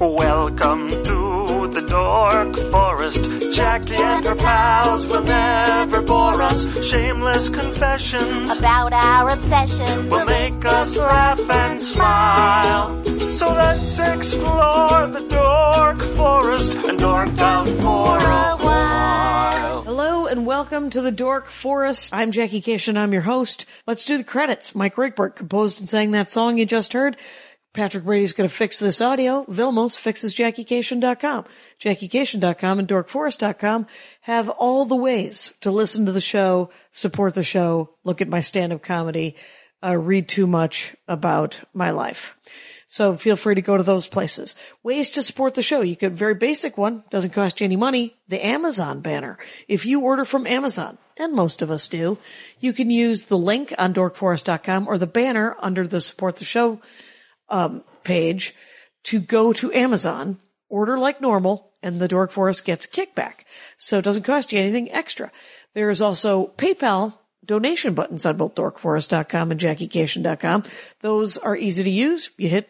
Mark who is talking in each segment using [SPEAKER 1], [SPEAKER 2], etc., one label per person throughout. [SPEAKER 1] Welcome to the Dork Forest. Jackie and her pals will never bore us. Shameless confessions
[SPEAKER 2] about our obsession.
[SPEAKER 1] will make us laugh and smile. So let's explore the Dork Forest and dork out for a while.
[SPEAKER 3] Hello and welcome to the Dork Forest. I'm Jackie Kish and I'm your host. Let's do the credits. Mike Rickbert composed and sang that song you just heard. Patrick Brady's going to fix this audio. Vilmos fixes JackieCation.com. JackieCation.com and DorkForest.com have all the ways to listen to the show, support the show, look at my stand-up comedy, uh, read too much about my life. So feel free to go to those places. Ways to support the show. You could, very basic one, doesn't cost you any money, the Amazon banner. If you order from Amazon, and most of us do, you can use the link on dorkforest.com or the banner under the support the show page to go to Amazon, order like normal, and the Dork Forest gets a kickback. So it doesn't cost you anything extra. There is also PayPal donation buttons on both dorkforest.com and jackiecation.com. Those are easy to use. You hit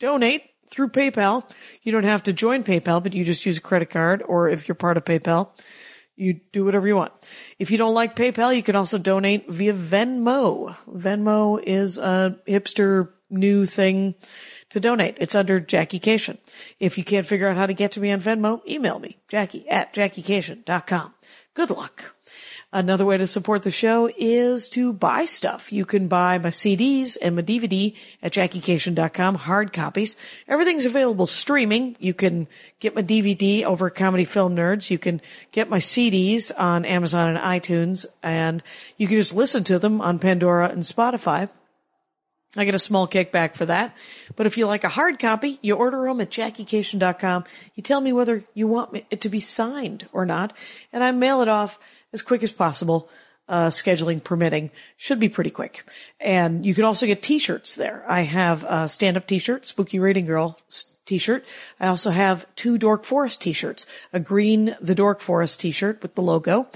[SPEAKER 3] donate through PayPal. You don't have to join PayPal, but you just use a credit card or if you're part of PayPal, you do whatever you want. If you don't like PayPal, you can also donate via Venmo. Venmo is a hipster new thing to donate. It's under Jackie Cation. If you can't figure out how to get to me on Venmo, email me, jackie at jackiecation.com. Good luck. Another way to support the show is to buy stuff. You can buy my CDs and my DVD at JackieCation.com, hard copies. Everything's available streaming. You can get my DVD over at Comedy Film Nerds. You can get my CDs on Amazon and iTunes, and you can just listen to them on Pandora and Spotify. I get a small kickback for that. But if you like a hard copy, you order them at JackieCation.com. You tell me whether you want me- it to be signed or not, and I mail it off as quick as possible, uh, scheduling permitting. Should be pretty quick. And you can also get t-shirts there. I have a stand-up t-shirt, Spooky Reading Girl s- t-shirt. I also have two Dork Forest t-shirts, a green The Dork Forest t-shirt with the logo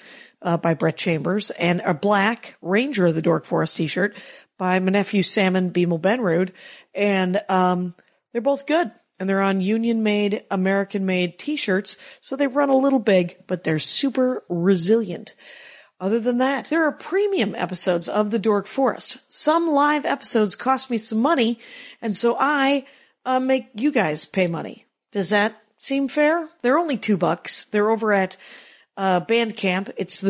[SPEAKER 3] uh, by Brett Chambers and a black Ranger of the Dork Forest t-shirt by my nephew Sam and Beemel Benrood. And, um, they're both good and they're on union made, American made t-shirts. So they run a little big, but they're super resilient. Other than that, there are premium episodes of the Dork Forest. Some live episodes cost me some money. And so I, uh, make you guys pay money. Does that seem fair? They're only two bucks. They're over at uh, Bandcamp. It's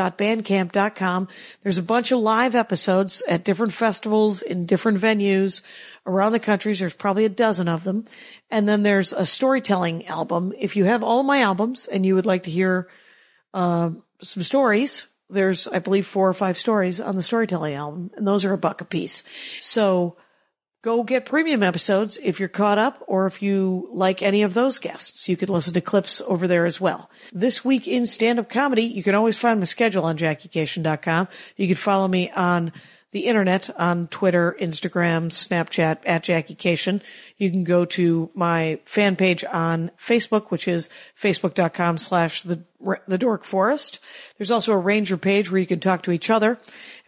[SPEAKER 3] thedorkforest.bandcamp.com. There's a bunch of live episodes at different festivals in different venues around the country. There's probably a dozen of them. And then there's a storytelling album. If you have all my albums and you would like to hear some stories. There's, I believe, four or five stories on the storytelling album, and those are a buck a piece. So go get premium episodes if you're caught up or if you like any of those guests. You can listen to clips over there as well. This week in stand up comedy, you can always find my schedule on jackiecation.com. You can follow me on the internet on Twitter, Instagram, Snapchat at Jackie Cation. You can go to my fan page on Facebook, which is facebook.com slash the the Dork Forest. There's also a ranger page where you can talk to each other,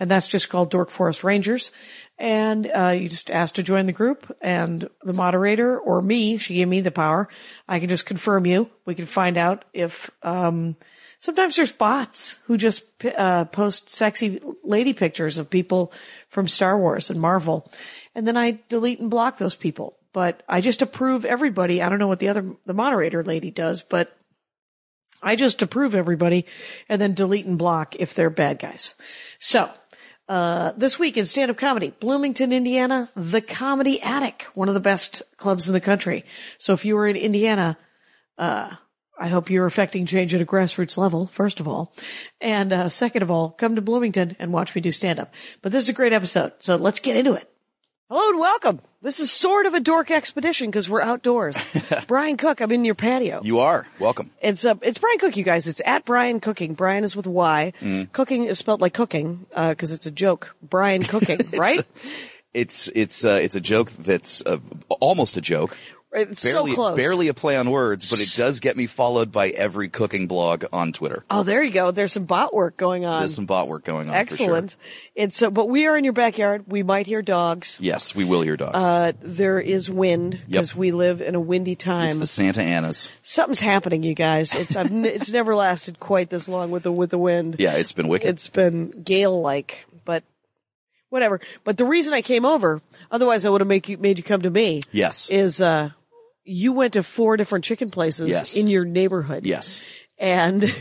[SPEAKER 3] and that's just called Dork Forest Rangers. And uh, you just ask to join the group, and the moderator or me, she gave me the power. I can just confirm you. We can find out if um, Sometimes there's bots who just uh, post sexy lady pictures of people from Star Wars and Marvel, and then I delete and block those people. But I just approve everybody. I don't know what the other the moderator lady does, but I just approve everybody, and then delete and block if they're bad guys. So uh, this week in stand up comedy, Bloomington, Indiana, the Comedy Attic, one of the best clubs in the country. So if you were in Indiana, uh, I hope you're affecting change at a grassroots level, first of all. And uh, second of all, come to Bloomington and watch me do stand up. But this is a great episode, so let's get into it. Hello and welcome. This is sort of a dork expedition because we're outdoors. Brian Cook, I'm in your patio.
[SPEAKER 4] You are welcome.
[SPEAKER 3] It's uh, it's Brian Cook, you guys. It's at Brian Cooking. Brian is with Y.
[SPEAKER 4] Mm.
[SPEAKER 3] Cooking is spelled like cooking because it's a joke. Brian Cooking, right?
[SPEAKER 4] It's it's uh, it's a joke that's uh, almost a joke.
[SPEAKER 3] It's
[SPEAKER 4] barely,
[SPEAKER 3] so close.
[SPEAKER 4] barely a play on words, but it does get me followed by every cooking blog on Twitter.
[SPEAKER 3] Oh, there you go. There's some bot work going on.
[SPEAKER 4] There's some bot work going on. for sure.
[SPEAKER 3] Um, Excellent. And so, but we are in your backyard. We might hear dogs.
[SPEAKER 4] Yes, we will hear dogs.
[SPEAKER 3] Uh, there is wind because
[SPEAKER 4] Yep.
[SPEAKER 3] we live in a windy
[SPEAKER 4] it's
[SPEAKER 3] time.
[SPEAKER 4] the Santa Anas.
[SPEAKER 3] Something's happening, you guys. It's I've, n- it's never lasted quite this long with the with the wind.
[SPEAKER 4] Yeah, it's been wicked.
[SPEAKER 3] It's been gale like, but whatever. But the reason I came over, otherwise I would have make you made you come to me.
[SPEAKER 4] yes.
[SPEAKER 3] Is uh, you went to four different chicken places
[SPEAKER 4] Yes.
[SPEAKER 3] in your neighborhood.
[SPEAKER 4] yes.
[SPEAKER 3] and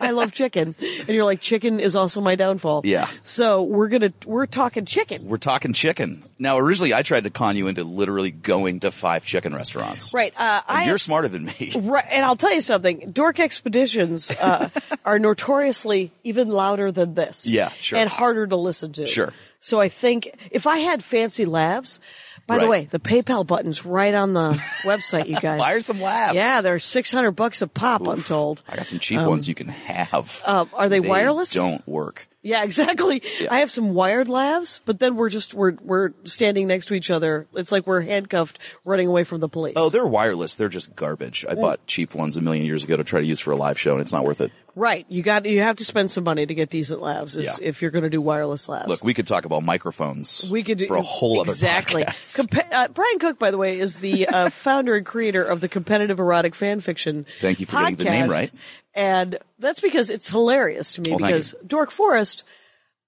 [SPEAKER 3] I love chicken. And you're like, chicken is also my downfall.
[SPEAKER 4] Yeah.
[SPEAKER 3] So we're gonna we're talking chicken.
[SPEAKER 4] We're talking chicken. Now, originally I tried to con you into literally going to five chicken restaurants.
[SPEAKER 3] Right. Uh,
[SPEAKER 4] And
[SPEAKER 3] I
[SPEAKER 4] you're smarter than me.
[SPEAKER 3] right, and I'll tell you something. Dork expeditions uh, are notoriously even louder than this.
[SPEAKER 4] Yeah, sure.
[SPEAKER 3] And harder to listen to.
[SPEAKER 4] Sure.
[SPEAKER 3] So I think if I had fancy labs. By the
[SPEAKER 4] Right.
[SPEAKER 3] way, the PayPal button's right on the website, you guys.
[SPEAKER 4] Buy her some labs.
[SPEAKER 3] Yeah, they're six hundred bucks a pop. I'm told.
[SPEAKER 4] I got some cheap ones you can have.
[SPEAKER 3] uh, Um, are they wireless?
[SPEAKER 4] Don't work.
[SPEAKER 3] Yeah, exactly. I have some wired labs, but then we're just we're we're standing next to each other. It's like we're handcuffed, running away from the police.
[SPEAKER 4] Oh, they're wireless. They're just garbage. I bought cheap ones a million years ago to try to use for a live show, and it's not worth it.
[SPEAKER 3] right. You got you have to spend some money to get decent labs is,
[SPEAKER 4] Yeah.
[SPEAKER 3] if you're going to do wireless labs.
[SPEAKER 4] Look, we could talk about microphones.
[SPEAKER 3] we could do
[SPEAKER 4] for a whole other
[SPEAKER 3] exactly.
[SPEAKER 4] podcast.
[SPEAKER 3] Compe- uh, Brian Cook, by the way, is the uh, founder and creator of the competitive erotic fan fiction.
[SPEAKER 4] Thank you for
[SPEAKER 3] podcast,
[SPEAKER 4] getting the name right.
[SPEAKER 3] And that's because it's hilarious to me
[SPEAKER 4] Well, thank
[SPEAKER 3] because Dork Forest,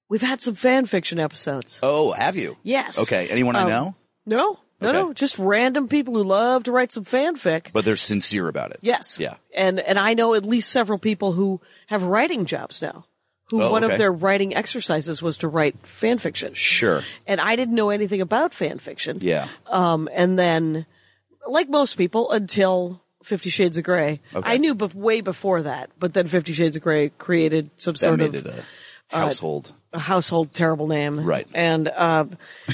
[SPEAKER 3] we've had some fan fiction episodes.
[SPEAKER 4] Oh, have you?
[SPEAKER 3] Yes.
[SPEAKER 4] Okay. Anyone I
[SPEAKER 3] Um,
[SPEAKER 4] know,
[SPEAKER 3] No, no,
[SPEAKER 4] Okay.
[SPEAKER 3] no. Just random people who love to write some fanfic.
[SPEAKER 4] but they're sincere about it.
[SPEAKER 3] yes.
[SPEAKER 4] Yeah.
[SPEAKER 3] And and I know at least several people who have writing jobs now. Who
[SPEAKER 4] Oh,
[SPEAKER 3] one of
[SPEAKER 4] okay.
[SPEAKER 3] their writing exercises was to write fan fiction.
[SPEAKER 4] Sure.
[SPEAKER 3] And I didn't know anything about fan fiction.
[SPEAKER 4] Yeah.
[SPEAKER 3] Um, and then, like most people, until Fifty Shades of Grey,
[SPEAKER 4] Okay.
[SPEAKER 3] I knew bef- way before that. But then Fifty Shades of Grey created some
[SPEAKER 4] That
[SPEAKER 3] sort
[SPEAKER 4] made
[SPEAKER 3] of uh,
[SPEAKER 4] it a household,
[SPEAKER 3] a household terrible name.
[SPEAKER 4] Right.
[SPEAKER 3] And uh,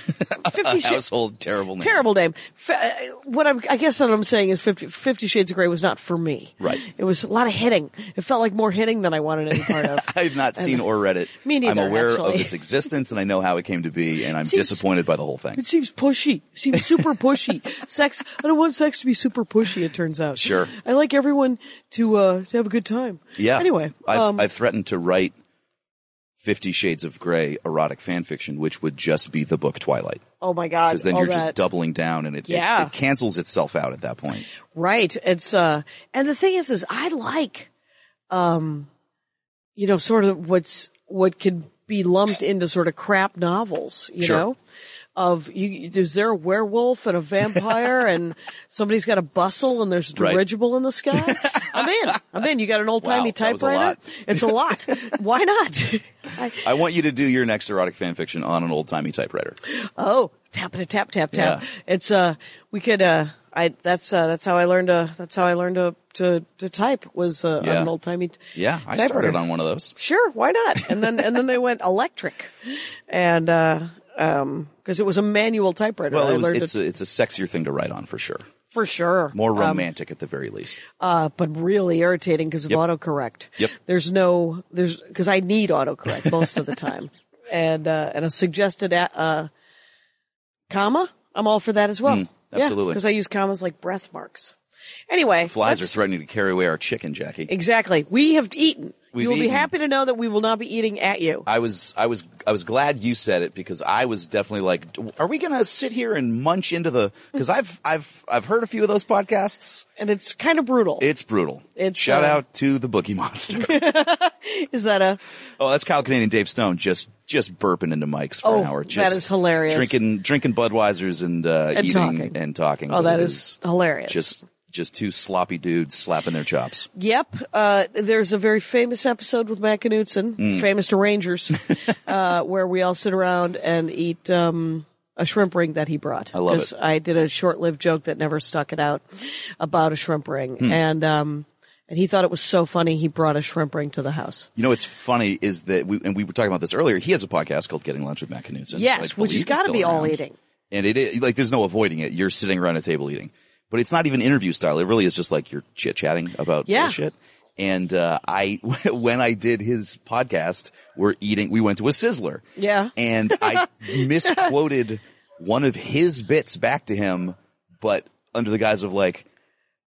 [SPEAKER 3] Fifty Shades.
[SPEAKER 4] household terrible name.
[SPEAKER 3] terrible name. F- uh, what I'm, I guess what I'm saying is 50, Fifty Shades of Grey was not for me.
[SPEAKER 4] Right.
[SPEAKER 3] It was a lot of hitting. It felt like more hitting than I wanted any part of.
[SPEAKER 4] I've not seen or read it.
[SPEAKER 3] Me neither,
[SPEAKER 4] I'm aware
[SPEAKER 3] actually.
[SPEAKER 4] of its existence and I know how it came to be, and I'm
[SPEAKER 3] Seems-
[SPEAKER 4] disappointed by the whole thing.
[SPEAKER 3] It seems pushy. It seems super pushy. sex. I don't want sex to be super pushy. It turns out.
[SPEAKER 4] Sure.
[SPEAKER 3] I like everyone to uh, to have a good time.
[SPEAKER 4] Yeah.
[SPEAKER 3] Anyway,
[SPEAKER 4] I've,
[SPEAKER 3] um,
[SPEAKER 4] I've threatened to write Fifty Shades of Grey erotic fan fiction, which would just be the book Twilight,
[SPEAKER 3] oh my god.
[SPEAKER 4] because then
[SPEAKER 3] all
[SPEAKER 4] you're
[SPEAKER 3] that.
[SPEAKER 4] just doubling down, and it, it-
[SPEAKER 3] Yeah.
[SPEAKER 4] it cancels itself out at that point.
[SPEAKER 3] Right. It's uh and the thing is is I like um you know sort of what's what can be lumped into sort of crap novels, you
[SPEAKER 4] Sure.
[SPEAKER 3] know? Of you is there a werewolf and a vampire and somebody's got a bustle and there's a
[SPEAKER 4] Right.
[SPEAKER 3] dirigible in the sky? I'm in. I'm in. You got an old timey
[SPEAKER 4] that was a
[SPEAKER 3] typewriter?
[SPEAKER 4] lot.
[SPEAKER 3] It's a lot. Why not? I,
[SPEAKER 4] I want you to do your next erotic fan fiction on an old timey typewriter.
[SPEAKER 3] oh, tap it, tap, tap, tap.
[SPEAKER 4] Yeah.
[SPEAKER 3] It's uh, we could uh, I that's uh, that's how I learned uh, that's how I learned to to, to type was uh, on
[SPEAKER 4] Yeah.
[SPEAKER 3] an old timey.
[SPEAKER 4] Yeah, I started on one of those.
[SPEAKER 3] Sure, why not? And then and then they went electric, and uh, um, because it was a manual typewriter.
[SPEAKER 4] Well,
[SPEAKER 3] I
[SPEAKER 4] it was,
[SPEAKER 3] learned Um,
[SPEAKER 4] it's a, it's a sexier thing to write on for sure.
[SPEAKER 3] for sure.
[SPEAKER 4] More romantic at the very least.
[SPEAKER 3] uh, but really irritating because of autocorrect.
[SPEAKER 4] Yep.
[SPEAKER 3] There's no there's because I need autocorrect most of the time, and uh, and a suggested a- uh, comma. I'm all for that as well.
[SPEAKER 4] Mm, absolutely.
[SPEAKER 3] Because I use commas like breath marks. Anyway,
[SPEAKER 4] Flies are
[SPEAKER 3] let's-
[SPEAKER 4] threatening to carry away our chicken, Jackie.
[SPEAKER 3] exactly. We have eaten.
[SPEAKER 4] We've
[SPEAKER 3] you will be
[SPEAKER 4] eaten.
[SPEAKER 3] happy to know that we will not be eating at you.
[SPEAKER 4] I was I was I was glad you said it because I was definitely like, "D- are we gonna sit here and munch into the? Because I've I've I've heard a few of those podcasts.
[SPEAKER 3] and it's kind of brutal. Is
[SPEAKER 4] It's brutal.
[SPEAKER 3] It's,
[SPEAKER 4] Shout
[SPEAKER 3] uh,
[SPEAKER 4] out to the Boogie Monster.
[SPEAKER 3] that a
[SPEAKER 4] oh, that's Kyle Kinane and Dave Stone just just burping into mics for
[SPEAKER 3] Oh,
[SPEAKER 4] an hour.
[SPEAKER 3] that
[SPEAKER 4] Just
[SPEAKER 3] is hilarious.
[SPEAKER 4] Drinking drinking Budweisers and uh,
[SPEAKER 3] And
[SPEAKER 4] eating
[SPEAKER 3] talking.
[SPEAKER 4] and talking.
[SPEAKER 3] Oh,
[SPEAKER 4] But
[SPEAKER 3] that
[SPEAKER 4] it
[SPEAKER 3] is hilarious.
[SPEAKER 4] Just just two sloppy dudes slapping their chops.
[SPEAKER 3] Yep. Uh, there's a very famous episode with Matt Knutson,
[SPEAKER 4] Mm.
[SPEAKER 3] famous to Rangers, uh, where we all sit around and eat um, a shrimp ring that he brought. I
[SPEAKER 4] love it.
[SPEAKER 3] I did a short-lived joke that never stuck it out about a shrimp ring,
[SPEAKER 4] Hmm.
[SPEAKER 3] and um, and he thought it was so funny he brought a shrimp ring to the house.
[SPEAKER 4] You know, what's funny is that we and we were talking about this earlier. He has a podcast called Getting Lunch with Matt Knudsen.
[SPEAKER 3] Yes,
[SPEAKER 4] I
[SPEAKER 3] which has
[SPEAKER 4] believe it's
[SPEAKER 3] got to
[SPEAKER 4] still
[SPEAKER 3] be all
[SPEAKER 4] around.
[SPEAKER 3] eating.
[SPEAKER 4] and it is like there's no avoiding it. You're sitting around a table eating, but it's not even interview style. It really is just like you're chit chatting about
[SPEAKER 3] Yeah.
[SPEAKER 4] bullshit. And uh, I, when I did his podcast, we're eating. We went to a Sizzler.
[SPEAKER 3] Yeah.
[SPEAKER 4] and I misquoted one of his bits back to him, but under the guise of like,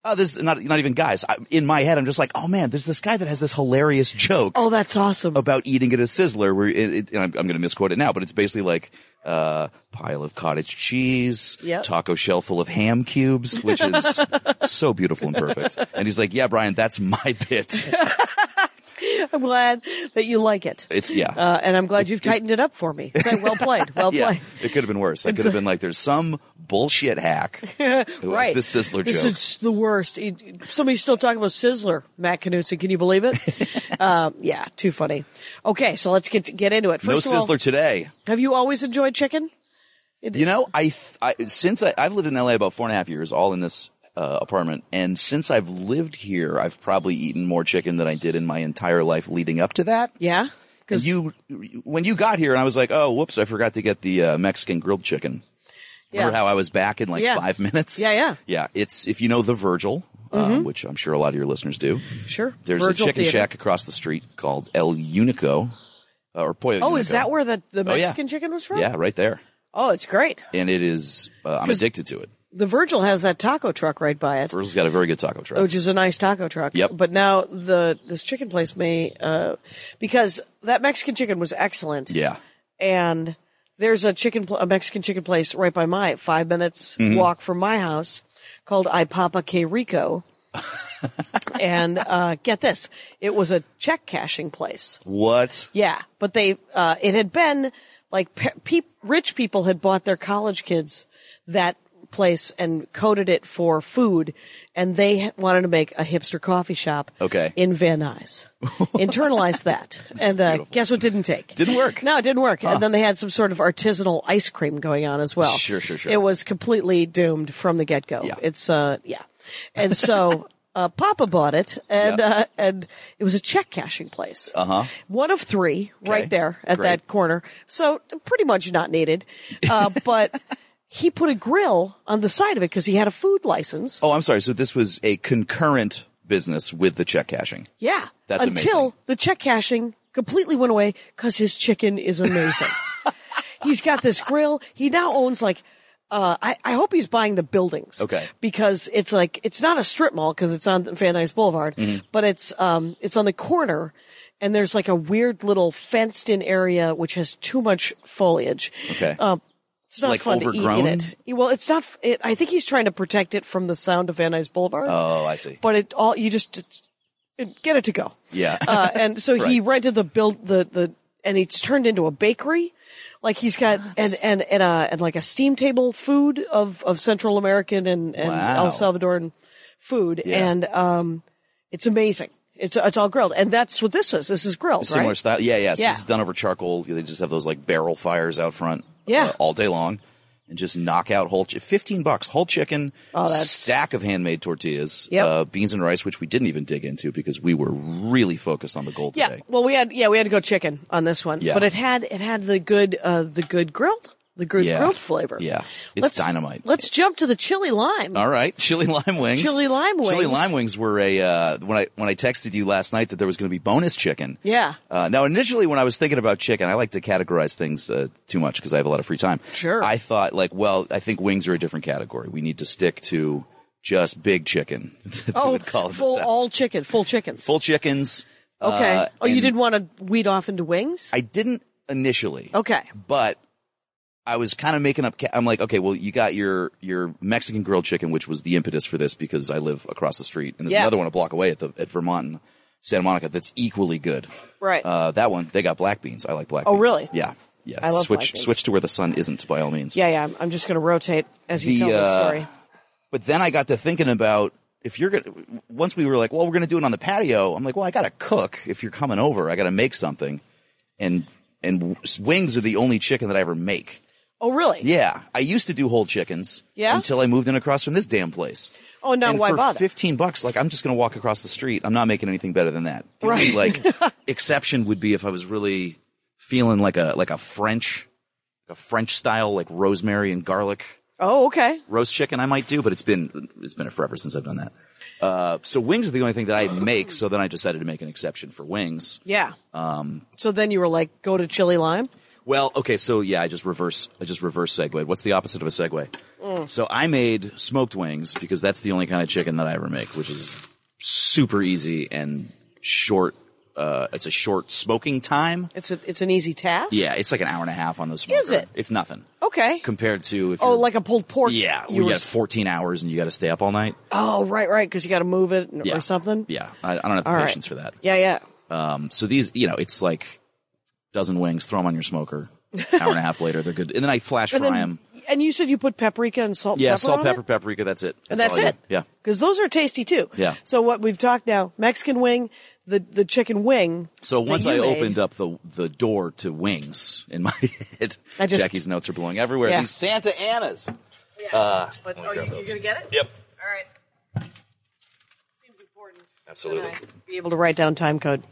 [SPEAKER 4] oh, this is not not even guys. I, in my head, I'm just like, oh man, there's this guy that has this hilarious joke
[SPEAKER 3] Oh, that's awesome.
[SPEAKER 4] about eating at a Sizzler, where it, it, and I'm, I'm going to misquote it now, but it's basically like uh, pile of cottage cheese,
[SPEAKER 3] Yep.
[SPEAKER 4] taco shell full of ham cubes, which is so beautiful and perfect. And he's like, "Yeah, Brian, that's my bit."
[SPEAKER 3] I'm glad that you like it.
[SPEAKER 4] It's yeah,
[SPEAKER 3] Uh, and I'm glad you've tightened it up for me. So, Well played. Well
[SPEAKER 4] yeah.
[SPEAKER 3] played.
[SPEAKER 4] It could have been worse. I could have been like, "There's some bullshit hack who has
[SPEAKER 3] Right.
[SPEAKER 4] this Sizzler
[SPEAKER 3] This
[SPEAKER 4] joke."
[SPEAKER 3] is the worst. It- Somebody's still talking about Sizzler, Matt Knutson. Can you believe it? um, yeah, too funny. Okay, so let's get get into it.
[SPEAKER 4] no
[SPEAKER 3] First of
[SPEAKER 4] Sizzler
[SPEAKER 3] all,
[SPEAKER 4] today.
[SPEAKER 3] have you always enjoyed chicken?
[SPEAKER 4] You know, I, th- I since I, I've lived in LA about four and a half years, all in this uh, apartment, and since I've lived here, I've probably eaten more chicken than I did in my entire life leading up to that.
[SPEAKER 3] Yeah,
[SPEAKER 4] And
[SPEAKER 3] because
[SPEAKER 4] you, when you got here, and I was like, oh, whoops, I forgot to get the uh, Mexican grilled chicken. Remember how I was back in like
[SPEAKER 3] Yeah.
[SPEAKER 4] five minutes?
[SPEAKER 3] Yeah, yeah.
[SPEAKER 4] yeah. It's if you know the Virgil, um, which I'm sure a lot of your listeners do.
[SPEAKER 3] sure.
[SPEAKER 4] There's
[SPEAKER 3] Virgil
[SPEAKER 4] a chicken
[SPEAKER 3] Theater.
[SPEAKER 4] shack across the street called El Unico uh, or Pollo.
[SPEAKER 3] Oh, is
[SPEAKER 4] Unico.
[SPEAKER 3] that where the, the
[SPEAKER 4] Oh, yeah.
[SPEAKER 3] Mexican chicken was from?
[SPEAKER 4] Yeah, right there.
[SPEAKER 3] Oh, it's great.
[SPEAKER 4] And it is. Uh, I'm addicted to it.
[SPEAKER 3] The Virgil has that taco truck right by it,
[SPEAKER 4] Virgil's got a very good taco truck.
[SPEAKER 3] which is a nice taco truck.
[SPEAKER 4] Yep.
[SPEAKER 3] But now the this chicken place may uh, because that Mexican chicken was excellent.
[SPEAKER 4] yeah.
[SPEAKER 3] and there's a chicken, pl- a Mexican chicken place right by my five minutes walk from my house called I Papa Que Rico. and uh, get this, it was a check cashing place.
[SPEAKER 4] What?
[SPEAKER 3] Yeah, but they, uh, it had been like pe- peop rich people had bought their college kids that place and coded it for food, and they h- wanted to make a hipster coffee shop.
[SPEAKER 4] Okay.
[SPEAKER 3] in Van Nuys, internalized that, and uh,
[SPEAKER 4] beautiful.
[SPEAKER 3] guess what didn't take?
[SPEAKER 4] Didn't work.
[SPEAKER 3] No, it didn't work. And then they had some sort of artisanal ice cream going on as well.
[SPEAKER 4] Sure, sure, sure.
[SPEAKER 3] It was completely doomed from the get go.
[SPEAKER 4] Yeah.
[SPEAKER 3] It's uh, yeah, and so. Uh, Papa bought it, and
[SPEAKER 4] Yeah.
[SPEAKER 3] uh, and it was a check cashing place.
[SPEAKER 4] Uh huh.
[SPEAKER 3] One of three
[SPEAKER 4] Okay.
[SPEAKER 3] right there at
[SPEAKER 4] Great.
[SPEAKER 3] that corner. So pretty much not needed. Uh, but he put a grill on the side of it because he had a food license.
[SPEAKER 4] Oh, I'm sorry. So this was a concurrent business with the check cashing.
[SPEAKER 3] yeah.
[SPEAKER 4] That's
[SPEAKER 3] Until
[SPEAKER 4] amazing.
[SPEAKER 3] the check cashing completely went away because his chicken is amazing. he's got this grill. He now owns like, uh, I, I hope he's buying the buildings.
[SPEAKER 4] Okay.
[SPEAKER 3] Because it's like, it's not a strip mall because it's on Van Nuys Boulevard,
[SPEAKER 4] Mm-hmm.
[SPEAKER 3] but it's, um, it's on the corner and there's like a weird little fenced in area which has too much foliage. Um,
[SPEAKER 4] Okay.
[SPEAKER 3] It's not
[SPEAKER 4] Like,
[SPEAKER 3] fun to eat in
[SPEAKER 4] overgrown?
[SPEAKER 3] it. Well, it's not. f- It, I think he's trying to protect it from the sound of Van Nuys Boulevard.
[SPEAKER 4] oh, I see.
[SPEAKER 3] but it all you just it's- it- get it to go.
[SPEAKER 4] Yeah.
[SPEAKER 3] Uh, and so he
[SPEAKER 4] Right.
[SPEAKER 3] rented the build the the and it's turned into a bakery. Like he's got and and and uh and like a steam table food of of Central American and and
[SPEAKER 4] Wow.
[SPEAKER 3] El Salvadoran food
[SPEAKER 4] Yeah.
[SPEAKER 3] and um it's amazing. It's it's all grilled and that's what this was. This is grilled,
[SPEAKER 4] Similar
[SPEAKER 3] right?
[SPEAKER 4] style. Yeah, yeah. So
[SPEAKER 3] Yeah.
[SPEAKER 4] This is done over charcoal. They just have those like barrel fires out front.
[SPEAKER 3] Yeah.
[SPEAKER 4] uh, all day long, and just knock out whole chi- fifteen bucks whole chicken.
[SPEAKER 3] Oh, that's-
[SPEAKER 4] stack of handmade tortillas.
[SPEAKER 3] Yep.
[SPEAKER 4] Uh, beans and rice, which we didn't even dig into because we were really focused on the goal
[SPEAKER 3] Yeah.
[SPEAKER 4] today.
[SPEAKER 3] Well, we had yeah we had to go chicken on this one,
[SPEAKER 4] Yeah.
[SPEAKER 3] but it had it had the good uh the good grilled the good
[SPEAKER 4] Yeah.
[SPEAKER 3] grilled flavor.
[SPEAKER 4] Yeah. It's
[SPEAKER 3] Let's-
[SPEAKER 4] dynamite.
[SPEAKER 3] Let's jump to the chili lime.
[SPEAKER 4] All right, chili lime wings.
[SPEAKER 3] Chili lime
[SPEAKER 4] Chili
[SPEAKER 3] wings.
[SPEAKER 4] lime wings were a uh, when I when I texted you last night that there was going to be bonus chicken.
[SPEAKER 3] Yeah.
[SPEAKER 4] Uh, now, initially, when I was thinking about chicken, I like to categorize things uh, too much because I have a lot of free time.
[SPEAKER 3] Sure.
[SPEAKER 4] I thought like, well, I think wings are a different category. We need to stick to just big chicken. They
[SPEAKER 3] Oh,
[SPEAKER 4] would call it
[SPEAKER 3] full
[SPEAKER 4] that.
[SPEAKER 3] all chicken, full chickens.
[SPEAKER 4] full chickens.
[SPEAKER 3] okay.
[SPEAKER 4] uh,
[SPEAKER 3] oh, you
[SPEAKER 4] and
[SPEAKER 3] didn't want to weed off into wings?
[SPEAKER 4] I didn't initially.
[SPEAKER 3] okay.
[SPEAKER 4] but I was kind of making up. Ca- I'm like, okay, well, you got your your Mexican grilled chicken, which was the impetus for this because I live across the street, and there's
[SPEAKER 3] Yeah.
[SPEAKER 4] another one a block away at the at Vermont and Santa Monica that's equally good.
[SPEAKER 3] Right.
[SPEAKER 4] Uh, that one they got black beans. I like black.
[SPEAKER 3] Oh,
[SPEAKER 4] beans.
[SPEAKER 3] really?
[SPEAKER 4] Yeah, yeah.
[SPEAKER 3] I love
[SPEAKER 4] switch
[SPEAKER 3] black beans.
[SPEAKER 4] switch to where the sun isn't by all means.
[SPEAKER 3] yeah, yeah. I'm, I'm just going to rotate as you
[SPEAKER 4] The,
[SPEAKER 3] tell the
[SPEAKER 4] uh,
[SPEAKER 3] story.
[SPEAKER 4] But then I got to thinking about if you're gonna. Once we were like, well, we're gonna do it on the patio. I'm like, well, I gotta cook. If you're coming over, I gotta make something, and and w- wings are the only chicken that I ever make.
[SPEAKER 3] Oh, really?
[SPEAKER 4] Yeah, I used to do whole chickens.
[SPEAKER 3] Yeah?
[SPEAKER 4] Until I moved in across from this damn place.
[SPEAKER 3] Oh, now
[SPEAKER 4] and
[SPEAKER 3] why
[SPEAKER 4] for
[SPEAKER 3] bother?
[SPEAKER 4] Fifteen bucks, like I'm just gonna walk across the street. I'm not making anything better than that. The
[SPEAKER 3] Right.
[SPEAKER 4] only, like exception would be if I was really feeling like a like a French, a French style like rosemary and garlic
[SPEAKER 3] Oh, okay.
[SPEAKER 4] roast chicken. I might do, but it's been it's been forever since I've done that. Uh, so wings are the only thing that I make. So then I decided to make an exception for wings.
[SPEAKER 3] Yeah. Um, so then you were like, go to chili lime?
[SPEAKER 4] Well, okay, so yeah, I just reverse, I just reverse segued. What's the opposite of a segue?
[SPEAKER 3] Mm.
[SPEAKER 4] So I made smoked wings because that's the only kind of chicken that I ever make, which is super easy and short. Uh, it's a short smoking time.
[SPEAKER 3] It's a, it's an easy task.
[SPEAKER 4] Yeah, it's like an hour and a half on the smoker.
[SPEAKER 3] Is it?
[SPEAKER 4] It's nothing
[SPEAKER 3] Okay.
[SPEAKER 4] compared to if
[SPEAKER 3] oh,
[SPEAKER 4] you're-
[SPEAKER 3] like a pulled pork.
[SPEAKER 4] yeah,
[SPEAKER 3] You
[SPEAKER 4] you
[SPEAKER 3] were-
[SPEAKER 4] got 14 hours and you got to stay up all night
[SPEAKER 3] oh, right, right, because you got to move it
[SPEAKER 4] yeah.
[SPEAKER 3] or something.
[SPEAKER 4] Yeah, I, I don't have the
[SPEAKER 3] All right.
[SPEAKER 4] patience for that.
[SPEAKER 3] Yeah, yeah.
[SPEAKER 4] Um, so these, you know, it's like dozen wings, throw them on your smoker. Hour and a half later, they're good. And then I flash
[SPEAKER 3] And
[SPEAKER 4] fry
[SPEAKER 3] then,
[SPEAKER 4] them.
[SPEAKER 3] and you said you put paprika and salt. and
[SPEAKER 4] Yeah,
[SPEAKER 3] pepper
[SPEAKER 4] salt,
[SPEAKER 3] on
[SPEAKER 4] pepper,
[SPEAKER 3] it?
[SPEAKER 4] paprika. That's it.
[SPEAKER 3] And that's
[SPEAKER 4] all I
[SPEAKER 3] it.
[SPEAKER 4] did. Yeah.
[SPEAKER 3] Because those are tasty too.
[SPEAKER 4] Yeah.
[SPEAKER 3] So what we've talked now, Mexican wing, the, the chicken wing.
[SPEAKER 4] So
[SPEAKER 3] that
[SPEAKER 4] once
[SPEAKER 3] you
[SPEAKER 4] I
[SPEAKER 3] made-
[SPEAKER 4] opened up the the door to wings in my head,
[SPEAKER 3] I just-
[SPEAKER 4] Jackie's notes are blowing everywhere.
[SPEAKER 3] Yeah.
[SPEAKER 4] These Santa Annas.
[SPEAKER 3] But, oh, you, you're gonna get it.
[SPEAKER 4] Yep.
[SPEAKER 3] All right. Seems important.
[SPEAKER 4] Absolutely.
[SPEAKER 3] That I Be able to write down time code.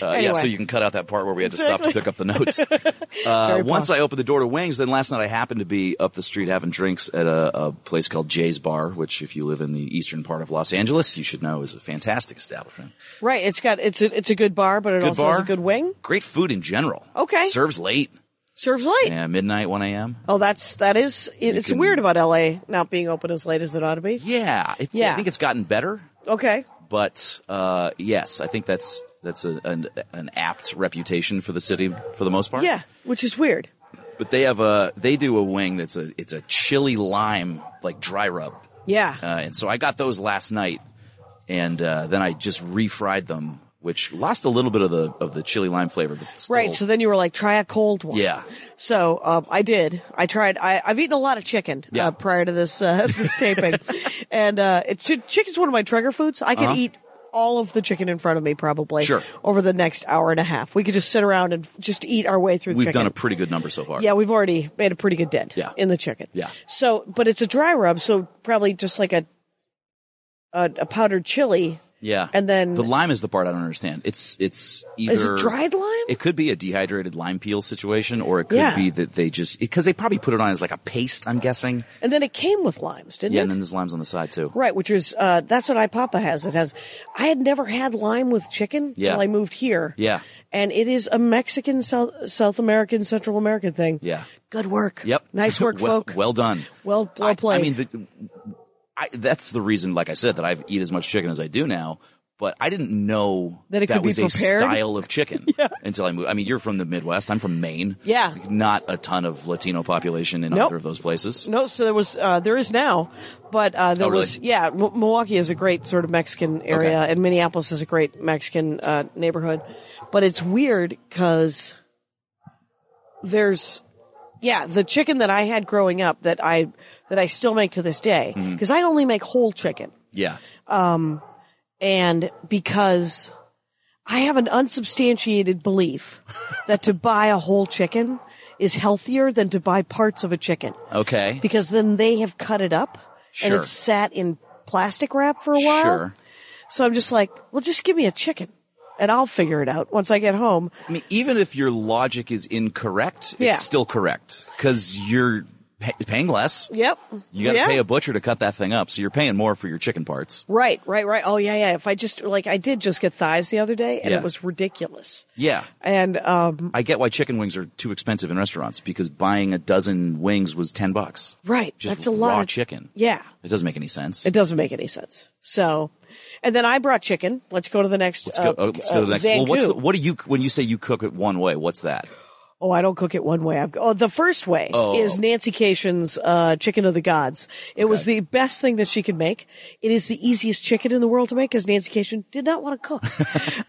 [SPEAKER 4] Uh,
[SPEAKER 3] anyway,
[SPEAKER 4] Yeah, so you can cut out that part where we had to stop to
[SPEAKER 3] Exactly.
[SPEAKER 4] pick up the notes. Uh, once I opened the door to Wings, then last night I happened to be up the street having drinks at a, a place called Jay's Bar, which if you live in the eastern part of Los Angeles, you should know is a fantastic establishment.
[SPEAKER 3] right. It's got it's a it's a good bar, but it
[SPEAKER 4] Good
[SPEAKER 3] also has a
[SPEAKER 4] bar.
[SPEAKER 3] good wing.
[SPEAKER 4] Great food in general.
[SPEAKER 3] Okay.
[SPEAKER 4] Serves late.
[SPEAKER 3] Serves late.
[SPEAKER 4] Yeah, midnight, 1 a.m.
[SPEAKER 3] Oh, that's that is. It, it's
[SPEAKER 4] can-
[SPEAKER 3] weird about LA not being open as late as it ought to be.
[SPEAKER 4] Yeah, it,
[SPEAKER 3] Yeah.
[SPEAKER 4] I think it's gotten better,
[SPEAKER 3] Okay.
[SPEAKER 4] but uh, yes, I think that's that's a, an, an apt reputation for the city for the most part.
[SPEAKER 3] Yeah, which is weird.
[SPEAKER 4] But they have a they do a wing that's a it's a chili lime like dry rub.
[SPEAKER 3] Yeah.
[SPEAKER 4] Uh, and so I got those last night, and uh, then I just refried them, which lost a little bit of the of the chili lime flavor. But still,
[SPEAKER 3] right. So then you were like, try a cold one.
[SPEAKER 4] yeah,
[SPEAKER 3] So um, I did. I tried. I, I've eaten a lot of chicken
[SPEAKER 4] Yeah.
[SPEAKER 3] uh, prior to this uh, this taping, and uh, it chi- chicken's one of my trigger foods. I could eat all of the chicken in front of me probably
[SPEAKER 4] Uh-huh. Sure.
[SPEAKER 3] over the next hour and a half. We could just sit around and just eat our way through.
[SPEAKER 4] we've
[SPEAKER 3] chicken.
[SPEAKER 4] done a pretty good number so far.
[SPEAKER 3] Yeah, we've already made a pretty good dent
[SPEAKER 4] Yeah.
[SPEAKER 3] in the chicken.
[SPEAKER 4] Yeah.
[SPEAKER 3] So, but it's a dry rub, so probably just like a a, a powdered chili.
[SPEAKER 4] yeah.
[SPEAKER 3] And then-
[SPEAKER 4] the lime is the part I don't understand. It's it's either
[SPEAKER 3] Is it dried lime?
[SPEAKER 4] It could be a dehydrated lime peel situation, or it could
[SPEAKER 3] Yeah.
[SPEAKER 4] be that they just because they probably put it on as like a paste. I'm guessing.
[SPEAKER 3] And then it came with limes, didn't
[SPEAKER 4] Yeah,
[SPEAKER 3] it?
[SPEAKER 4] and then there's limes on the side too.
[SPEAKER 3] Right, which is uh, that's what iPapa has. It has. I had never had lime with chicken
[SPEAKER 4] Yeah.
[SPEAKER 3] till I moved here.
[SPEAKER 4] Yeah.
[SPEAKER 3] and it is a Mexican South South American Central American thing.
[SPEAKER 4] Yeah.
[SPEAKER 3] good work.
[SPEAKER 4] Yep.
[SPEAKER 3] nice work,
[SPEAKER 4] well,
[SPEAKER 3] folk.
[SPEAKER 4] Well done.
[SPEAKER 3] Well- well
[SPEAKER 4] I- I,
[SPEAKER 3] played.
[SPEAKER 4] mean, the, I, that's the reason, like I said, that I eat as much chicken as I do now. But I didn't know
[SPEAKER 3] That it could be
[SPEAKER 4] was
[SPEAKER 3] prepared?
[SPEAKER 4] a style of chicken until I moved. I mean, you're from the Midwest. I'm from Maine.
[SPEAKER 3] Yeah.
[SPEAKER 4] Not a ton of Latino population in
[SPEAKER 3] Nope.
[SPEAKER 4] either of those places.
[SPEAKER 3] no, so there was uh, there is now, but uh, there
[SPEAKER 4] Oh, really?
[SPEAKER 3] was yeah. M- Milwaukee is a great sort of Mexican area,
[SPEAKER 4] Okay.
[SPEAKER 3] and Minneapolis is a great Mexican uh, neighborhood. But it's weird because there's yeah the chicken that I had growing up that I that I still make to this day
[SPEAKER 4] Mm-hmm.
[SPEAKER 3] because I only make whole chicken.
[SPEAKER 4] Yeah.
[SPEAKER 3] and because I have an unsubstantiated belief that to buy a whole chicken is healthier than to buy parts of a chicken
[SPEAKER 4] Okay.
[SPEAKER 3] because then they have cut it up and
[SPEAKER 4] Sure.
[SPEAKER 3] it's sat in plastic wrap for a while.
[SPEAKER 4] Sure.
[SPEAKER 3] So I'm just like, well, just give me a chicken and I'll figure it out once I get home.
[SPEAKER 4] I mean, even if your logic is incorrect,
[SPEAKER 3] Yeah.
[SPEAKER 4] it's still correct because you're pay- paying less.
[SPEAKER 3] Yep.
[SPEAKER 4] You got to
[SPEAKER 3] Yeah.
[SPEAKER 4] pay a butcher to cut that thing up, so you're paying more for your chicken parts.
[SPEAKER 3] Right, right, right. Oh yeah, yeah. If I just like I did just get thighs the other day and
[SPEAKER 4] Yeah.
[SPEAKER 3] it was ridiculous.
[SPEAKER 4] Yeah.
[SPEAKER 3] And um
[SPEAKER 4] I get why chicken wings are too expensive in restaurants because buying a dozen wings was ten bucks.
[SPEAKER 3] right,
[SPEAKER 4] Just
[SPEAKER 3] that's a lot
[SPEAKER 4] raw
[SPEAKER 3] of
[SPEAKER 4] chicken.
[SPEAKER 3] Yeah.
[SPEAKER 4] It doesn't make any sense.
[SPEAKER 3] It doesn't make any sense. So, and then I brought chicken. Let's go to the next.
[SPEAKER 4] let's go,
[SPEAKER 3] uh,
[SPEAKER 4] oh, let's go to the
[SPEAKER 3] uh,
[SPEAKER 4] next. Well, what's
[SPEAKER 3] Zangu.
[SPEAKER 4] the, what do you when you say you cook it one way? What's that?
[SPEAKER 3] oh, I don't cook it one way. I've, oh, the first way
[SPEAKER 4] Oh.
[SPEAKER 3] is Nancy Cation's uh, chicken of the gods. It was
[SPEAKER 4] Okay.
[SPEAKER 3] the best thing that she could make. It is the easiest chicken in the world to make because Nancy Cation did not want to cook.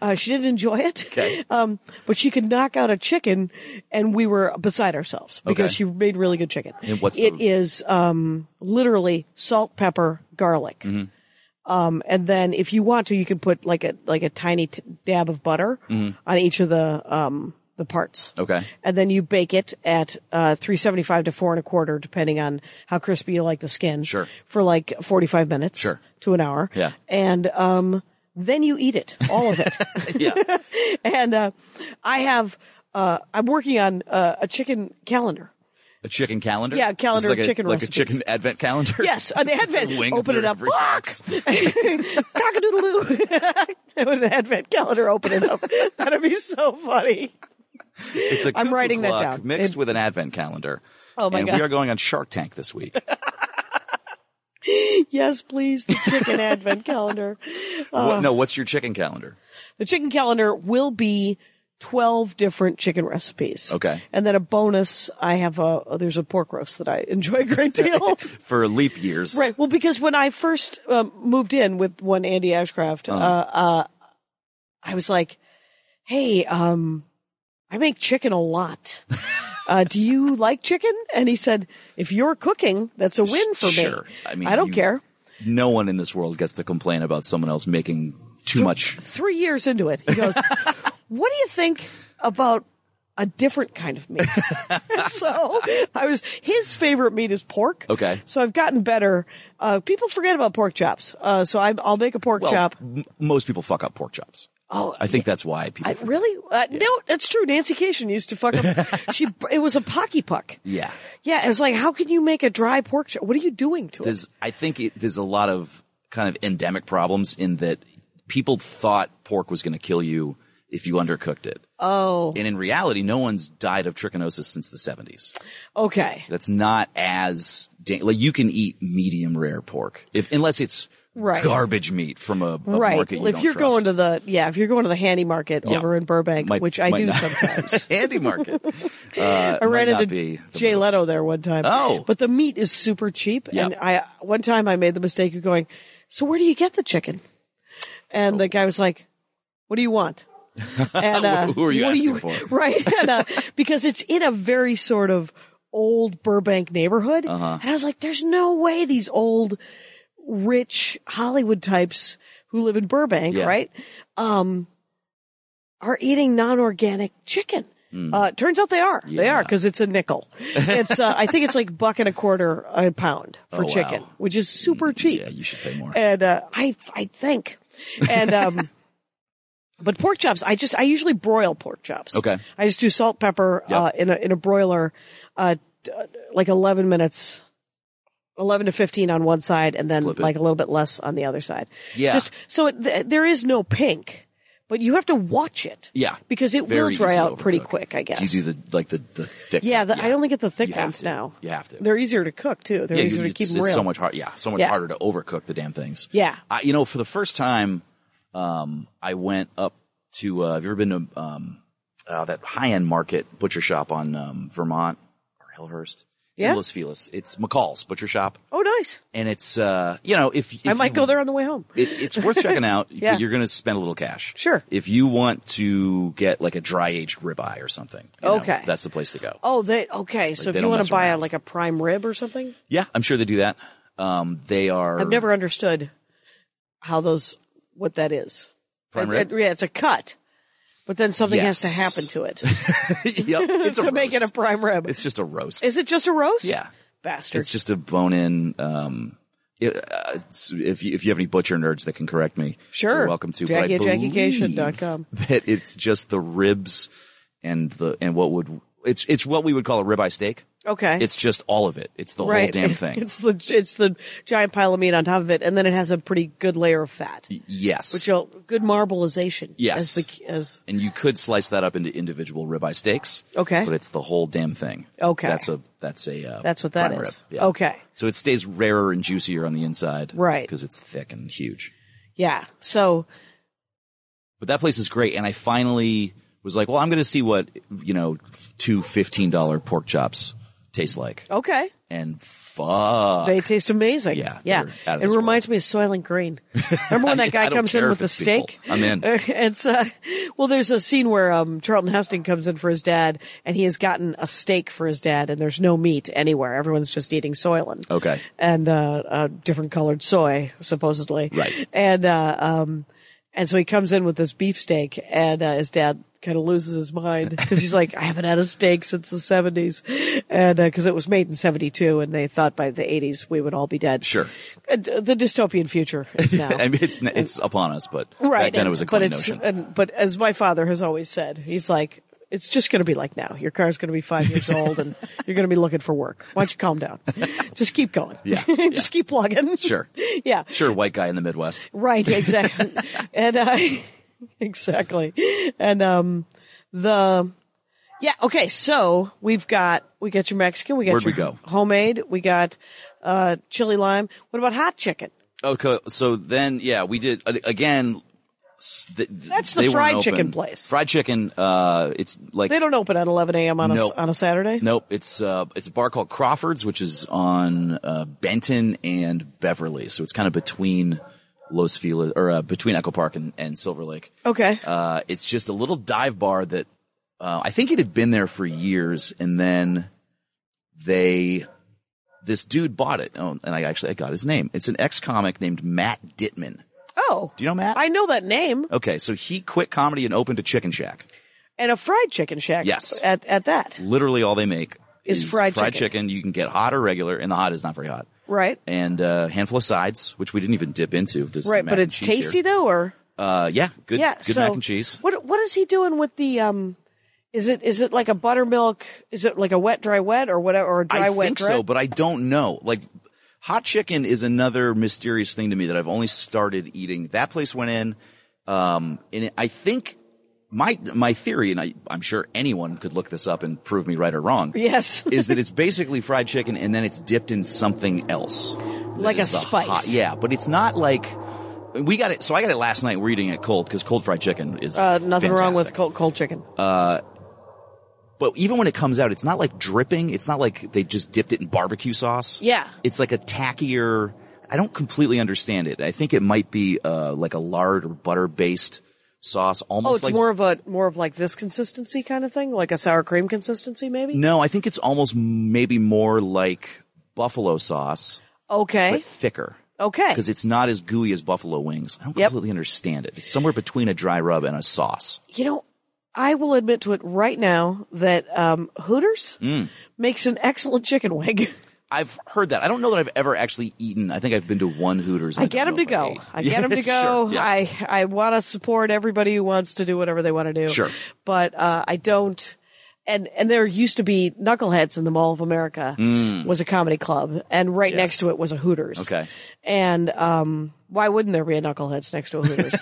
[SPEAKER 3] uh, she didn't enjoy it.
[SPEAKER 4] Okay.
[SPEAKER 3] Um, but she could knock out a chicken, and we were beside ourselves because
[SPEAKER 4] Okay.
[SPEAKER 3] she made really good chicken.
[SPEAKER 4] And what's
[SPEAKER 3] It
[SPEAKER 4] the-
[SPEAKER 3] is um, literally salt, pepper, garlic.
[SPEAKER 4] Mm-hmm.
[SPEAKER 3] Um, and then if you want to, you can put like a like a tiny t- dab of butter on each of the um, the parts.
[SPEAKER 4] Mm-hmm. Okay.
[SPEAKER 3] And then you bake it at uh, 375 to four and a quarter, depending on how crispy you like the skin.
[SPEAKER 4] Sure.
[SPEAKER 3] For like 45 minutes.
[SPEAKER 4] Sure.
[SPEAKER 3] To an hour.
[SPEAKER 4] Yeah.
[SPEAKER 3] And um, then you eat it, all of it.
[SPEAKER 4] Yeah.
[SPEAKER 3] and uh, I have uh, I'm working on uh, a chicken calendar.
[SPEAKER 4] a chicken calendar.
[SPEAKER 3] Yeah, a calendar
[SPEAKER 4] Just like
[SPEAKER 3] of chicken
[SPEAKER 4] a, like
[SPEAKER 3] recipes.
[SPEAKER 4] a chicken advent calendar.
[SPEAKER 3] Yes, an advent.
[SPEAKER 4] wing
[SPEAKER 3] Open it
[SPEAKER 4] through
[SPEAKER 3] up.
[SPEAKER 4] every
[SPEAKER 3] Box. Cock-a-doodle-doo. With an advent calendar, open it up. That'd be so funny.
[SPEAKER 4] It's a
[SPEAKER 3] I'm
[SPEAKER 4] cuckoo
[SPEAKER 3] writing that
[SPEAKER 4] clock
[SPEAKER 3] down.
[SPEAKER 4] mixed
[SPEAKER 3] It-
[SPEAKER 4] with an advent calendar.
[SPEAKER 3] Oh, my
[SPEAKER 4] and
[SPEAKER 3] God.
[SPEAKER 4] we are going on Shark Tank this week.
[SPEAKER 3] yes, please. The chicken advent calendar. Oh.
[SPEAKER 4] What- no, what's your chicken calendar?
[SPEAKER 3] The chicken calendar will be 12 different chicken recipes.
[SPEAKER 4] Okay.
[SPEAKER 3] And then a bonus, I have a, there's a pork roast that I enjoy a great deal.
[SPEAKER 4] For leap years.
[SPEAKER 3] Right. Well, because when I first um, moved in with one Andy Ashcraft,
[SPEAKER 4] Uh-huh.
[SPEAKER 3] uh, uh, I was like, "Hey, um, I make chicken a lot. Uh, do you like chicken?" And he said, "If you're cooking, that's a win for
[SPEAKER 4] Sure.
[SPEAKER 3] me.
[SPEAKER 4] I mean,
[SPEAKER 3] I don't
[SPEAKER 4] you-
[SPEAKER 3] care."
[SPEAKER 4] No one in this world gets to complain about someone else making too much.
[SPEAKER 3] Three years into it, he goes, "What do you think about?" A different kind of meat. And so I was, his favorite meat is pork.
[SPEAKER 4] Okay.
[SPEAKER 3] So I've gotten better. Uh, people forget about pork chops. Uh, so I'm, I'll make a pork
[SPEAKER 4] Well,
[SPEAKER 3] chop.
[SPEAKER 4] m- most people fuck up pork chops.
[SPEAKER 3] Oh,
[SPEAKER 4] I think that's why people.
[SPEAKER 3] I, really? Uh, No, that's true. Nancy Cation used to fuck up. she it was a pocky puck.
[SPEAKER 4] yeah.
[SPEAKER 3] Yeah, it was like, how can you make a dry pork chop? What are you doing to it?
[SPEAKER 4] There's, I think it, there's a lot of kind of endemic problems in that people thought pork was going to kill you if you undercooked it.
[SPEAKER 3] Oh,
[SPEAKER 4] And in reality, no one's died of trichinosis since the 70s.
[SPEAKER 3] okay.
[SPEAKER 4] That's not as da- like you can eat medium rare pork if unless it's
[SPEAKER 3] Right.
[SPEAKER 4] garbage meat from a, a
[SPEAKER 3] Right.
[SPEAKER 4] market you
[SPEAKER 3] Well, if
[SPEAKER 4] don't
[SPEAKER 3] you're
[SPEAKER 4] trust.
[SPEAKER 3] going to the yeah, if you're going to the handy market
[SPEAKER 4] Yeah.
[SPEAKER 3] over in Burbank,
[SPEAKER 4] Might-
[SPEAKER 3] which I
[SPEAKER 4] might
[SPEAKER 3] do
[SPEAKER 4] not-
[SPEAKER 3] sometimes.
[SPEAKER 4] handy market. Uh,
[SPEAKER 3] I ran
[SPEAKER 4] might not
[SPEAKER 3] into
[SPEAKER 4] be the
[SPEAKER 3] Jay
[SPEAKER 4] move.
[SPEAKER 3] Leto there one time.
[SPEAKER 4] Oh.
[SPEAKER 3] but the meat is super cheap, and
[SPEAKER 4] Yep.
[SPEAKER 3] I one time I made the mistake of going, "So where do you get the chicken?" And
[SPEAKER 4] Oh.
[SPEAKER 3] the guy was like, "What do you want?" And uh,
[SPEAKER 4] Who are you
[SPEAKER 3] what do
[SPEAKER 4] asking for?
[SPEAKER 3] Right, and, uh, because it's in a very sort of old Burbank neighborhood,
[SPEAKER 4] Uh-huh.
[SPEAKER 3] and I was like, "There's no way these old rich Hollywood types who live in Burbank,
[SPEAKER 4] Yeah.
[SPEAKER 3] right, um, are eating non-organic chicken."
[SPEAKER 4] Hmm.
[SPEAKER 3] Uh, it turns out they are. They are because it's a nickel. It's uh, I think it's like buck and a quarter a pound for
[SPEAKER 4] Oh, wow.
[SPEAKER 3] chicken, which is super cheap
[SPEAKER 4] Yeah, you should pay more.
[SPEAKER 3] and uh, I I think, and um, but pork chops. I just I usually broil pork chops.
[SPEAKER 4] Okay.
[SPEAKER 3] I just do salt, pepper uh,
[SPEAKER 4] Yep.
[SPEAKER 3] in a in a broiler, uh, d- uh, like eleven minutes. 11 to 15 on one side and then
[SPEAKER 4] Flip it.
[SPEAKER 3] like a little bit less on the other side.
[SPEAKER 4] Yeah.
[SPEAKER 3] Just so it, th- there is no pink, but you have to watch it.
[SPEAKER 4] Yeah,
[SPEAKER 3] Because it
[SPEAKER 4] Very
[SPEAKER 3] will dry
[SPEAKER 4] easy to
[SPEAKER 3] out pretty
[SPEAKER 4] overcook.
[SPEAKER 3] quick, I guess.
[SPEAKER 4] Do you do the like the the thick?
[SPEAKER 3] yeah,
[SPEAKER 4] one?
[SPEAKER 3] the, I only get the
[SPEAKER 4] You
[SPEAKER 3] thick
[SPEAKER 4] have
[SPEAKER 3] ones
[SPEAKER 4] to.
[SPEAKER 3] now.
[SPEAKER 4] You have to.
[SPEAKER 3] They're easier to cook too. They're
[SPEAKER 4] yeah,
[SPEAKER 3] easier
[SPEAKER 4] you,
[SPEAKER 3] to keep
[SPEAKER 4] it's,
[SPEAKER 3] them
[SPEAKER 4] it's
[SPEAKER 3] real.
[SPEAKER 4] so much hard. Yeah, so much
[SPEAKER 3] Yeah.
[SPEAKER 4] harder to overcook the damn things.
[SPEAKER 3] Yeah.
[SPEAKER 4] I, you know, for the first time, um, I went up to. Uh, have you ever been to um, uh, that high end market butcher shop on um, Vermont or Hillhurst? It's
[SPEAKER 3] Yeah.
[SPEAKER 4] in Los Feliz. It's McCall's butcher shop,
[SPEAKER 3] oh, nice.
[SPEAKER 4] and it's uh, you know if, if
[SPEAKER 3] I might
[SPEAKER 4] you-
[SPEAKER 3] go there on the way home.
[SPEAKER 4] It, it's worth checking out,
[SPEAKER 3] Yeah.
[SPEAKER 4] but you're going to spend a little cash.
[SPEAKER 3] Sure.
[SPEAKER 4] If you want to get like a dry aged ribeye or something, you know,
[SPEAKER 3] Okay.
[SPEAKER 4] that's the place to go.
[SPEAKER 3] Oh, they okay. So if
[SPEAKER 4] they
[SPEAKER 3] you
[SPEAKER 4] don't
[SPEAKER 3] want
[SPEAKER 4] mess
[SPEAKER 3] to buy a,
[SPEAKER 4] around.
[SPEAKER 3] like a prime rib or something,
[SPEAKER 4] Yeah, I'm sure they do that. Um, they are.
[SPEAKER 3] I've never understood how those what that is.
[SPEAKER 4] Prime
[SPEAKER 3] It-
[SPEAKER 4] rib?
[SPEAKER 3] it- yeah, it's a cut, but then something has to
[SPEAKER 4] Yes.
[SPEAKER 3] happen to it
[SPEAKER 4] yep, it's
[SPEAKER 3] to
[SPEAKER 4] a
[SPEAKER 3] make it a
[SPEAKER 4] roast.
[SPEAKER 3] prime rib.
[SPEAKER 4] It's just a roast.
[SPEAKER 3] is it just a roast?
[SPEAKER 4] yeah,
[SPEAKER 3] bastard.
[SPEAKER 4] it's just a bone in. Um, it, uh, it's- if you, if you have any butcher nerds that can correct me,
[SPEAKER 3] Sure.
[SPEAKER 4] you're welcome to.
[SPEAKER 3] Jackie at
[SPEAKER 4] but I believe
[SPEAKER 3] JackieCation.com.
[SPEAKER 4] that it's just the ribs and the and what would it's it's what we would call a ribeye steak.
[SPEAKER 3] okay.
[SPEAKER 4] It's just all of it. It's the whole
[SPEAKER 3] right.
[SPEAKER 4] damn thing.
[SPEAKER 3] It's the it's the giant pile of meat on top of it, and then it has a pretty good layer of fat,
[SPEAKER 4] yes,
[SPEAKER 3] which will good marbleization.
[SPEAKER 4] Yes.
[SPEAKER 3] As the as
[SPEAKER 4] and you could slice that up into individual ribeye steaks.
[SPEAKER 3] Okay.
[SPEAKER 4] but it's the whole damn thing.
[SPEAKER 3] Okay.
[SPEAKER 4] that's a that's a uh,
[SPEAKER 3] That's what that
[SPEAKER 4] prime
[SPEAKER 3] is.
[SPEAKER 4] rib. Yeah.
[SPEAKER 3] Okay.
[SPEAKER 4] so it stays rarer and juicier on the inside,
[SPEAKER 3] Right.
[SPEAKER 4] Because it's thick and huge.
[SPEAKER 3] yeah. So
[SPEAKER 4] But that place is great, and I finally was like, well, I'm going to see what you know two fifteen dollar pork chops taste like,
[SPEAKER 3] okay.
[SPEAKER 4] and fuck,
[SPEAKER 3] They taste amazing.
[SPEAKER 4] Yeah,
[SPEAKER 3] yeah.
[SPEAKER 4] they're out of
[SPEAKER 3] It
[SPEAKER 4] this
[SPEAKER 3] reminds me of Soylent Green. Remember when that
[SPEAKER 4] I
[SPEAKER 3] guy
[SPEAKER 4] don't
[SPEAKER 3] comes in
[SPEAKER 4] care
[SPEAKER 3] with
[SPEAKER 4] if
[SPEAKER 3] the
[SPEAKER 4] it's people.
[SPEAKER 3] steak?
[SPEAKER 4] I'm in.
[SPEAKER 3] it's uh, well, there's a scene where um, Charlton Heston comes in for his dad, and he has gotten a steak for his dad, and there's no meat anywhere. Everyone's just eating Soylent.
[SPEAKER 4] Okay.
[SPEAKER 3] and uh, uh, different colored soy, supposedly.
[SPEAKER 4] Right.
[SPEAKER 3] And uh, um, and so he comes in with this beefsteak, and uh, his dad kind of loses his mind because he's like, I haven't had a steak since the seventies, and because it was made in seventy two, and they thought by the eighties we would all be dead.
[SPEAKER 4] Sure.
[SPEAKER 3] Uh, d- the dystopian future is now.
[SPEAKER 4] I mean, it's it's upon us, but
[SPEAKER 3] right.
[SPEAKER 4] back then
[SPEAKER 3] and-
[SPEAKER 4] it was a
[SPEAKER 3] but
[SPEAKER 4] common
[SPEAKER 3] it's-
[SPEAKER 4] notion.
[SPEAKER 3] And, but as my father has always said, he's like. It's just going to be like now. Your car's going to be five years old, and you're going to be looking for work. Why don't you calm down? Just keep going.
[SPEAKER 4] Yeah.
[SPEAKER 3] just keep plugging.
[SPEAKER 4] Sure.
[SPEAKER 3] Yeah.
[SPEAKER 4] Sure, white guy in the Midwest.
[SPEAKER 3] Right. Exactly. and I, exactly. And, um, the, Yeah. Okay. So we've got we got your Mexican. We got
[SPEAKER 4] Where'd
[SPEAKER 3] your
[SPEAKER 4] we go?
[SPEAKER 3] homemade. We got uh, chili lime. What about hot chicken?
[SPEAKER 4] Okay, so then yeah, we did a- again. s- th- th-
[SPEAKER 3] That's the
[SPEAKER 4] they weren't
[SPEAKER 3] fried chicken
[SPEAKER 4] open.
[SPEAKER 3] place.
[SPEAKER 4] Fried chicken. Uh, it's like
[SPEAKER 3] They don't open at 11 a.m. on
[SPEAKER 4] Nope.
[SPEAKER 3] a on a Saturday.
[SPEAKER 4] nope. It's uh, it's a bar called Crawford's, which is on uh, Benton and Beverly, so it's kind of between Los Feliz or uh, between Echo Park and, and Silver Lake.
[SPEAKER 3] Okay.
[SPEAKER 4] Uh, it's just a little dive bar that uh, I think it had been there for years, and then they this dude bought it. Oh, and I actually I got his name. It's an ex comic named Matt Dittman.
[SPEAKER 3] oh.
[SPEAKER 4] Do you know Matt?
[SPEAKER 3] I know that name
[SPEAKER 4] Okay, so he quit comedy and opened a chicken shack.
[SPEAKER 3] and a fried chicken shack.
[SPEAKER 4] Yes.
[SPEAKER 3] At at that.
[SPEAKER 4] Literally, all they make
[SPEAKER 3] Is fried
[SPEAKER 4] chicken.
[SPEAKER 3] chicken.
[SPEAKER 4] You can get hot or regular, and the hot is not very hot.
[SPEAKER 3] Right.
[SPEAKER 4] And uh, a handful of sides, which we didn't even dip into. This
[SPEAKER 3] Right.
[SPEAKER 4] mac
[SPEAKER 3] But
[SPEAKER 4] and
[SPEAKER 3] it's
[SPEAKER 4] cheese
[SPEAKER 3] tasty
[SPEAKER 4] here.
[SPEAKER 3] though, or
[SPEAKER 4] Uh, yeah, good.
[SPEAKER 3] yeah.
[SPEAKER 4] good
[SPEAKER 3] so
[SPEAKER 4] mac and cheese.
[SPEAKER 3] What what is he doing with the um? Is it is it like a buttermilk? Is it like a wet dry wet or whatever or a dry
[SPEAKER 4] I
[SPEAKER 3] wet
[SPEAKER 4] think
[SPEAKER 3] dry?
[SPEAKER 4] so, but I don't know. Like hot chicken is another mysterious thing to me that I've only started eating. That place went in, um, and it- I think my my theory, and I, I'm sure anyone could look this up and prove me right or wrong.
[SPEAKER 3] yes.
[SPEAKER 4] is that it's basically fried chicken and then it's dipped in something else. That
[SPEAKER 3] Like a
[SPEAKER 4] is the
[SPEAKER 3] spice.
[SPEAKER 4] hot- yeah, but it's not like we got it. So I got it last night. We're eating it cold because cold fried chicken is
[SPEAKER 3] Uh, nothing wrong with
[SPEAKER 4] fantastic. Uh,
[SPEAKER 3] cold, cold chicken.
[SPEAKER 4] But even when it comes out, it's not like dripping. It's not like they just dipped it in barbecue sauce.
[SPEAKER 3] Yeah.
[SPEAKER 4] it's like a tackier. I don't completely understand it. I think it might be uh, like a lard or butter based sauce, almost
[SPEAKER 3] oh, it's
[SPEAKER 4] like
[SPEAKER 3] more of a more of like this consistency kind of thing, like a sour cream consistency, maybe.
[SPEAKER 4] no. I think it's almost maybe more like buffalo sauce,
[SPEAKER 3] Okay.
[SPEAKER 4] but thicker.
[SPEAKER 3] Eh? okay.
[SPEAKER 4] because it's not as gooey as buffalo wings. I don't
[SPEAKER 3] Yep.
[SPEAKER 4] completely understand it. It's somewhere between a dry rub and a sauce.
[SPEAKER 3] you know, I will admit to it right now that um, Hooters
[SPEAKER 4] Mm.
[SPEAKER 3] makes an excellent chicken wing.
[SPEAKER 4] I've heard that. I don't know that I've ever actually eaten. I think I've been to one Hooters. and
[SPEAKER 3] I get
[SPEAKER 4] don't
[SPEAKER 3] them to
[SPEAKER 4] know
[SPEAKER 3] go.
[SPEAKER 4] if ate.
[SPEAKER 3] I get them to
[SPEAKER 4] Sure,
[SPEAKER 3] go.
[SPEAKER 4] yeah.
[SPEAKER 3] I I want to support everybody who wants to do whatever they want to do.
[SPEAKER 4] Sure.
[SPEAKER 3] but uh, I don't. And and there used to be Knuckleheads in the Mall of America was a comedy club, and right next to it was a Hooters.
[SPEAKER 4] Mm. Okay.
[SPEAKER 3] and um, why wouldn't there be a Knuckleheads next to a Hooters?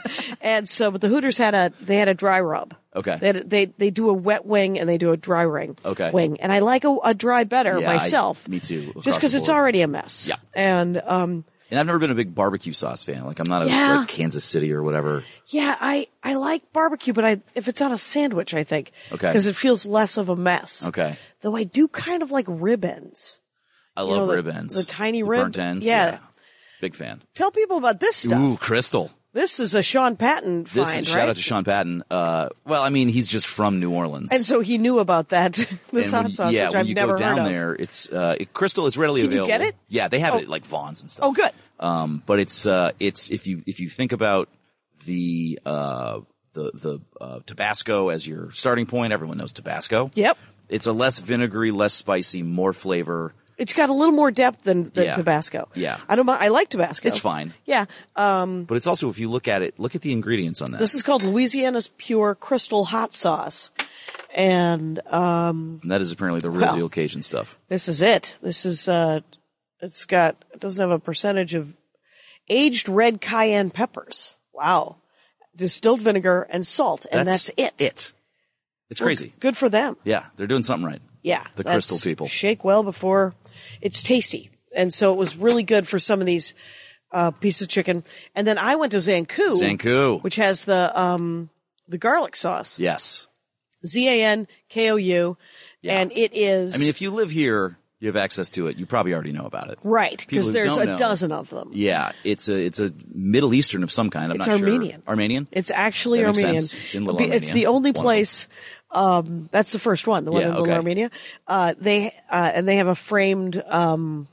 [SPEAKER 3] and so, but the Hooters had a they had a dry rub.
[SPEAKER 4] Okay.
[SPEAKER 3] they had a- they they do a wet wing and they do a dry ring.
[SPEAKER 4] Okay.
[SPEAKER 3] wing, and I like a, a dry better
[SPEAKER 4] Yeah, I-
[SPEAKER 3] myself.
[SPEAKER 4] me too, across
[SPEAKER 3] Just because
[SPEAKER 4] the
[SPEAKER 3] it's
[SPEAKER 4] board.
[SPEAKER 3] already a mess.
[SPEAKER 4] Yeah.
[SPEAKER 3] and um.
[SPEAKER 4] And I've never been a big barbecue sauce fan. Like I'm not a
[SPEAKER 3] Yeah.
[SPEAKER 4] like Kansas City or whatever.
[SPEAKER 3] Yeah, I, I like barbecue, but I if it's on a sandwich, I think.
[SPEAKER 4] Okay.
[SPEAKER 3] Because it feels less of a mess.
[SPEAKER 4] Okay.
[SPEAKER 3] Though I do kind of like rib ends.
[SPEAKER 4] I
[SPEAKER 3] know,
[SPEAKER 4] love
[SPEAKER 3] the-
[SPEAKER 4] rib ends.
[SPEAKER 3] the tiny rib-
[SPEAKER 4] burnt ends.
[SPEAKER 3] yeah.
[SPEAKER 4] Big fan.
[SPEAKER 3] Tell people about this stuff.
[SPEAKER 4] Ooh, Crystal.
[SPEAKER 3] This is a Sean Patton find,
[SPEAKER 4] This
[SPEAKER 3] right?
[SPEAKER 4] shout out to Sean Patton. Uh, well, I mean, he's just from New Orleans.
[SPEAKER 3] and so he knew about that. this
[SPEAKER 4] And when
[SPEAKER 3] hot
[SPEAKER 4] you-
[SPEAKER 3] sauce,
[SPEAKER 4] yeah,
[SPEAKER 3] which
[SPEAKER 4] when
[SPEAKER 3] I've
[SPEAKER 4] you
[SPEAKER 3] never
[SPEAKER 4] go down
[SPEAKER 3] heard of.
[SPEAKER 4] there, it's uh, it, Crystal is readily
[SPEAKER 3] Can you
[SPEAKER 4] available.
[SPEAKER 3] get it?
[SPEAKER 4] Yeah, they have
[SPEAKER 3] Oh.
[SPEAKER 4] it at, like Vaughn's and stuff.
[SPEAKER 3] Oh, good.
[SPEAKER 4] Um, but it's uh, it's if you if you think about the uh, the the uh, Tabasco as your starting point, everyone knows Tabasco.
[SPEAKER 3] Yep.
[SPEAKER 4] It's a less vinegary, less spicy, more flavor.
[SPEAKER 3] It's got a little more depth than, than
[SPEAKER 4] Yeah.
[SPEAKER 3] Tabasco.
[SPEAKER 4] Yeah.
[SPEAKER 3] I don't mind. I like Tabasco.
[SPEAKER 4] It's fine,
[SPEAKER 3] Yeah. Um,
[SPEAKER 4] but it's also if you look at it, look at the ingredients on that.
[SPEAKER 3] this is called Louisiana's Pure Crystal Hot Sauce. And,
[SPEAKER 4] And that is apparently the real
[SPEAKER 3] Well.
[SPEAKER 4] deal Cajun stuff.
[SPEAKER 3] this is it. This is uh it's got it doesn't have a percentage of aged red cayenne peppers. Wow. Distilled vinegar and salt and that's, it.
[SPEAKER 4] It. It's crazy.
[SPEAKER 3] Good for them.
[SPEAKER 4] Yeah, they're doing something right.
[SPEAKER 3] Yeah.
[SPEAKER 4] The
[SPEAKER 3] that's-
[SPEAKER 4] crystal people.
[SPEAKER 3] Shake well before it's tasty. And so it was really good for some of these uh pieces of chicken. And then I went to Zanku.
[SPEAKER 4] Zanku.
[SPEAKER 3] Which has the um the garlic sauce.
[SPEAKER 4] Yes.
[SPEAKER 3] Z A N K O U. And it is
[SPEAKER 4] I mean, if you live here, you have access to it. You probably already know about it.
[SPEAKER 3] right,
[SPEAKER 4] people
[SPEAKER 3] because
[SPEAKER 4] who
[SPEAKER 3] there's
[SPEAKER 4] don't
[SPEAKER 3] a
[SPEAKER 4] know-
[SPEAKER 3] dozen of them.
[SPEAKER 4] Yeah, it's a it's a Middle Eastern of some kind. I'm
[SPEAKER 3] It's
[SPEAKER 4] not
[SPEAKER 3] Armenian.
[SPEAKER 4] sure. Armenian.
[SPEAKER 3] It's actually
[SPEAKER 4] That makes
[SPEAKER 3] Armenian.
[SPEAKER 4] sense. It's in Little
[SPEAKER 3] Be-
[SPEAKER 4] Armenia.
[SPEAKER 3] the only
[SPEAKER 4] One of
[SPEAKER 3] place. Um, that's the first one, the one
[SPEAKER 4] Yeah,
[SPEAKER 3] in Little
[SPEAKER 4] okay.
[SPEAKER 3] Armenia. Uh, they uh, and they have a framed um,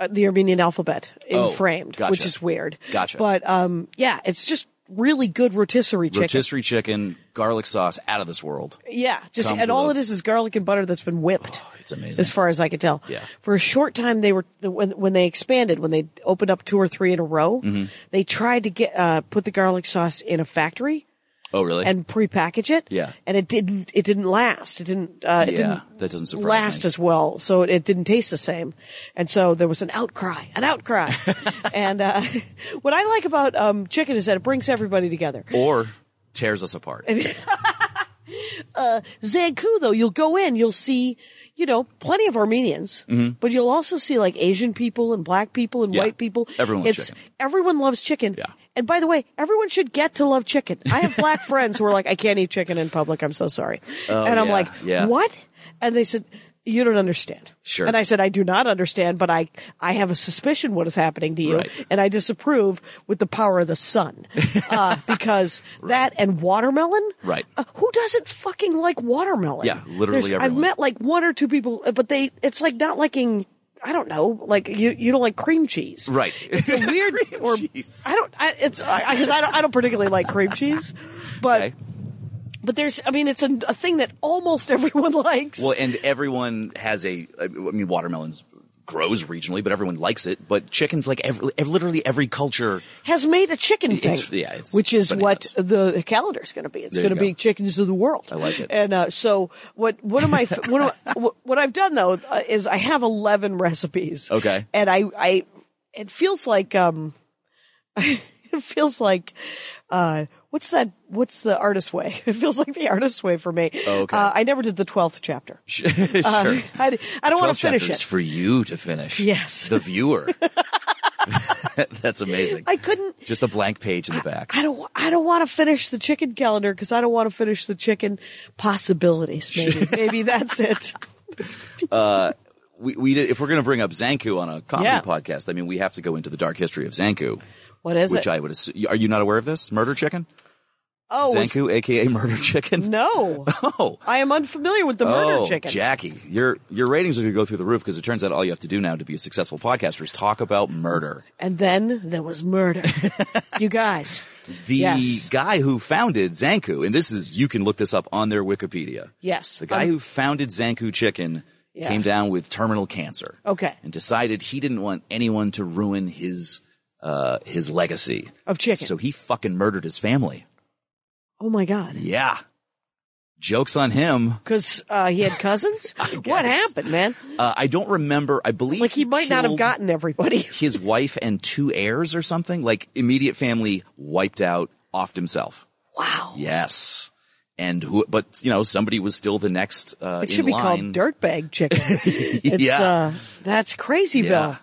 [SPEAKER 3] uh, the Armenian alphabet in
[SPEAKER 4] Oh,
[SPEAKER 3] framed,
[SPEAKER 4] gotcha.
[SPEAKER 3] which is weird.
[SPEAKER 4] Gotcha.
[SPEAKER 3] But um, yeah, it's just really good rotisserie chicken.
[SPEAKER 4] rotisserie chicken, garlic sauce, out of this world.
[SPEAKER 3] yeah, just
[SPEAKER 4] comes
[SPEAKER 3] and all it
[SPEAKER 4] with a-
[SPEAKER 3] is is garlic and butter that's been whipped.
[SPEAKER 4] It's Oh, amazing.
[SPEAKER 3] as far as I could tell.
[SPEAKER 4] Yeah.
[SPEAKER 3] For a short time, they were when when they expanded, when they opened up two or three in a row,
[SPEAKER 4] Mm-hmm.
[SPEAKER 3] they tried to get uh, put the garlic sauce in a factory
[SPEAKER 4] oh, really?
[SPEAKER 3] and prepackage it.
[SPEAKER 4] Yeah.
[SPEAKER 3] And it didn't it didn't last. It didn't uh, it
[SPEAKER 4] yeah,
[SPEAKER 3] didn't
[SPEAKER 4] that doesn't surprise
[SPEAKER 3] last
[SPEAKER 4] me.
[SPEAKER 3] as well. So it, it didn't taste the same. And so there was an outcry, an outcry. and uh, what I like about um, chicken is that it brings everybody together.
[SPEAKER 4] or tears us apart.
[SPEAKER 3] Zanku, though, you'll go in, you'll see, you know, plenty of Armenians, but you'll also see like Asian people and black people and
[SPEAKER 4] Mm-hmm. Yeah.
[SPEAKER 3] white people.
[SPEAKER 4] Everyone loves
[SPEAKER 3] it's,
[SPEAKER 4] chicken.
[SPEAKER 3] Everyone loves chicken.
[SPEAKER 4] Yeah.
[SPEAKER 3] And by the way, everyone should get to love chicken. I have black friends who are like, I can't eat chicken in public. I'm so sorry. and I'm
[SPEAKER 4] Oh, yeah,
[SPEAKER 3] like,
[SPEAKER 4] yeah.
[SPEAKER 3] what? And they said, you don't understand.
[SPEAKER 4] Sure.
[SPEAKER 3] And I said, I do not understand, but I, I have a suspicion what is happening to you.
[SPEAKER 4] Right.
[SPEAKER 3] And I disapprove with the power of the sun. Uh, because that and watermelon.
[SPEAKER 4] Right.
[SPEAKER 3] Uh, who doesn't fucking like watermelon?
[SPEAKER 4] Yeah, literally
[SPEAKER 3] There's- I've
[SPEAKER 4] everyone.
[SPEAKER 3] met like one or two people, uh, but they, it's like not liking, I don't know, like you, you don't like cream cheese.
[SPEAKER 4] Right.
[SPEAKER 3] It's a weird, or
[SPEAKER 4] cheese.
[SPEAKER 3] I don't, I, it's, I, I, cause I don't, I don't particularly like cream cheese, but,
[SPEAKER 4] Okay.
[SPEAKER 3] but there's, I mean, it's a, a thing that almost everyone likes.
[SPEAKER 4] Well, and everyone has a. I mean, watermelons grows regionally, but everyone likes it. But chicken's like every, literally every culture.
[SPEAKER 3] has made a chicken thing,
[SPEAKER 4] It's- yeah, it's
[SPEAKER 3] which is
[SPEAKER 4] bananas.
[SPEAKER 3] what the calendar's going to be. It's
[SPEAKER 4] There you
[SPEAKER 3] going to be
[SPEAKER 4] go.
[SPEAKER 3] chickens of the world. I
[SPEAKER 4] like it.
[SPEAKER 3] And uh, so what? What am I? what, am I- what- what I've done though uh, is I have eleven recipes.
[SPEAKER 4] Okay.
[SPEAKER 3] and I, I, it feels like um, it feels like uh. What's that? What's the artist way? It feels like the artist way for me.
[SPEAKER 4] Oh, Okay.
[SPEAKER 3] Uh, I never did the twelfth chapter.
[SPEAKER 4] sure.
[SPEAKER 3] I, I don't want
[SPEAKER 4] 12
[SPEAKER 3] to Um, finish
[SPEAKER 4] chapters
[SPEAKER 3] it.
[SPEAKER 4] for you to finish.
[SPEAKER 3] Yes.
[SPEAKER 4] The viewer. That's amazing.
[SPEAKER 3] I couldn't.
[SPEAKER 4] Just a blank page in the back.
[SPEAKER 3] I don't. I don't want to finish the chicken calendar because I don't want to finish the chicken possibilities. Maybe, maybe that's it.
[SPEAKER 4] we, we did, if we're going to bring up Zanku on a comedy
[SPEAKER 3] Yeah.
[SPEAKER 4] podcast, I mean, we have to go into the dark history of Zanku,
[SPEAKER 3] What is
[SPEAKER 4] which
[SPEAKER 3] it?
[SPEAKER 4] I would assume. Are you not aware of this? Murder Chicken?
[SPEAKER 3] oh, it's-
[SPEAKER 4] Zanku, aka Murder Chicken?
[SPEAKER 3] no,
[SPEAKER 4] Oh.
[SPEAKER 3] I am unfamiliar with the murder
[SPEAKER 4] oh,
[SPEAKER 3] chicken.
[SPEAKER 4] Jackie, your your ratings are going to go through the roof because it turns out all you have to do now to be a successful podcaster is talk about murder.
[SPEAKER 3] And then there was murder. you guys,
[SPEAKER 4] The
[SPEAKER 3] Yes.
[SPEAKER 4] guy who founded Zanku, and this is you can look this up on their Wikipedia.
[SPEAKER 3] yes,
[SPEAKER 4] The guy
[SPEAKER 3] Um,
[SPEAKER 4] who founded Zanku Chicken
[SPEAKER 3] Yeah.
[SPEAKER 4] came down with terminal cancer.
[SPEAKER 3] Okay.
[SPEAKER 4] And decided he didn't want anyone to ruin his uh his legacy
[SPEAKER 3] Of chicken.
[SPEAKER 4] So he fucking murdered his family.
[SPEAKER 3] Oh my god,
[SPEAKER 4] Yeah. Jokes on him.
[SPEAKER 3] because uh, he had cousins. what
[SPEAKER 4] guess.
[SPEAKER 3] happened, man?
[SPEAKER 4] Uh, I don't remember. I believe
[SPEAKER 3] Like he might not have
[SPEAKER 4] killed
[SPEAKER 3] gotten everybody.
[SPEAKER 4] his wife and two heirs or something. Like immediate family wiped out, offed himself.
[SPEAKER 3] Wow,
[SPEAKER 4] Yes. And who? But you know, somebody was still the next uh,
[SPEAKER 3] it
[SPEAKER 4] in
[SPEAKER 3] should be
[SPEAKER 4] line.
[SPEAKER 3] called dirtbag chicken. It's,
[SPEAKER 4] Yeah.
[SPEAKER 3] uh, that's crazy,
[SPEAKER 4] Yeah.
[SPEAKER 3] Bill.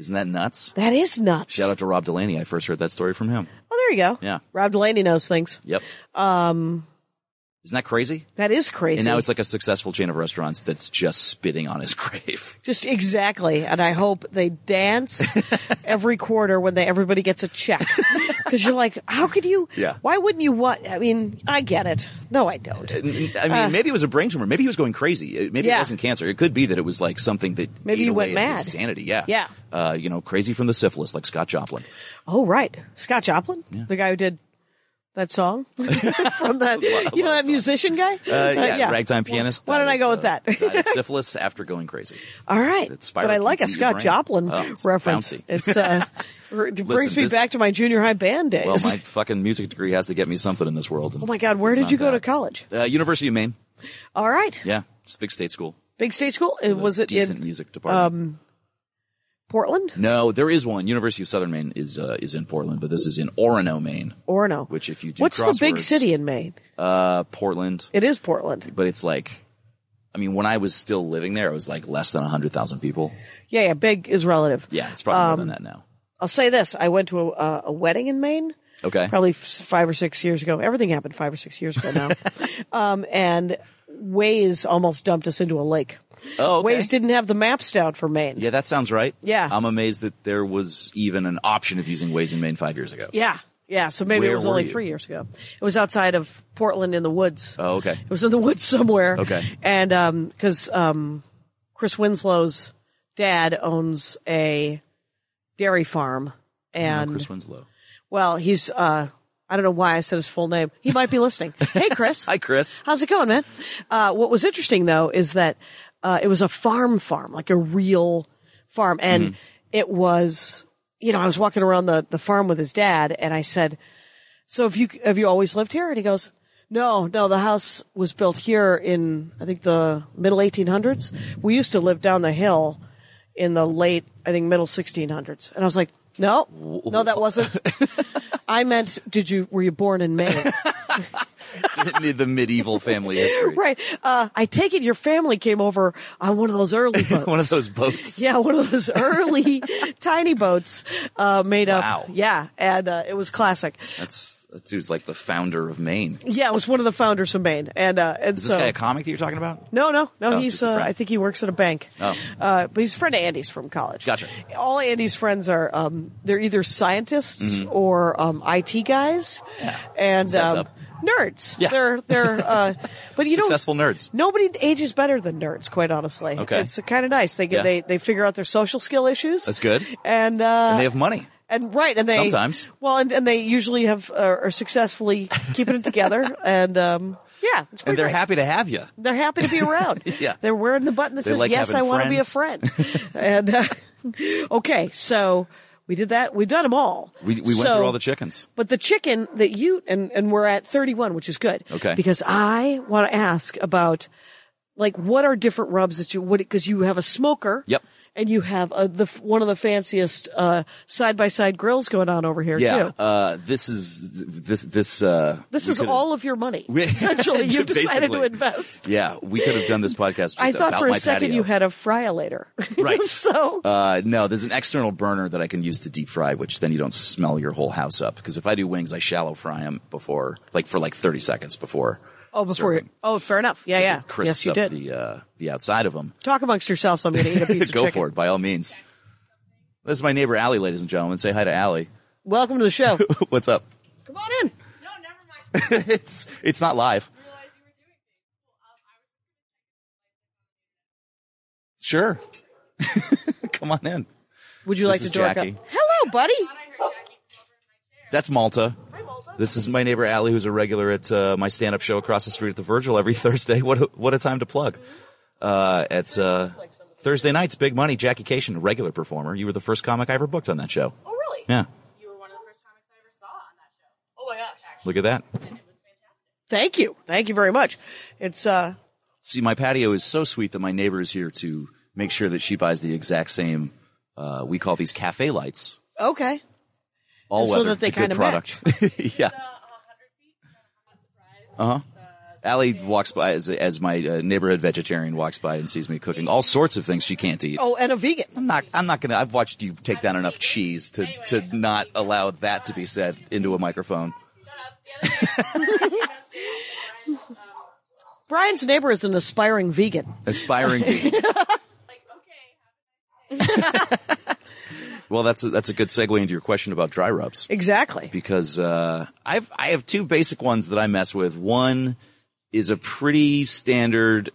[SPEAKER 4] Isn't that nuts?
[SPEAKER 3] That is nuts.
[SPEAKER 4] Shout out to Rob Delaney. I first heard that story from him.
[SPEAKER 3] Oh, there you go.
[SPEAKER 4] Yeah.
[SPEAKER 3] Rob Delaney knows things.
[SPEAKER 4] Yep. Um, Isn't that crazy?
[SPEAKER 3] That is crazy.
[SPEAKER 4] And now it's like a successful chain of restaurants that's just spitting on his grave.
[SPEAKER 3] just exactly. And I hope they dance every quarter when they everybody gets a check. Because you're like, how could you?
[SPEAKER 4] Yeah.
[SPEAKER 3] Why wouldn't you want? I mean, I get it. No, I don't.
[SPEAKER 4] I mean, maybe it was a brain tumor. Maybe he was going crazy. Uh, Maybe
[SPEAKER 3] Yeah.
[SPEAKER 4] it wasn't cancer. It could be that it was like something that
[SPEAKER 3] Maybe
[SPEAKER 4] ate
[SPEAKER 3] he went
[SPEAKER 4] away at his
[SPEAKER 3] mad.
[SPEAKER 4] sanity. Yeah,
[SPEAKER 3] Yeah.
[SPEAKER 4] Uh, you know, crazy from the syphilis, like Scott Joplin.
[SPEAKER 3] Oh, right. Scott Joplin, the guy who did that song from that, you know, that musician guy.
[SPEAKER 4] Uh, yeah, ragtime pianist.
[SPEAKER 3] Why don't
[SPEAKER 4] died
[SPEAKER 3] I go
[SPEAKER 4] of,
[SPEAKER 3] with that?
[SPEAKER 4] uh, died of syphilis after going crazy.
[SPEAKER 3] All right.
[SPEAKER 4] It's
[SPEAKER 3] But I like a
[SPEAKER 4] spiroclete in your
[SPEAKER 3] Scott
[SPEAKER 4] brain.
[SPEAKER 3] Joplin
[SPEAKER 4] Oh, it's
[SPEAKER 3] reference.
[SPEAKER 4] bouncy.
[SPEAKER 3] It's uh, it brings me
[SPEAKER 4] this-
[SPEAKER 3] back to my junior high band days.
[SPEAKER 4] Well, my fucking music degree has to get me something in this world.
[SPEAKER 3] oh my God, where did you go to college?
[SPEAKER 4] Uh, University of Maine.
[SPEAKER 3] All right.
[SPEAKER 4] Yeah, it's a big state school.
[SPEAKER 3] Big state school? It,
[SPEAKER 4] With a
[SPEAKER 3] was it
[SPEAKER 4] decent
[SPEAKER 3] in um,
[SPEAKER 4] music department?
[SPEAKER 3] Portland?
[SPEAKER 4] no, there is one. University of Southern Maine is uh, is in Portland, but this is in Orono, Maine.
[SPEAKER 3] Or no?
[SPEAKER 4] Which, if you do
[SPEAKER 3] What's the big
[SPEAKER 4] crosswords-
[SPEAKER 3] city in Maine?
[SPEAKER 4] Uh, Portland.
[SPEAKER 3] It is Portland.
[SPEAKER 4] but it's like I mean, when I was still living there, it was like less than 100,000 people.
[SPEAKER 3] Yeah, yeah, big is relative.
[SPEAKER 4] Yeah, it's probably more than
[SPEAKER 3] Um,
[SPEAKER 4] that now.
[SPEAKER 3] I'll say this. I went to a, a, a wedding in Maine.
[SPEAKER 4] Okay.
[SPEAKER 3] Probably f- five or six years ago. Everything happened five or six years ago now. um, and Waze almost dumped us into a lake.
[SPEAKER 4] Oh, okay.
[SPEAKER 3] Waze didn't have the maps down for Maine.
[SPEAKER 4] Yeah, that sounds right.
[SPEAKER 3] Yeah.
[SPEAKER 4] I'm amazed that there was even an option of using Waze in Maine five years ago.
[SPEAKER 3] Yeah. Yeah, so maybe
[SPEAKER 4] Where
[SPEAKER 3] it was
[SPEAKER 4] were
[SPEAKER 3] only
[SPEAKER 4] you?
[SPEAKER 3] three years ago. It was outside of Portland in the woods.
[SPEAKER 4] Oh, okay.
[SPEAKER 3] It was in the woods somewhere.
[SPEAKER 4] Okay.
[SPEAKER 3] And um, because um, Chris Winslow's dad owns a dairy farm, and
[SPEAKER 4] Chris Winslow.
[SPEAKER 3] well, he's uh, I don't know why I said his full name. He might be listening. hey, Chris.
[SPEAKER 4] Hi, Chris.
[SPEAKER 3] How's it going, man? Uh, what was interesting though is that uh, it was a farm farm, like a real farm, and it was you know I was walking around the the farm with his dad, and I said, "So have you have you always lived here?" And he goes. No, no, the house was built here in, I think, the middle 1800s. We used to live down the hill in the late, I think, middle 1600s. And I was like, no, no, that wasn't. I meant, did you, were you born in Maine?
[SPEAKER 4] into the medieval family history.
[SPEAKER 3] Right. Uh, I take it your family came over on one of those early boats.
[SPEAKER 4] One of those boats.
[SPEAKER 3] Yeah, one of those early tiny boats uh, made up.
[SPEAKER 4] Wow.
[SPEAKER 3] Yeah, and uh, it was classic.
[SPEAKER 4] That's that dude's like the founder of Maine. Is
[SPEAKER 3] Yeah, it was one of the founders of Maine, and uh, and
[SPEAKER 4] this
[SPEAKER 3] so
[SPEAKER 4] guy a comic that you're talking about?
[SPEAKER 3] no, no, no.
[SPEAKER 4] Oh,
[SPEAKER 3] he's
[SPEAKER 4] just a
[SPEAKER 3] uh,
[SPEAKER 4] friend.
[SPEAKER 3] I think he works at a bank.
[SPEAKER 4] Oh.
[SPEAKER 3] Uh, but he's a friend of Andy's from college.
[SPEAKER 4] Gotcha.
[SPEAKER 3] All Andy's friends are um, they're either scientists or um, IT guys, and
[SPEAKER 4] Mm-hmm. Sets
[SPEAKER 3] um,
[SPEAKER 4] up.
[SPEAKER 3] nerds.
[SPEAKER 4] Yeah.
[SPEAKER 3] They're they're uh, but you know
[SPEAKER 4] Successful nerds.
[SPEAKER 3] Nobody ages better than nerds, quite honestly.
[SPEAKER 4] Okay.
[SPEAKER 3] It's kind of nice. They get,
[SPEAKER 4] Yeah.
[SPEAKER 3] they they figure out their social skill issues.
[SPEAKER 4] That's good.
[SPEAKER 3] And uh
[SPEAKER 4] They have money.
[SPEAKER 3] and right and they
[SPEAKER 4] Sometimes.
[SPEAKER 3] well and, and they usually have uh, are successfully keeping it together and um yeah, it's
[SPEAKER 4] And
[SPEAKER 3] pretty
[SPEAKER 4] they're
[SPEAKER 3] great.
[SPEAKER 4] happy to have you.
[SPEAKER 3] They're happy to be around.
[SPEAKER 4] Yeah.
[SPEAKER 3] They're wearing the button that
[SPEAKER 4] They
[SPEAKER 3] says
[SPEAKER 4] like
[SPEAKER 3] yes, I
[SPEAKER 4] having
[SPEAKER 3] want to be a friend. and uh, okay, so we did that. We've done them all.
[SPEAKER 4] We, we went
[SPEAKER 3] So-
[SPEAKER 4] through all the chickens.
[SPEAKER 3] but the chicken that you and and we're at 31, which is good.
[SPEAKER 4] Okay.
[SPEAKER 3] Because I want to ask about like what are different rubs that you would because you have a smoker.
[SPEAKER 4] Yep.
[SPEAKER 3] And you have uh the f- one of the fanciest uh side by side grills going on over here
[SPEAKER 4] Yeah.
[SPEAKER 3] too.
[SPEAKER 4] Uh, this is this this uh,
[SPEAKER 3] this
[SPEAKER 4] we
[SPEAKER 3] is
[SPEAKER 4] could've-
[SPEAKER 3] all of your money.
[SPEAKER 4] We-
[SPEAKER 3] Essentially, you've decided to
[SPEAKER 4] Basically.
[SPEAKER 3] invest.
[SPEAKER 4] Yeah, we could have done this podcast. Just
[SPEAKER 3] I thought
[SPEAKER 4] about
[SPEAKER 3] for a
[SPEAKER 4] my
[SPEAKER 3] second
[SPEAKER 4] patio.
[SPEAKER 3] you had a fryolator.
[SPEAKER 4] Right.
[SPEAKER 3] so
[SPEAKER 4] Uh, no, there's an external burner that I can use to deep fry, which then you don't smell your whole house up. Because if I do wings, I shallow fry them before, like for like 30 seconds before.
[SPEAKER 3] oh, before
[SPEAKER 4] serving.
[SPEAKER 3] you, oh, fair enough. Yeah,
[SPEAKER 4] 'Cause
[SPEAKER 3] yeah.
[SPEAKER 4] It crisps
[SPEAKER 3] yes, you
[SPEAKER 4] up
[SPEAKER 3] did.
[SPEAKER 4] the uh, the outside of them.
[SPEAKER 3] Talk amongst yourselves. I'm going to eat a
[SPEAKER 4] Go
[SPEAKER 3] piece of chicken.
[SPEAKER 4] for it, by all means. This is my neighbor Allie, ladies and gentlemen. Say hi to Allie.
[SPEAKER 3] Welcome to the show.
[SPEAKER 4] What's up?
[SPEAKER 3] Come on in.
[SPEAKER 5] No, never mind. I didn't
[SPEAKER 4] it's it's not live.
[SPEAKER 5] realize you were doing things. Cool. Um, I was um,
[SPEAKER 4] Sure. Come on in.
[SPEAKER 3] Would you
[SPEAKER 4] This
[SPEAKER 3] like
[SPEAKER 4] is
[SPEAKER 3] to dork
[SPEAKER 4] Jackie.
[SPEAKER 3] up?
[SPEAKER 2] Hello, buddy.
[SPEAKER 5] I heard Jackie come over and like,
[SPEAKER 4] That's Malta. This is my neighbor Allie, who's a regular at uh, my stand-up show across the street at the Virgil every Thursday. What a, what a time to plug! Uh, at uh, Thursday nights, Big Money, Jackie Cation, a regular performer. You were the first comic I ever booked on that show.
[SPEAKER 5] oh, really?
[SPEAKER 4] Yeah,
[SPEAKER 5] You were one of the first comics I ever saw on that show. Oh my gosh, actually.
[SPEAKER 4] look at that.
[SPEAKER 5] And it was fantastic.
[SPEAKER 3] Thank you. Thank you very much. It's uh
[SPEAKER 4] See, my patio is so sweet that my neighbor is here to make sure that she buys the exact same. Uh, we call these cafe lights.
[SPEAKER 3] okay.
[SPEAKER 4] All
[SPEAKER 3] And so
[SPEAKER 4] weather.
[SPEAKER 3] that they
[SPEAKER 4] it's a good
[SPEAKER 3] kinda
[SPEAKER 4] product. yeah.
[SPEAKER 5] The uh, 100 feet, I'm surprised.
[SPEAKER 4] Uh huh. Allie walks by as, as my uh, neighborhood vegetarian walks by and sees me cooking all sorts of things she can't eat.
[SPEAKER 3] Oh, and a vegan.
[SPEAKER 4] I'm not. I'm not gonna. I've watched you take down enough cheese to to not allow that to be said into a microphone.
[SPEAKER 5] Shut up. The other day, I was friends, um,
[SPEAKER 3] Brian's neighbor is an aspiring vegan.
[SPEAKER 4] Aspiring. vegan.
[SPEAKER 5] like, okay, have a
[SPEAKER 4] well, that's a, that's a good segue into your question about dry rubs
[SPEAKER 3] Exactly.
[SPEAKER 4] because uh, I've I have two basic ones that I mess with. One is a pretty standard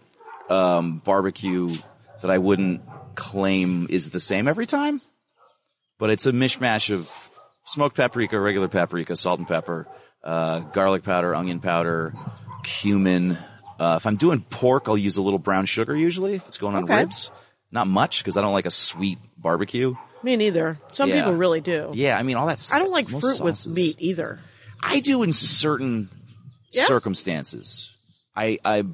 [SPEAKER 4] um, barbecue that I wouldn't claim is the same every time, but it's a mishmash of smoked paprika, regular paprika, salt and pepper, uh, garlic powder, onion powder, cumin. Uh, if I'm doing pork, I'll use a little brown sugar usually if it's going on
[SPEAKER 3] Okay.
[SPEAKER 4] ribs. Not much because I don't like a sweet barbecue.
[SPEAKER 3] Me neither. Some
[SPEAKER 4] Yeah.
[SPEAKER 3] people really do.
[SPEAKER 4] Yeah, I mean all that.
[SPEAKER 3] I don't like
[SPEAKER 4] most
[SPEAKER 3] fruit
[SPEAKER 4] sauces-
[SPEAKER 3] with meat either.
[SPEAKER 4] I do in certain
[SPEAKER 3] Yeah?
[SPEAKER 4] circumstances. I, I,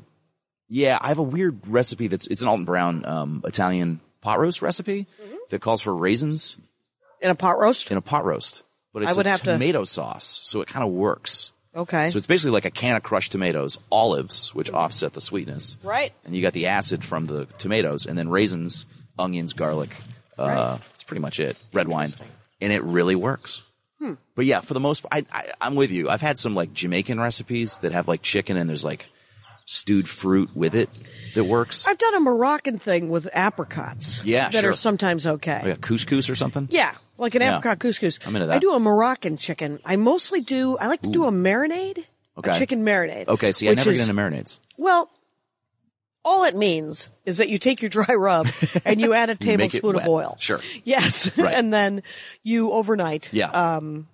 [SPEAKER 4] yeah, I have a weird recipe that's, it's an Alton Brown, um, Italian pot roast recipe
[SPEAKER 3] Mm-hmm.
[SPEAKER 4] that calls for raisins
[SPEAKER 3] In a pot roast?
[SPEAKER 4] in a pot roast, but it's
[SPEAKER 3] I would
[SPEAKER 4] a
[SPEAKER 3] have to-
[SPEAKER 4] tomato sauce. So it kind of works.
[SPEAKER 3] Okay.
[SPEAKER 4] So it's basically like a can of crushed tomatoes, olives, which offset the sweetness.
[SPEAKER 3] Mm-hmm. Right.
[SPEAKER 4] And you got the acid from the tomatoes and then raisins, onions, garlic. Uh, That's pretty much it. Red wine. And it really works.
[SPEAKER 3] Hmm.
[SPEAKER 4] But yeah, for the most part, I, I, I'm with you. I've had some like Jamaican recipes that have like chicken and there's like stewed fruit with it that works.
[SPEAKER 3] I've done a Moroccan thing with apricots.
[SPEAKER 4] Yeah,
[SPEAKER 3] That
[SPEAKER 4] sure.
[SPEAKER 3] are sometimes okay.
[SPEAKER 4] like a couscous or something.
[SPEAKER 3] Yeah, like an
[SPEAKER 4] Yeah.
[SPEAKER 3] apricot couscous.
[SPEAKER 4] I'm into that.
[SPEAKER 3] I do a Moroccan chicken. I mostly do. I like to do a marinade.
[SPEAKER 4] Okay.
[SPEAKER 3] A chicken marinade.
[SPEAKER 4] Okay, see, I
[SPEAKER 3] which
[SPEAKER 4] never
[SPEAKER 3] is-
[SPEAKER 4] get into marinades.
[SPEAKER 3] Well, all it means is that you take your dry rub and you add a
[SPEAKER 4] You make it
[SPEAKER 3] tablespoon of
[SPEAKER 4] wet.
[SPEAKER 3] oil.
[SPEAKER 4] Sure.
[SPEAKER 3] Yes,
[SPEAKER 4] Right.
[SPEAKER 3] and then you overnight.
[SPEAKER 4] Yeah.
[SPEAKER 3] Um,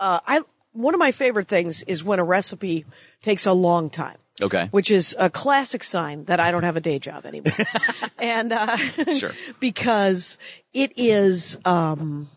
[SPEAKER 3] uh, I one of my favorite things is when a recipe takes a long time.
[SPEAKER 4] Okay.
[SPEAKER 3] Which is a classic sign that I don't have a day job anymore, and uh,
[SPEAKER 4] Sure.
[SPEAKER 3] because it is um,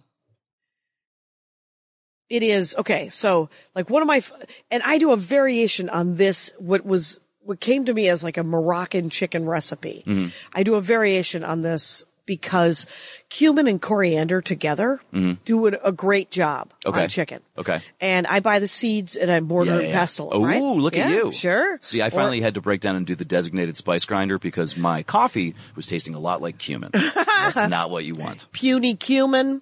[SPEAKER 3] it is okay. So like one of my f- and I do a variation on this. What
[SPEAKER 4] Mm-hmm.
[SPEAKER 3] was what came to me as like a Moroccan chicken recipe. I do a variation on this because cumin and coriander together do an, a great job
[SPEAKER 4] Mm-hmm. Okay.
[SPEAKER 3] on chicken.
[SPEAKER 4] Okay.
[SPEAKER 3] And I buy the seeds and I mortar and pestle.
[SPEAKER 4] Oh,
[SPEAKER 3] right?
[SPEAKER 4] look at
[SPEAKER 3] Yeah,
[SPEAKER 4] you.
[SPEAKER 3] Sure.
[SPEAKER 4] See, I
[SPEAKER 3] Or-
[SPEAKER 4] finally had to break down and do the designated spice grinder because my coffee was tasting a lot like cumin. That's not what you want.
[SPEAKER 3] puny cumin.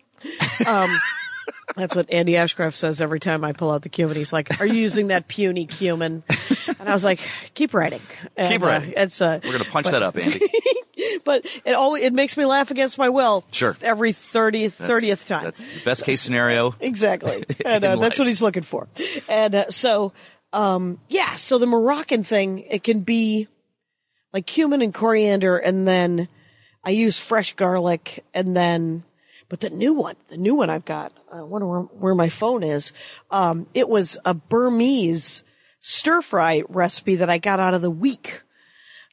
[SPEAKER 3] Um, that's what Andy Ashcraft says every time I pull out the cumin. He's like, "Are you using that puny cumin?" And I was like, "Keep writing, And,
[SPEAKER 4] Keep writing.
[SPEAKER 3] Uh, it's uh,
[SPEAKER 4] We're going to punch that up, Andy.
[SPEAKER 3] but it always it makes me laugh against my will.
[SPEAKER 4] Sure.
[SPEAKER 3] every thirtieth
[SPEAKER 4] That's-
[SPEAKER 3] thirtieth time.
[SPEAKER 4] That's the best case scenario.
[SPEAKER 3] Exactly. And uh,
[SPEAKER 4] In
[SPEAKER 3] that's
[SPEAKER 4] life.
[SPEAKER 3] what he's looking for. And uh, so, um, yeah, so the Moroccan thing, it can be like cumin and coriander, and then I use fresh garlic, and then, but the new one, the new one I've got, I wonder where, where my phone is. Um, it was a Burmese stir fry recipe that I got out of the week.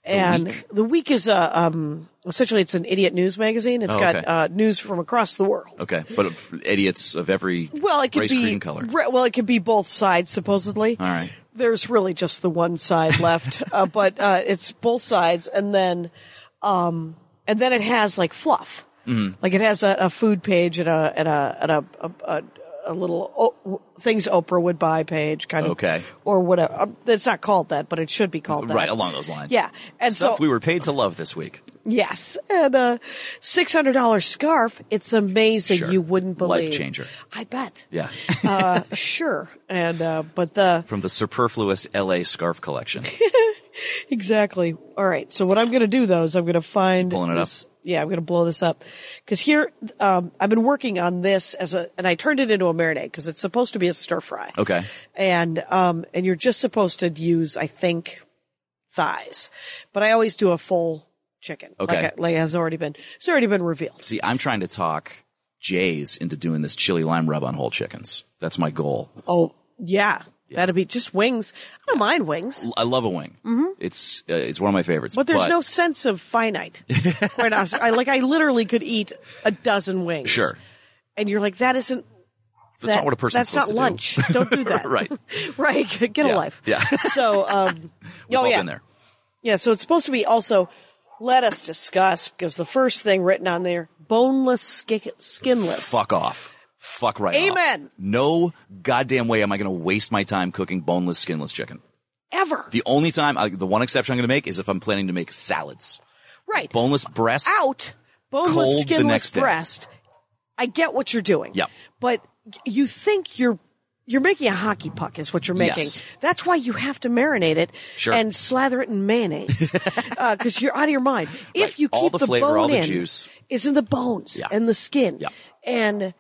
[SPEAKER 3] And the week is a, um, essentially it's an idiot news magazine. It's
[SPEAKER 4] Oh,
[SPEAKER 3] got,
[SPEAKER 4] okay.
[SPEAKER 3] uh, news from across the world.
[SPEAKER 4] Okay, but idiots of every
[SPEAKER 3] Well, it could
[SPEAKER 4] race,
[SPEAKER 3] be
[SPEAKER 4] creed, and color.
[SPEAKER 3] re- well, it could be both sides supposedly.
[SPEAKER 4] All right.
[SPEAKER 3] There's really just the one side left, uh, but uh, it's both sides, and then, um, and then it has like fluff,
[SPEAKER 4] Mm-hmm.
[SPEAKER 3] like it has a, a food page and a and a and a, a, a, a little o- w- things Oprah would buy page kind of
[SPEAKER 4] Okay.
[SPEAKER 3] or whatever. Um, it's not called that, but it should be called that.
[SPEAKER 4] Right, along those lines.
[SPEAKER 3] Yeah, and
[SPEAKER 4] Stuff
[SPEAKER 3] so
[SPEAKER 4] we were paid to love this week.
[SPEAKER 3] Yes, and a six hundred dollar scarf. It's amazing.
[SPEAKER 4] Sure.
[SPEAKER 3] You wouldn't
[SPEAKER 4] Life
[SPEAKER 3] believe.
[SPEAKER 4] changer.
[SPEAKER 3] I bet.
[SPEAKER 4] Yeah.
[SPEAKER 3] uh, sure. And uh, but the
[SPEAKER 4] From the superfluous LA scarf collection.
[SPEAKER 3] exactly. All right. So what I'm going to do though is I'm going to find
[SPEAKER 4] Pulling it up.
[SPEAKER 3] this- Yeah, I'm going to blow this up because here um, I've been working on this as a, and I turned it into a marinade because it's supposed to be a stir fry.
[SPEAKER 4] Okay.
[SPEAKER 3] And um, and you're just supposed to use, I think, thighs, but I always do a full chicken.
[SPEAKER 4] Okay.
[SPEAKER 3] Like, I- like it has already been, it's already been revealed.
[SPEAKER 4] See, I'm trying to talk Jays into doing this chili lime rub on whole chickens. That's my goal.
[SPEAKER 3] Oh, yeah. That'd be just wings. I don't mind wings,
[SPEAKER 4] I love a wing. Mm-hmm. It's uh, it's one of my favorites.
[SPEAKER 3] but there's no sense of finite. Quite honestly, I like I literally could eat a dozen wings.
[SPEAKER 4] sure.
[SPEAKER 3] And you're like, that isn't.
[SPEAKER 4] That's
[SPEAKER 3] that-
[SPEAKER 4] not what a person's
[SPEAKER 3] That's not
[SPEAKER 4] supposed to do.
[SPEAKER 3] lunch. Don't do that.
[SPEAKER 4] Right.
[SPEAKER 3] right. Get a
[SPEAKER 4] Yeah.
[SPEAKER 3] life.
[SPEAKER 4] Yeah.
[SPEAKER 3] So, um,
[SPEAKER 4] We've
[SPEAKER 3] oh
[SPEAKER 4] all
[SPEAKER 3] yeah,
[SPEAKER 4] been there.
[SPEAKER 3] yeah. So it's supposed to be also. Let us discuss because the first thing written on there: boneless, ski- skinless.
[SPEAKER 4] Fuck off. Fuck right off.
[SPEAKER 3] Amen.
[SPEAKER 4] No goddamn way am I going to waste my time cooking boneless, skinless chicken.
[SPEAKER 3] Ever.
[SPEAKER 4] The only time, I, the one exception I'm going to make is if I'm planning to make salads.
[SPEAKER 3] right.
[SPEAKER 4] Boneless breast.
[SPEAKER 3] out boneless,
[SPEAKER 4] Cold the
[SPEAKER 3] skinless
[SPEAKER 4] next day.
[SPEAKER 3] breast. I get what you're doing.
[SPEAKER 4] Yep.
[SPEAKER 3] But you think you're you're making a hockey puck is what you're making.
[SPEAKER 4] Yes.
[SPEAKER 3] That's why you have to marinate it
[SPEAKER 4] Sure.
[SPEAKER 3] and slather it in mayonnaise because you're out of your mind. If
[SPEAKER 4] Right.
[SPEAKER 3] you keep
[SPEAKER 4] All the flavor,
[SPEAKER 3] bone
[SPEAKER 4] all the
[SPEAKER 3] in,
[SPEAKER 4] juice.
[SPEAKER 3] is in the bones
[SPEAKER 4] Yeah.
[SPEAKER 3] and the skin
[SPEAKER 4] Yeah.
[SPEAKER 3] and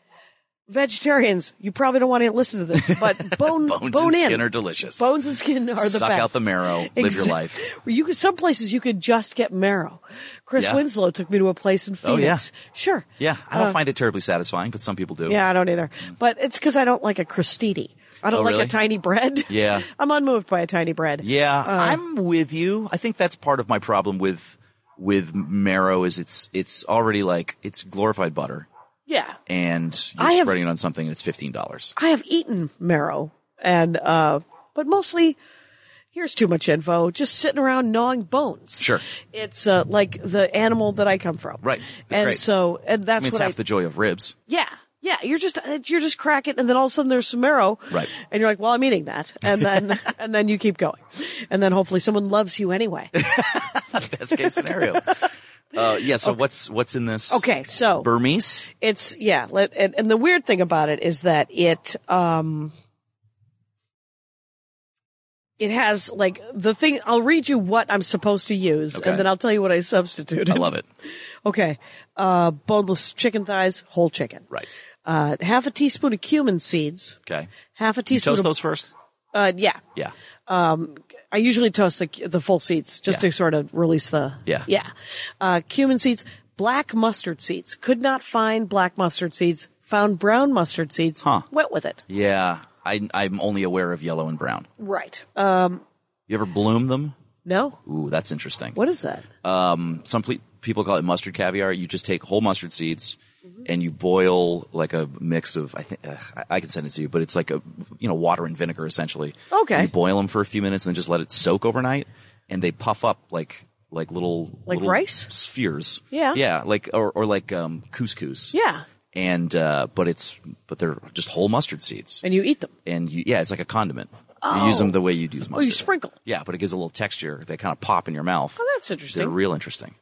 [SPEAKER 3] vegetarians. You probably don't want to listen to this, but bone
[SPEAKER 4] Bones
[SPEAKER 3] bone
[SPEAKER 4] and
[SPEAKER 3] in
[SPEAKER 4] skin are delicious.
[SPEAKER 3] Bones and skin are the
[SPEAKER 4] Suck
[SPEAKER 3] best.
[SPEAKER 4] out the marrow, live your
[SPEAKER 3] Exact-
[SPEAKER 4] life.
[SPEAKER 3] You could some places you could just get marrow. Chris
[SPEAKER 4] Yeah.
[SPEAKER 3] Winslow took me to a place in
[SPEAKER 4] Oh,
[SPEAKER 3] Phoenix.
[SPEAKER 4] yeah.
[SPEAKER 3] Sure.
[SPEAKER 4] Yeah, I don't
[SPEAKER 3] Uh,
[SPEAKER 4] find it terribly satisfying, but some people do.
[SPEAKER 3] Yeah, I don't either. But it's because I don't like a crostini. I don't
[SPEAKER 4] Oh,
[SPEAKER 3] like
[SPEAKER 4] really?
[SPEAKER 3] a tiny bread.
[SPEAKER 4] Yeah.
[SPEAKER 3] I'm unmoved by a tiny bread.
[SPEAKER 4] Yeah, I'm with you. I think that's part of my problem with with marrow is it's it's already like it's glorified butter,
[SPEAKER 3] Yeah.
[SPEAKER 4] and you're
[SPEAKER 3] I have-
[SPEAKER 4] spreading it on something, and it's fifteen dollars.
[SPEAKER 3] I have eaten marrow and uh but mostly here's too much info. Just sitting around gnawing bones.
[SPEAKER 4] Sure.
[SPEAKER 3] It's uh, like the animal that I come from.
[SPEAKER 4] Right. That's
[SPEAKER 3] and
[SPEAKER 4] great.
[SPEAKER 3] so and
[SPEAKER 4] I
[SPEAKER 3] that's
[SPEAKER 4] mean, it's
[SPEAKER 3] what
[SPEAKER 4] half
[SPEAKER 3] I
[SPEAKER 4] the joy of ribs.
[SPEAKER 3] Yeah. Yeah, you're just you're just cracking, and then all of a sudden there's some marrow,
[SPEAKER 4] Right.
[SPEAKER 3] And you're like, "Well, I'm eating that," and then and then you keep going, and then hopefully someone loves you anyway.
[SPEAKER 4] Best case scenario. uh, yeah. So what's what's in this?
[SPEAKER 3] Okay, so
[SPEAKER 4] Burmese.
[SPEAKER 3] it's yeah, let, and, and the weird thing about it is that it um it has like the thing. I'll read you what I'm supposed to use,
[SPEAKER 4] Okay.
[SPEAKER 3] and then I'll tell you what I substituted.
[SPEAKER 4] I love it.
[SPEAKER 3] Okay, uh, boneless chicken thighs, whole chicken,
[SPEAKER 4] Right.
[SPEAKER 3] Uh, half a teaspoon of cumin seeds,
[SPEAKER 4] Okay.
[SPEAKER 3] half a teaspoon
[SPEAKER 4] Toast
[SPEAKER 3] of
[SPEAKER 4] those first.
[SPEAKER 3] Uh, yeah.
[SPEAKER 4] Yeah.
[SPEAKER 3] I usually toast the, the full seeds just
[SPEAKER 4] Yeah.
[SPEAKER 3] to sort of release the.
[SPEAKER 4] Yeah.
[SPEAKER 3] Yeah. Uh, cumin seeds, black mustard seeds. Could not find black mustard seeds. Found brown mustard seeds.
[SPEAKER 4] Huh.
[SPEAKER 3] Went with it.
[SPEAKER 4] Yeah. I I'm only aware of yellow and brown.
[SPEAKER 3] Right. Um,
[SPEAKER 4] You ever bloom them?
[SPEAKER 3] no.
[SPEAKER 4] Ooh, that's interesting.
[SPEAKER 3] What is that?
[SPEAKER 4] Uh, some ple- people call it mustard caviar. You just take whole mustard seeds and you boil like a mix of I think uh, I, I can send it to you, but it's like a you know water and vinegar essentially.
[SPEAKER 3] Okay.
[SPEAKER 4] You boil them for a few minutes and then just let it soak overnight, and they puff up like like little
[SPEAKER 3] Like
[SPEAKER 4] little
[SPEAKER 3] rice?
[SPEAKER 4] spheres.
[SPEAKER 3] Yeah.
[SPEAKER 4] yeah, like or, or like um, couscous.
[SPEAKER 3] Yeah.
[SPEAKER 4] and uh, but it's but they're just whole mustard seeds,
[SPEAKER 3] And
[SPEAKER 4] and,
[SPEAKER 3] you eat them.
[SPEAKER 4] you yeah, it's like a condiment. You use them the way you'd use mustard.
[SPEAKER 3] Oh. you sprinkle.
[SPEAKER 4] Yeah, but it gives a little texture. They kind of pop in your mouth.
[SPEAKER 3] Oh, that's interesting.
[SPEAKER 4] They're real interesting.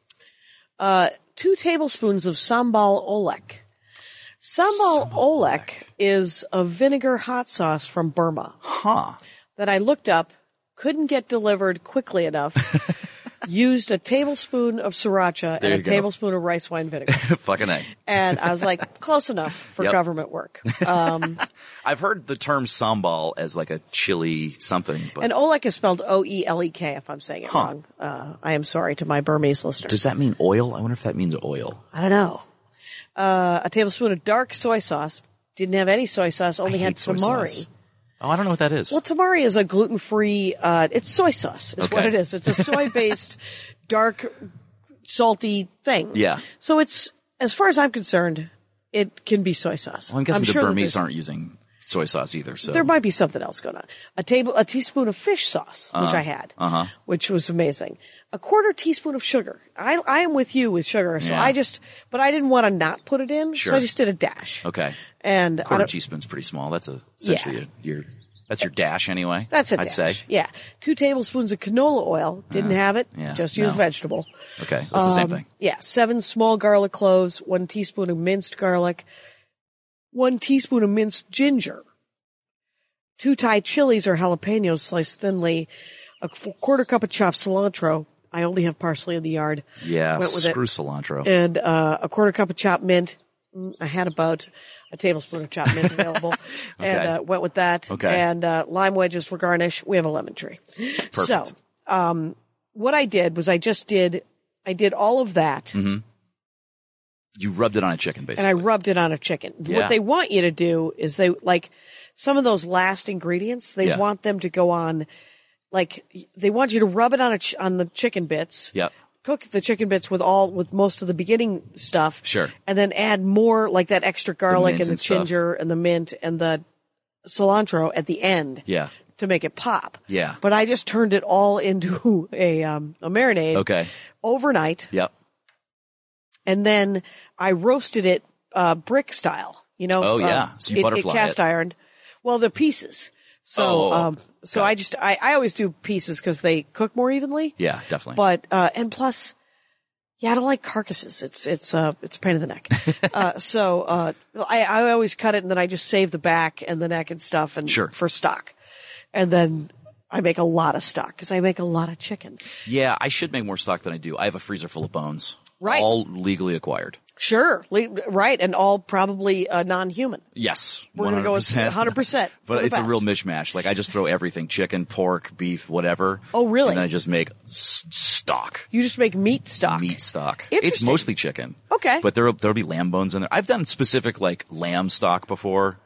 [SPEAKER 3] Uh, two tablespoons of sambal olek. Sambal, olek, is a vinegar hot sauce from Burma. Huh. That I looked up, couldn't get delivered quickly enough. used a tablespoon of sriracha
[SPEAKER 4] There
[SPEAKER 3] and a
[SPEAKER 4] you go.
[SPEAKER 3] tablespoon of rice wine vinegar.
[SPEAKER 4] Fucking a.
[SPEAKER 3] and I was like, close enough for
[SPEAKER 4] Yep.
[SPEAKER 3] government work. Um,
[SPEAKER 4] I've heard the term sambal as like a chili something, but
[SPEAKER 3] and olek is spelled E O-E-L-E-K if I'm saying it wrong. Uh, I am sorry to my Burmese listeners.
[SPEAKER 4] does that mean oil? I wonder if that means oil.
[SPEAKER 3] I don't know. Uh, a tablespoon of dark soy sauce. Didn't have any soy sauce, only had
[SPEAKER 4] hate soy
[SPEAKER 3] tamari.
[SPEAKER 4] sauce. Oh, I don't know what that is.
[SPEAKER 3] Well, tamari is a gluten free, uh, it's soy sauce, is what
[SPEAKER 4] Okay.
[SPEAKER 3] it is. It's a soy based, dark, salty thing.
[SPEAKER 4] Yeah.
[SPEAKER 3] So it's, as far as I'm concerned, it can be soy sauce.
[SPEAKER 4] Well, I'm guessing the
[SPEAKER 3] sure that
[SPEAKER 4] Burmese
[SPEAKER 3] there's-
[SPEAKER 4] aren't using soy sauce either. So
[SPEAKER 3] There might be something else going on. A table, a teaspoon of fish sauce, which
[SPEAKER 4] Uh-huh.
[SPEAKER 3] I had, which was amazing. A quarter teaspoon of sugar. I, I am with you with sugar, so
[SPEAKER 4] Yeah.
[SPEAKER 3] I just, but I didn't want to not put it in, so I
[SPEAKER 4] Sure.
[SPEAKER 3] just did a dash.
[SPEAKER 4] okay,
[SPEAKER 3] And I
[SPEAKER 4] quarter
[SPEAKER 3] don't-
[SPEAKER 4] teaspoon's pretty small. That's a essentially your, your that's your dash anyway.
[SPEAKER 3] That's a
[SPEAKER 4] I'd
[SPEAKER 3] dash.
[SPEAKER 4] say.
[SPEAKER 3] Yeah. Two tablespoons of canola oil. Didn't have it.
[SPEAKER 4] yeah,
[SPEAKER 3] Just use
[SPEAKER 4] no.
[SPEAKER 3] vegetable.
[SPEAKER 4] Okay, that's the same
[SPEAKER 3] Um,
[SPEAKER 4] thing.
[SPEAKER 3] Yeah. Seven small garlic cloves, one teaspoon of minced garlic, one teaspoon of minced ginger, two Thai chilies or jalapenos sliced thinly, a qu- quarter cup of chopped cilantro. I only have parsley in the yard.
[SPEAKER 4] Yeah,
[SPEAKER 3] Went with it.
[SPEAKER 4] screw cilantro.
[SPEAKER 3] And uh, a quarter cup of chopped mint. Mm, I had about a tablespoon of chopped mint available and
[SPEAKER 4] Okay.
[SPEAKER 3] uh, went with that.
[SPEAKER 4] Okay.
[SPEAKER 3] And uh, lime wedges for garnish. We have a lemon tree. So, um, what I did was I just did, I did all of that
[SPEAKER 4] Mm-hmm. you rubbed it on a chicken, basically.
[SPEAKER 3] and I rubbed it on a chicken.
[SPEAKER 4] Yeah.
[SPEAKER 3] What they want you to do is they like some of those last ingredients. They
[SPEAKER 4] Yeah.
[SPEAKER 3] want them to go on, like they want you to rub it on a ch- on the chicken bits.
[SPEAKER 4] Yep.
[SPEAKER 3] Cook the chicken bits with all with most of the beginning stuff.
[SPEAKER 4] Sure.
[SPEAKER 3] And then add more like that extra garlic
[SPEAKER 4] mint
[SPEAKER 3] and the
[SPEAKER 4] and stuff.
[SPEAKER 3] ginger and the mint and the cilantro at the end.
[SPEAKER 4] Yeah.
[SPEAKER 3] To make it pop.
[SPEAKER 4] Yeah.
[SPEAKER 3] But I just turned it all into a um a marinade.
[SPEAKER 4] Okay.
[SPEAKER 3] Overnight
[SPEAKER 4] Yep.
[SPEAKER 3] and then I roasted it uh, brick style. You know,
[SPEAKER 4] Oh,
[SPEAKER 3] uh,
[SPEAKER 4] yeah. So you
[SPEAKER 3] it- it
[SPEAKER 4] butterfly
[SPEAKER 3] cast
[SPEAKER 4] it.
[SPEAKER 3] iron. Well, the pieces. So,
[SPEAKER 4] Oh,
[SPEAKER 3] um, so
[SPEAKER 4] got
[SPEAKER 3] I
[SPEAKER 4] it.
[SPEAKER 3] just I, I always do pieces because they cook more evenly.
[SPEAKER 4] Yeah, definitely.
[SPEAKER 3] But uh, and plus, yeah, I don't like carcasses. It's it's uh it's a pain in the neck. uh, so uh, I I always cut it and then I just save the back and the neck and stuff and
[SPEAKER 4] Sure.
[SPEAKER 3] for stock, and then. I make a lot of stock because I make a lot of chicken.
[SPEAKER 4] yeah, I should make more stock than I do. I have a freezer full of bones.
[SPEAKER 3] Right.
[SPEAKER 4] All legally acquired.
[SPEAKER 3] Sure, le- right, and all probably uh, non-human.
[SPEAKER 4] Yes.
[SPEAKER 3] We're gonna go with 100% for
[SPEAKER 4] But
[SPEAKER 3] the
[SPEAKER 4] it's
[SPEAKER 3] best.
[SPEAKER 4] a real mishmash. Like I just throw everything, chicken, pork, beef, whatever.
[SPEAKER 3] Oh, really?
[SPEAKER 4] And then I just make s- stock.
[SPEAKER 3] You just make meat stock.
[SPEAKER 4] Meat stock. It's
[SPEAKER 3] Interesting.
[SPEAKER 4] mostly chicken.
[SPEAKER 3] Okay.
[SPEAKER 4] But there'll there'll be lamb bones in there. I've done specific like lamb stock before,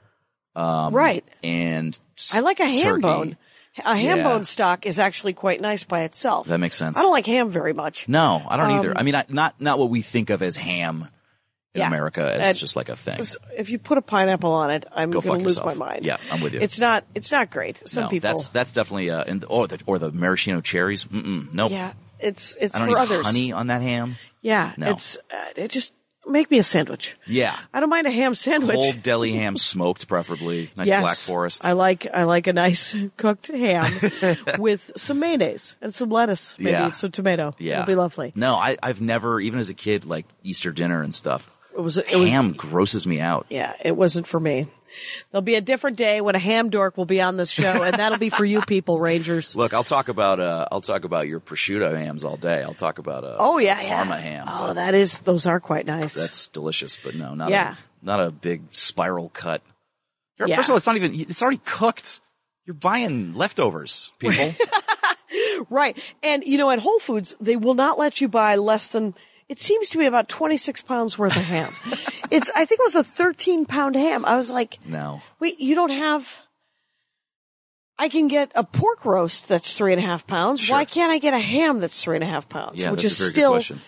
[SPEAKER 3] right.
[SPEAKER 4] and s-
[SPEAKER 3] I like a ham
[SPEAKER 4] um, turkey.
[SPEAKER 3] bone. A ham
[SPEAKER 4] Yeah.
[SPEAKER 3] bone stock is actually quite nice by itself.
[SPEAKER 4] That makes sense.
[SPEAKER 3] I don't like ham very much.
[SPEAKER 4] No, I don't either. I mean, I, not not what we think of as ham in
[SPEAKER 3] Um, Yeah.
[SPEAKER 4] America as
[SPEAKER 3] And-
[SPEAKER 4] just like a thing.
[SPEAKER 3] If you put a pineapple on it, I'm
[SPEAKER 4] Go
[SPEAKER 3] going to
[SPEAKER 4] fuck
[SPEAKER 3] lose
[SPEAKER 4] yourself.
[SPEAKER 3] my mind.
[SPEAKER 4] Yeah, I'm with you.
[SPEAKER 3] It's not. It's not great. Some
[SPEAKER 4] no,
[SPEAKER 3] people.
[SPEAKER 4] that's that's definitely uh, and or the or the maraschino cherries. Mm-mm, nope.
[SPEAKER 3] yeah. It's it's
[SPEAKER 4] I don't
[SPEAKER 3] for
[SPEAKER 4] need
[SPEAKER 3] others.
[SPEAKER 4] honey on that ham.
[SPEAKER 3] Yeah.
[SPEAKER 4] No.
[SPEAKER 3] It's uh, it just make me a sandwich.
[SPEAKER 4] Yeah,
[SPEAKER 3] I don't mind a ham sandwich.
[SPEAKER 4] whole deli ham smoked, preferably nice
[SPEAKER 3] yes.
[SPEAKER 4] black forest.
[SPEAKER 3] I like I like a nice cooked ham with some mayonnaise and some lettuce, maybe
[SPEAKER 4] Yeah.
[SPEAKER 3] some tomato.
[SPEAKER 4] yeah,
[SPEAKER 3] It'll be lovely.
[SPEAKER 4] No, I I've never even as a kid like Easter dinner and stuff.
[SPEAKER 3] It was it was
[SPEAKER 4] ham grosses me out.
[SPEAKER 3] Yeah, it wasn't for me. There'll be a different day when a ham dork will be on this show, and that'll be for you people, Rangers.
[SPEAKER 4] Look, I'll talk about uh, I'll talk about your prosciutto hams all day. I'll talk about uh,
[SPEAKER 3] oh yeah, yeah.
[SPEAKER 4] Parma ham.
[SPEAKER 3] Oh, that is. Those are quite nice.
[SPEAKER 4] that's delicious, but no, not
[SPEAKER 3] Yeah.
[SPEAKER 4] a, not a big spiral cut. You're-
[SPEAKER 3] Yeah.
[SPEAKER 4] First of all, it's not even it's already cooked. You're buying leftovers, people.
[SPEAKER 3] right. And you know, at Whole Foods, they will not let you buy less than. It seems to be about twenty six pounds worth of ham. it's. I think it was a thirteen pound ham. I was like,
[SPEAKER 4] no.
[SPEAKER 3] wait, you don't have. I can get a pork roast that's three and a half pounds. Why can't I get a ham that's three and a half pounds?
[SPEAKER 4] Yeah,
[SPEAKER 3] which is
[SPEAKER 4] that's a very
[SPEAKER 3] still
[SPEAKER 4] good question.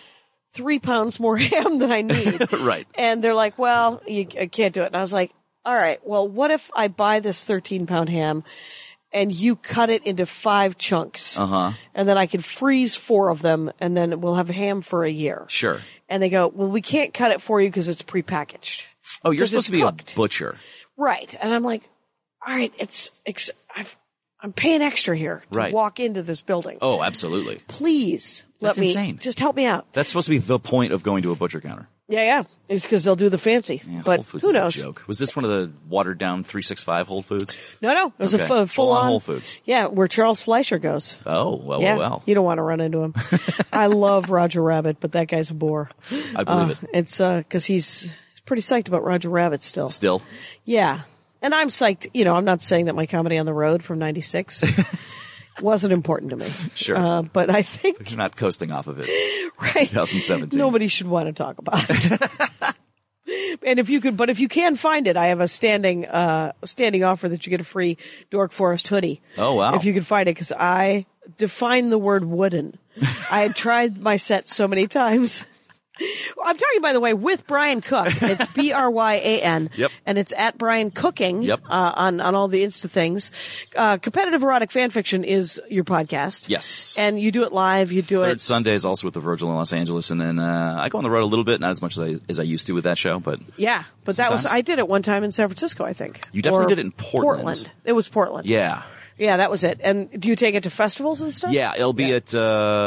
[SPEAKER 3] three pounds more ham than I need.
[SPEAKER 4] Right.
[SPEAKER 3] And they're like, well, you I can't do it. And I was like, all right, well, what if I buy this 13 pound ham and you cut it into five chunks.
[SPEAKER 4] Uh-huh.
[SPEAKER 3] And then I can freeze four of them and then we'll have ham for a year.
[SPEAKER 4] Sure.
[SPEAKER 3] And they go, well, we can't cut it for you because it's prepackaged.
[SPEAKER 4] Oh, you're
[SPEAKER 3] 'Cause
[SPEAKER 4] supposed
[SPEAKER 3] it's
[SPEAKER 4] to be
[SPEAKER 3] cooked.
[SPEAKER 4] a butcher.
[SPEAKER 3] Right. And I'm like, all right, it's, it's I've, I'm paying extra here to
[SPEAKER 4] Right.
[SPEAKER 3] walk into this building.
[SPEAKER 4] Oh, absolutely.
[SPEAKER 3] Please
[SPEAKER 4] That's
[SPEAKER 3] let me
[SPEAKER 4] insane.
[SPEAKER 3] just help me out.
[SPEAKER 4] That's supposed to be the point of going to a butcher counter.
[SPEAKER 3] Yeah, yeah. It's because they'll do the fancy,
[SPEAKER 4] Yeah,
[SPEAKER 3] but
[SPEAKER 4] Whole Foods
[SPEAKER 3] who
[SPEAKER 4] is
[SPEAKER 3] knows?
[SPEAKER 4] A joke. Was this one of the watered down 365 Whole Foods?
[SPEAKER 3] No, no. It was
[SPEAKER 4] Okay.
[SPEAKER 3] a f- full
[SPEAKER 4] Full-on
[SPEAKER 3] on
[SPEAKER 4] Whole Foods.
[SPEAKER 3] Yeah, where Charles Fleischer goes.
[SPEAKER 4] Oh, well,
[SPEAKER 3] yeah,
[SPEAKER 4] well,
[SPEAKER 3] you
[SPEAKER 4] well.
[SPEAKER 3] don't want to run into him. I love Roger Rabbit, but that guy's a bore.
[SPEAKER 4] I believe
[SPEAKER 3] Uh,
[SPEAKER 4] it.
[SPEAKER 3] It's uh, because he's he's pretty psyched about Roger Rabbit still.
[SPEAKER 4] Still.
[SPEAKER 3] Yeah, and I'm psyched. You know, I'm not saying that my comedy on the road from '96 wasn't important to me.
[SPEAKER 4] Sure.
[SPEAKER 3] uh, but I think
[SPEAKER 4] You're not coasting off of it.
[SPEAKER 3] right,
[SPEAKER 4] 2017.
[SPEAKER 3] nobody should want to talk about it. And if you could, but if you can find it, I have a standing, uh, standing offer that you get a free Dork Forest hoodie.
[SPEAKER 4] Oh, wow.
[SPEAKER 3] If you could find it, because I define the word wooden. I had tried my set so many times. I'm talking, by the way, with Brian Cook. It's B R Y A N.
[SPEAKER 4] Yep.
[SPEAKER 3] And it's at Brian Cooking.
[SPEAKER 4] Yep.
[SPEAKER 3] Uh, on on all the Insta things. Uh, competitive erotic fan fiction is your podcast.
[SPEAKER 4] Yes.
[SPEAKER 3] And you do it live. You do
[SPEAKER 4] Third
[SPEAKER 3] it.
[SPEAKER 4] Sundays also with the Virgil in Los Angeles, and then uh, I go on the road a little bit, not as much as I, as I used to with that show, but
[SPEAKER 3] Yeah, but that was
[SPEAKER 4] Sometimes.
[SPEAKER 3] I did it one time in San Francisco, I think.
[SPEAKER 4] You definitely
[SPEAKER 3] Or
[SPEAKER 4] did it in Portland.
[SPEAKER 3] It was Portland.
[SPEAKER 4] yeah,
[SPEAKER 3] yeah, that was it. And do you take it to festivals and stuff?
[SPEAKER 4] yeah, it'll be at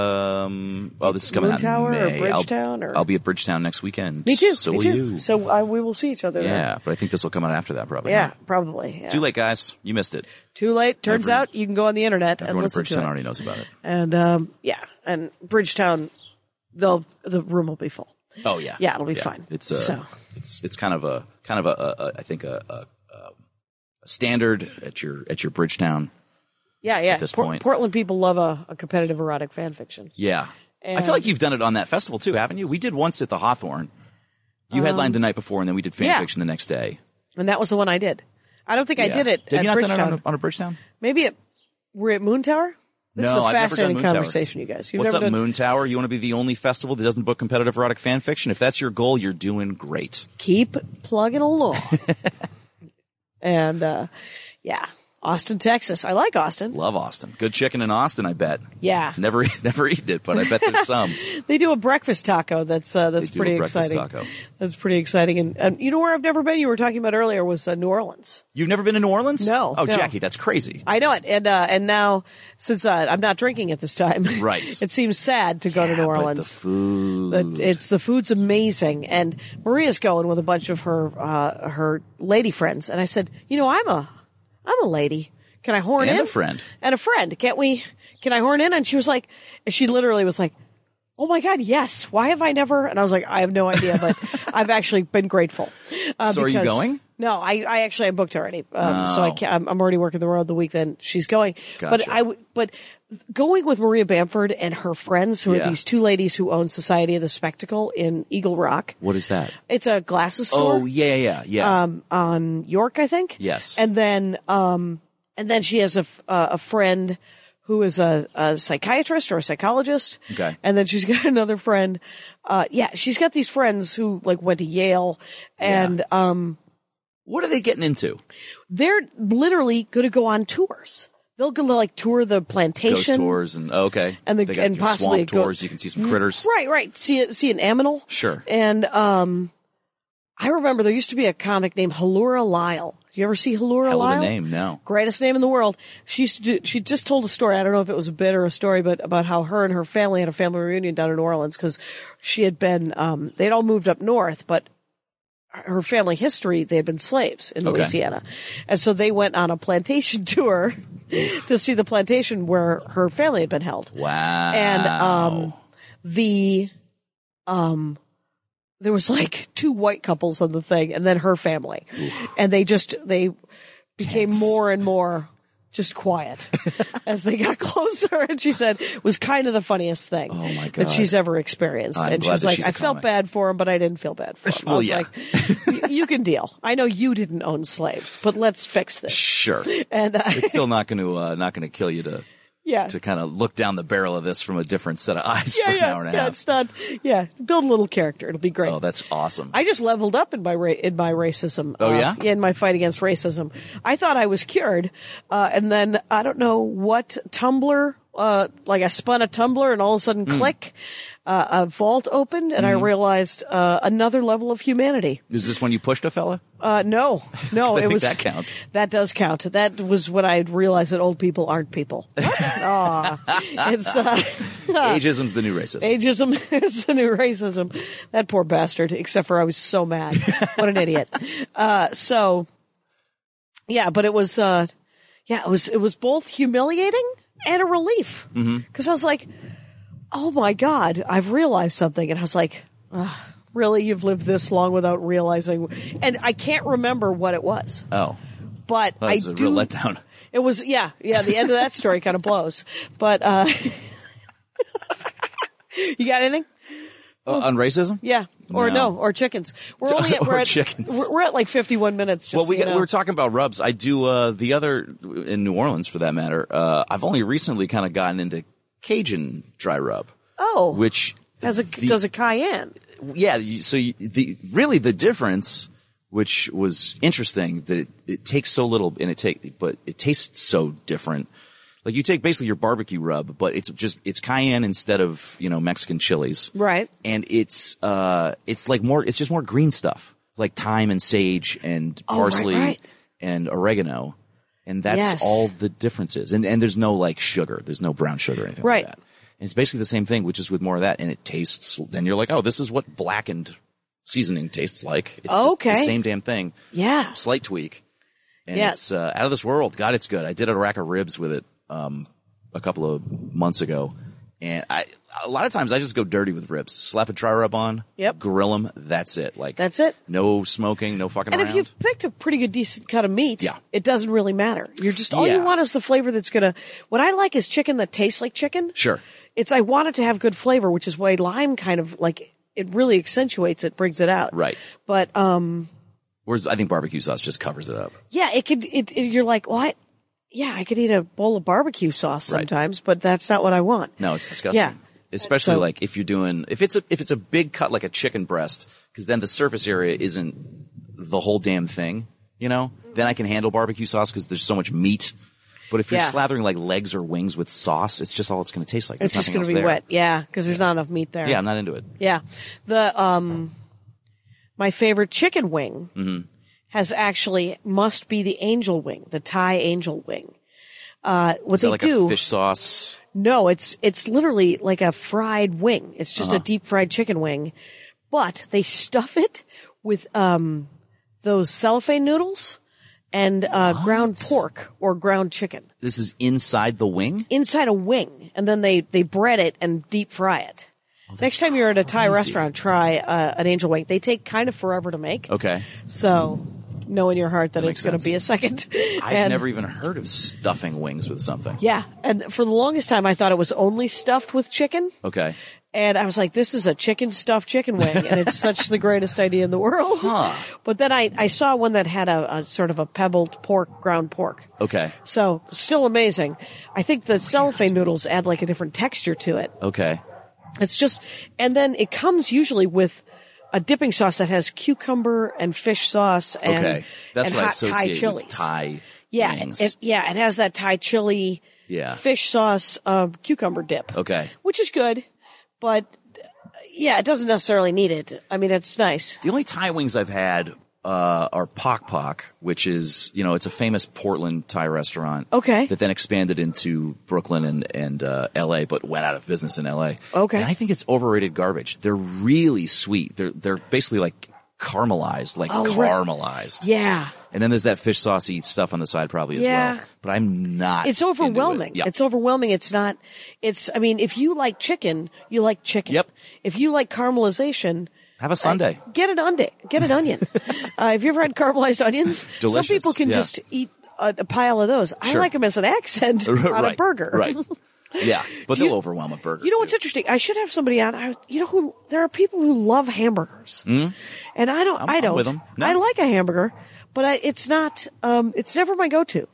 [SPEAKER 4] um, oh, this is coming
[SPEAKER 3] Moon
[SPEAKER 4] out in
[SPEAKER 3] Tower or
[SPEAKER 4] May.
[SPEAKER 3] Bridgetown
[SPEAKER 4] I'll,
[SPEAKER 3] or-
[SPEAKER 4] I'll be at Bridgetown next weekend.
[SPEAKER 3] me too.
[SPEAKER 4] So
[SPEAKER 3] me
[SPEAKER 4] will
[SPEAKER 3] too.
[SPEAKER 4] you?
[SPEAKER 3] So uh, we will see each other. then.
[SPEAKER 4] yeah, but I think this will come out after that probably.
[SPEAKER 3] yeah,
[SPEAKER 4] huh?
[SPEAKER 3] probably. yeah.
[SPEAKER 4] Too late, guys. You missed it.
[SPEAKER 3] Too late. Turns
[SPEAKER 4] Every-
[SPEAKER 3] out you can go on the internet and
[SPEAKER 4] Everyone at
[SPEAKER 3] listen to
[SPEAKER 4] Bridgetown
[SPEAKER 3] it.
[SPEAKER 4] already knows about it.
[SPEAKER 3] And um, yeah, and Bridgetown, they'll the room will be full.
[SPEAKER 4] Oh yeah,
[SPEAKER 3] Yeah, it'll be fine.
[SPEAKER 4] It's uh,
[SPEAKER 3] So.
[SPEAKER 4] it's it's kind of a kind of a, a, a I think a, a, a- a standard at your at your Bridgetown.
[SPEAKER 3] Yeah, yeah. At
[SPEAKER 4] this point.
[SPEAKER 3] Portland people love a, a competitive erotic fan fiction.
[SPEAKER 4] Yeah, I
[SPEAKER 3] And-
[SPEAKER 4] feel like you've done it on that festival too, haven't you? We did once at the Hawthorne. You headlined the night before, and then we did fan
[SPEAKER 3] Um, yeah.
[SPEAKER 4] fiction the next day.
[SPEAKER 3] And that was the one I did. I don't think I
[SPEAKER 4] Yeah.
[SPEAKER 3] did it
[SPEAKER 4] Did
[SPEAKER 3] at
[SPEAKER 4] you not
[SPEAKER 3] Bridgetown.
[SPEAKER 4] done it on a, on a Bridgetown?
[SPEAKER 3] Maybe it we're at Moon Tower. This is a
[SPEAKER 4] No, I've never done
[SPEAKER 3] fascinating
[SPEAKER 4] Moon Tower.
[SPEAKER 3] conversation, you guys. You've
[SPEAKER 4] What's up,
[SPEAKER 3] never done,
[SPEAKER 4] Moon Tower? You want to be the only festival that doesn't book competitive erotic fan fiction? If that's your goal, you're doing great.
[SPEAKER 3] Keep plugging along. and uh, yeah, Austin, Texas. I like Austin.
[SPEAKER 4] Love Austin. Good chicken in Austin, I bet.
[SPEAKER 3] Yeah.
[SPEAKER 4] Never, never eaten it, but I bet there's some.
[SPEAKER 3] They do a breakfast taco. That's uh, that's
[SPEAKER 4] They do a
[SPEAKER 3] pretty
[SPEAKER 4] breakfast
[SPEAKER 3] exciting.
[SPEAKER 4] taco.
[SPEAKER 3] That's pretty exciting. And, and you know where I've never been? You were talking about earlier was uh, New Orleans.
[SPEAKER 4] You've never been to New Orleans?
[SPEAKER 3] No,
[SPEAKER 4] Oh,
[SPEAKER 3] no.
[SPEAKER 4] Jackie, that's crazy.
[SPEAKER 3] I know it, and uh, and now since uh, I'm not drinking at this time,
[SPEAKER 4] Right.
[SPEAKER 3] it seems sad to go to New
[SPEAKER 4] Yeah,
[SPEAKER 3] Orleans.
[SPEAKER 4] But the food.
[SPEAKER 3] But it's the food's amazing, and Maria's going with a bunch of her uh, her lady friends. And I said, you know, I'm a I'm a lady. Can I horn
[SPEAKER 4] And
[SPEAKER 3] in
[SPEAKER 4] a friend.
[SPEAKER 3] and a friend? Can't we? Can I horn in? And she was like, she literally was like, oh my god, yes. Why have I never? And I was like, I have no idea, but I've actually been grateful. Uh,
[SPEAKER 4] So are you
[SPEAKER 3] because-
[SPEAKER 4] going?
[SPEAKER 3] No, I, I actually I booked already, um, so I
[SPEAKER 4] Oh.
[SPEAKER 3] can't, I'm, I'm already working the road the week. Then she's going, but
[SPEAKER 4] Gotcha.
[SPEAKER 3] I w- but going with Maria Bamford and her friends who
[SPEAKER 4] Yeah.
[SPEAKER 3] are these two ladies who own Society of the Spectacle in Eagle Rock.
[SPEAKER 4] what is that?
[SPEAKER 3] It's a glasses store
[SPEAKER 4] Oh, yeah, yeah, yeah.
[SPEAKER 3] um, on York, I think.
[SPEAKER 4] Yes.
[SPEAKER 3] And then, um, and then she has a, f- uh, a friend who is a, a psychiatrist or a psychologist.
[SPEAKER 4] Okay.
[SPEAKER 3] And then she's got another friend. Uh, yeah, she's got these friends who like went to Yale and, um,
[SPEAKER 4] what are they getting into?
[SPEAKER 3] they're literally going to go on tours. They'll go to like tour the
[SPEAKER 4] Ghost
[SPEAKER 3] plantation.
[SPEAKER 4] tours and oh, okay,
[SPEAKER 3] And the-
[SPEAKER 4] they got
[SPEAKER 3] and
[SPEAKER 4] your
[SPEAKER 3] possibly
[SPEAKER 4] swamp
[SPEAKER 3] go- Mm-hmm.
[SPEAKER 4] tours. you can see some critters.
[SPEAKER 3] Right, right. See, a- see an aminal.
[SPEAKER 4] Sure.
[SPEAKER 3] And um, I remember there used to be a comic named Halura Lyle. You ever see Halura
[SPEAKER 4] Hell of a
[SPEAKER 3] Lyle?
[SPEAKER 4] name, no.
[SPEAKER 3] Greatest name in the world. She used to do, she just told a story. I don't know if it was a bit or a story, but about how her and her family had a family reunion down in New Orleans because she had been, um, they'd all moved up north, but her family history, they had been slaves in
[SPEAKER 4] Okay.
[SPEAKER 3] Louisiana. And so they went on a plantation tour to see the plantation where her family had been held
[SPEAKER 4] Wow.
[SPEAKER 3] and um the um there was like two white couples on the thing and then her family and they just they became more and more just quiet as they got closer and she said it was kind of the funniest thing
[SPEAKER 4] Oh my
[SPEAKER 3] that
[SPEAKER 4] God.
[SPEAKER 3] she's ever experienced
[SPEAKER 4] I'm
[SPEAKER 3] and she
[SPEAKER 4] glad
[SPEAKER 3] was
[SPEAKER 4] that
[SPEAKER 3] like
[SPEAKER 4] she's
[SPEAKER 3] i
[SPEAKER 4] a
[SPEAKER 3] felt
[SPEAKER 4] comic.
[SPEAKER 3] bad for him but i didn't feel bad for him i
[SPEAKER 4] Well,
[SPEAKER 3] was
[SPEAKER 4] yeah.
[SPEAKER 3] like "Y- you can deal i know you didn't own slaves but let's fix this
[SPEAKER 4] sure.
[SPEAKER 3] and uh,
[SPEAKER 4] It's still not going to uh, not going to kill you to
[SPEAKER 3] Yeah.
[SPEAKER 4] to kind of look down the barrel of this from a different set of eyes
[SPEAKER 3] yeah,
[SPEAKER 4] for
[SPEAKER 3] yeah,
[SPEAKER 4] an hour and a
[SPEAKER 3] yeah.
[SPEAKER 4] half.
[SPEAKER 3] It's not. Yeah, build a little character. It'll be great.
[SPEAKER 4] Oh, that's awesome.
[SPEAKER 3] I just leveled up in my ra- in my racism. uh,
[SPEAKER 4] Oh, yeah?
[SPEAKER 3] in my fight against racism. I thought I was cured, uh, and then I don't know what Tumblr. Uh, like I spun a Tumblr and all of a sudden,
[SPEAKER 4] Hmm.
[SPEAKER 3] click, uh, a vault opened, and I realized uh, another level of humanity.
[SPEAKER 4] Is this when you pushed a fella?
[SPEAKER 3] Uh, no, no,
[SPEAKER 4] 'Cause I
[SPEAKER 3] it
[SPEAKER 4] think
[SPEAKER 3] was
[SPEAKER 4] that counts.
[SPEAKER 3] That does count. That was when I realized that old people aren't people. Aw. it's uh,
[SPEAKER 4] Ageism's the new racism.
[SPEAKER 3] ageism is the new racism. That poor bastard. Except for I was so mad. What an idiot. Uh, so yeah, but it was uh, yeah, it was it was both humiliating and a relief because
[SPEAKER 4] Mm-hmm.
[SPEAKER 3] I was like, oh my god, I've realized something, and I was like, Ugh, really, you've lived this long without realizing, and I can't remember what it was,
[SPEAKER 4] oh,
[SPEAKER 3] but
[SPEAKER 4] that
[SPEAKER 3] I
[SPEAKER 4] was a
[SPEAKER 3] do.
[SPEAKER 4] real letdown.
[SPEAKER 3] It was yeah, yeah. The end of that story kind of blows, but uh, you got anything? Oh.
[SPEAKER 4] Uh, on racism?
[SPEAKER 3] Yeah, or no,
[SPEAKER 4] No.
[SPEAKER 3] or chickens. We're only at,
[SPEAKER 4] Or
[SPEAKER 3] we're at,
[SPEAKER 4] chickens.
[SPEAKER 3] We're, we're at like fifty-one minutes. Just
[SPEAKER 4] Well, we,
[SPEAKER 3] so you
[SPEAKER 4] got,
[SPEAKER 3] know.
[SPEAKER 4] we were talking about rubs. I do uh, the other in New Orleans, for that matter. Uh, I've only recently kind of gotten into Cajun dry rub.
[SPEAKER 3] Oh.
[SPEAKER 4] which
[SPEAKER 3] Has a
[SPEAKER 4] the-
[SPEAKER 3] does a cayenne?
[SPEAKER 4] yeah. you- So you, the really the difference, which was interesting, that it, it takes so little and it take, but it tastes so different. Like you take basically your barbecue rub, but it's just it's cayenne instead of you know Mexican chilies,
[SPEAKER 3] Right.
[SPEAKER 4] And it's uh it's like more it's just more green stuff like thyme and sage and
[SPEAKER 3] Oh, right,
[SPEAKER 4] parsley
[SPEAKER 3] right.
[SPEAKER 4] and oregano, and that's
[SPEAKER 3] Yes.
[SPEAKER 4] all the differences. And and there's no like sugar, there's no brown sugar or anything
[SPEAKER 3] Right.
[SPEAKER 4] like that. And it's basically the same thing, which is with more of that, and it tastes. Then you're like, oh, this is what blackened seasoning tastes like. It's just
[SPEAKER 3] Okay.
[SPEAKER 4] the same damn thing,
[SPEAKER 3] Yeah.
[SPEAKER 4] slight tweak, and
[SPEAKER 3] Yeah.
[SPEAKER 4] it's uh, out of this world. God, it's good. I did a rack of ribs with it um, a couple of months ago, and I a lot of times I just go dirty with ribs. Slap a dry rub on,
[SPEAKER 3] Yep.
[SPEAKER 4] grill them. That's it. Like
[SPEAKER 3] That's it.
[SPEAKER 4] No smoking, no fucking
[SPEAKER 3] And
[SPEAKER 4] around.
[SPEAKER 3] if you've picked a pretty good, decent cut of meat,
[SPEAKER 4] Yeah.
[SPEAKER 3] it doesn't really matter. You're just all you
[SPEAKER 4] Yeah.
[SPEAKER 3] want is the flavor that's gonna. What I like is chicken that tastes like chicken.
[SPEAKER 4] Sure.
[SPEAKER 3] It's I want it to have good flavor, which is why lime kind of like it really accentuates it, brings it out.
[SPEAKER 4] Right.
[SPEAKER 3] But um,
[SPEAKER 4] Whereas I think barbecue sauce just covers it up.
[SPEAKER 3] Yeah, it could. It, it- you're like, well, I, yeah, I could eat a bowl of barbecue sauce
[SPEAKER 4] Right.
[SPEAKER 3] sometimes, but that's not what I want.
[SPEAKER 4] No, it's disgusting.
[SPEAKER 3] Yeah.
[SPEAKER 4] Especially
[SPEAKER 3] So-
[SPEAKER 4] like if you're doing if it's a if it's a big cut like a chicken breast because then the surface area isn't the whole damn thing, you know. Then I can handle barbecue sauce because there's so much meat. But if you're
[SPEAKER 3] Yeah.
[SPEAKER 4] slathering like legs or wings with sauce, it's just all it's going to taste like.
[SPEAKER 3] It's
[SPEAKER 4] There's
[SPEAKER 3] just
[SPEAKER 4] nothing
[SPEAKER 3] going
[SPEAKER 4] else
[SPEAKER 3] to be
[SPEAKER 4] there.
[SPEAKER 3] wet. Yeah, because there's not enough meat there.
[SPEAKER 4] Yeah, I'm not into it.
[SPEAKER 3] Yeah. The um, my favorite chicken wing
[SPEAKER 4] Mm-hmm.
[SPEAKER 3] has actually must be the angel wing, the Thai angel wing. Uh, what
[SPEAKER 4] Is that
[SPEAKER 3] they
[SPEAKER 4] like
[SPEAKER 3] do?
[SPEAKER 4] a fish sauce?
[SPEAKER 3] No, it's it's literally like a fried wing. It's just a
[SPEAKER 4] Uh-huh.
[SPEAKER 3] deep fried chicken wing, but they stuff it with um those cellophane noodles and uh, ground pork or ground chicken
[SPEAKER 4] This is inside the wing.
[SPEAKER 3] inside a wing, and then they they bread it and deep fry it.
[SPEAKER 4] Oh,
[SPEAKER 3] Next time you're at a Thai restaurant, try uh, an angel wing. They take kind of forever to make.
[SPEAKER 4] Okay,
[SPEAKER 3] So know in your heart that, it's
[SPEAKER 4] makes
[SPEAKER 3] going to
[SPEAKER 4] sense.
[SPEAKER 3] be a second.
[SPEAKER 4] I've
[SPEAKER 3] And-
[SPEAKER 4] never even heard of stuffing wings with something.
[SPEAKER 3] Yeah, and for the longest time, I thought it was only stuffed with chicken.
[SPEAKER 4] Okay,
[SPEAKER 3] And I was like, this is a chicken stuffed chicken wing. And it's such the greatest idea in the world. But then I, I saw one that had a, a sort of a pebbled pork, ground pork.
[SPEAKER 4] okay,
[SPEAKER 3] So still amazing. I think
[SPEAKER 4] Oh
[SPEAKER 3] the cellophane noodles add like a different texture to it.
[SPEAKER 4] okay.
[SPEAKER 3] It's just, and then it comes usually with a dipping sauce that has cucumber and fish sauce and,
[SPEAKER 4] Okay, that's
[SPEAKER 3] and
[SPEAKER 4] what I
[SPEAKER 3] hot Thai
[SPEAKER 4] associate
[SPEAKER 3] chilies.
[SPEAKER 4] with Thai
[SPEAKER 3] yeah,
[SPEAKER 4] wings.
[SPEAKER 3] it- yeah, it has that Thai chili,
[SPEAKER 4] Yeah.
[SPEAKER 3] fish sauce, uh, cucumber dip.
[SPEAKER 4] Okay.
[SPEAKER 3] which is good, but uh, yeah, it doesn't necessarily need it. I mean, it's nice.
[SPEAKER 4] The only Thai wings I've had uh, are Pok Pok, which is you know it's a famous Portland Thai restaurant.
[SPEAKER 3] Okay.
[SPEAKER 4] That then expanded into Brooklyn and and uh, L.A., but went out of business in L.A.
[SPEAKER 3] Okay.
[SPEAKER 4] And I think it's overrated garbage. They're really sweet. They're they're basically like caramelized, like
[SPEAKER 3] Oh, right.
[SPEAKER 4] caramelized.
[SPEAKER 3] Yeah,
[SPEAKER 4] And then there's that fish saucy stuff on the side probably as
[SPEAKER 3] Yeah.
[SPEAKER 4] well. But I'm not.
[SPEAKER 3] it's
[SPEAKER 4] into it.
[SPEAKER 3] overwhelming.
[SPEAKER 4] Yeah.
[SPEAKER 3] It's overwhelming. It's not. It's. I mean, if you like chicken, you like chicken.
[SPEAKER 4] Yep.
[SPEAKER 3] If you like caramelization.
[SPEAKER 4] Have a Sunday.
[SPEAKER 3] Get an onion. Get an onion. uh, have you ever had caramelized onions?
[SPEAKER 4] Delicious,
[SPEAKER 3] Some people can
[SPEAKER 4] yeah.
[SPEAKER 3] just eat a, a pile of those. I
[SPEAKER 4] Sure.
[SPEAKER 3] like them as an accent on a
[SPEAKER 4] right.
[SPEAKER 3] burger.
[SPEAKER 4] Right. Yeah, but
[SPEAKER 3] You-
[SPEAKER 4] they'll overwhelm a burger.
[SPEAKER 3] You know
[SPEAKER 4] too.
[SPEAKER 3] what's interesting? I should have somebody on. I, you know who? There are people who love hamburgers, and I don't. I'm, I
[SPEAKER 4] Hmm? I'm
[SPEAKER 3] do not
[SPEAKER 4] with 'em. No.
[SPEAKER 3] I like a hamburger, but I, it's not. Um, it's never my go-to.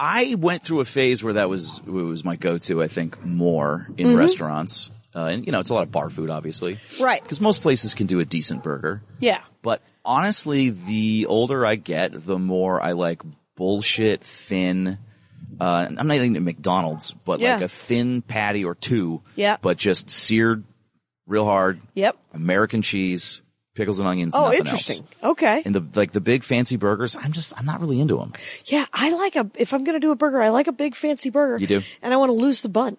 [SPEAKER 4] I went through a phase where that was it was my go to. I think more in
[SPEAKER 3] Mm-hmm.
[SPEAKER 4] restaurants, uh, and you know, it's a lot of bar food, obviously,
[SPEAKER 3] Right.
[SPEAKER 4] Because most places can do a decent burger.
[SPEAKER 3] Yeah.
[SPEAKER 4] But honestly, the older I get, the more I like bullshit thin. Uh, I'm not even at McDonald's, but
[SPEAKER 3] Yeah.
[SPEAKER 4] like a thin patty or two.
[SPEAKER 3] Yeah.
[SPEAKER 4] But just seared real hard.
[SPEAKER 3] Yep.
[SPEAKER 4] American cheese, pickles and onions.
[SPEAKER 3] Oh,
[SPEAKER 4] nothing
[SPEAKER 3] interesting.
[SPEAKER 4] Else.
[SPEAKER 3] Okay.
[SPEAKER 4] And the like the big fancy burgers, I'm just I'm not really into them.
[SPEAKER 3] Yeah, I like a. If I'm gonna do a burger, I like a big fancy burger.
[SPEAKER 4] You do?
[SPEAKER 3] and I want to lose the bun.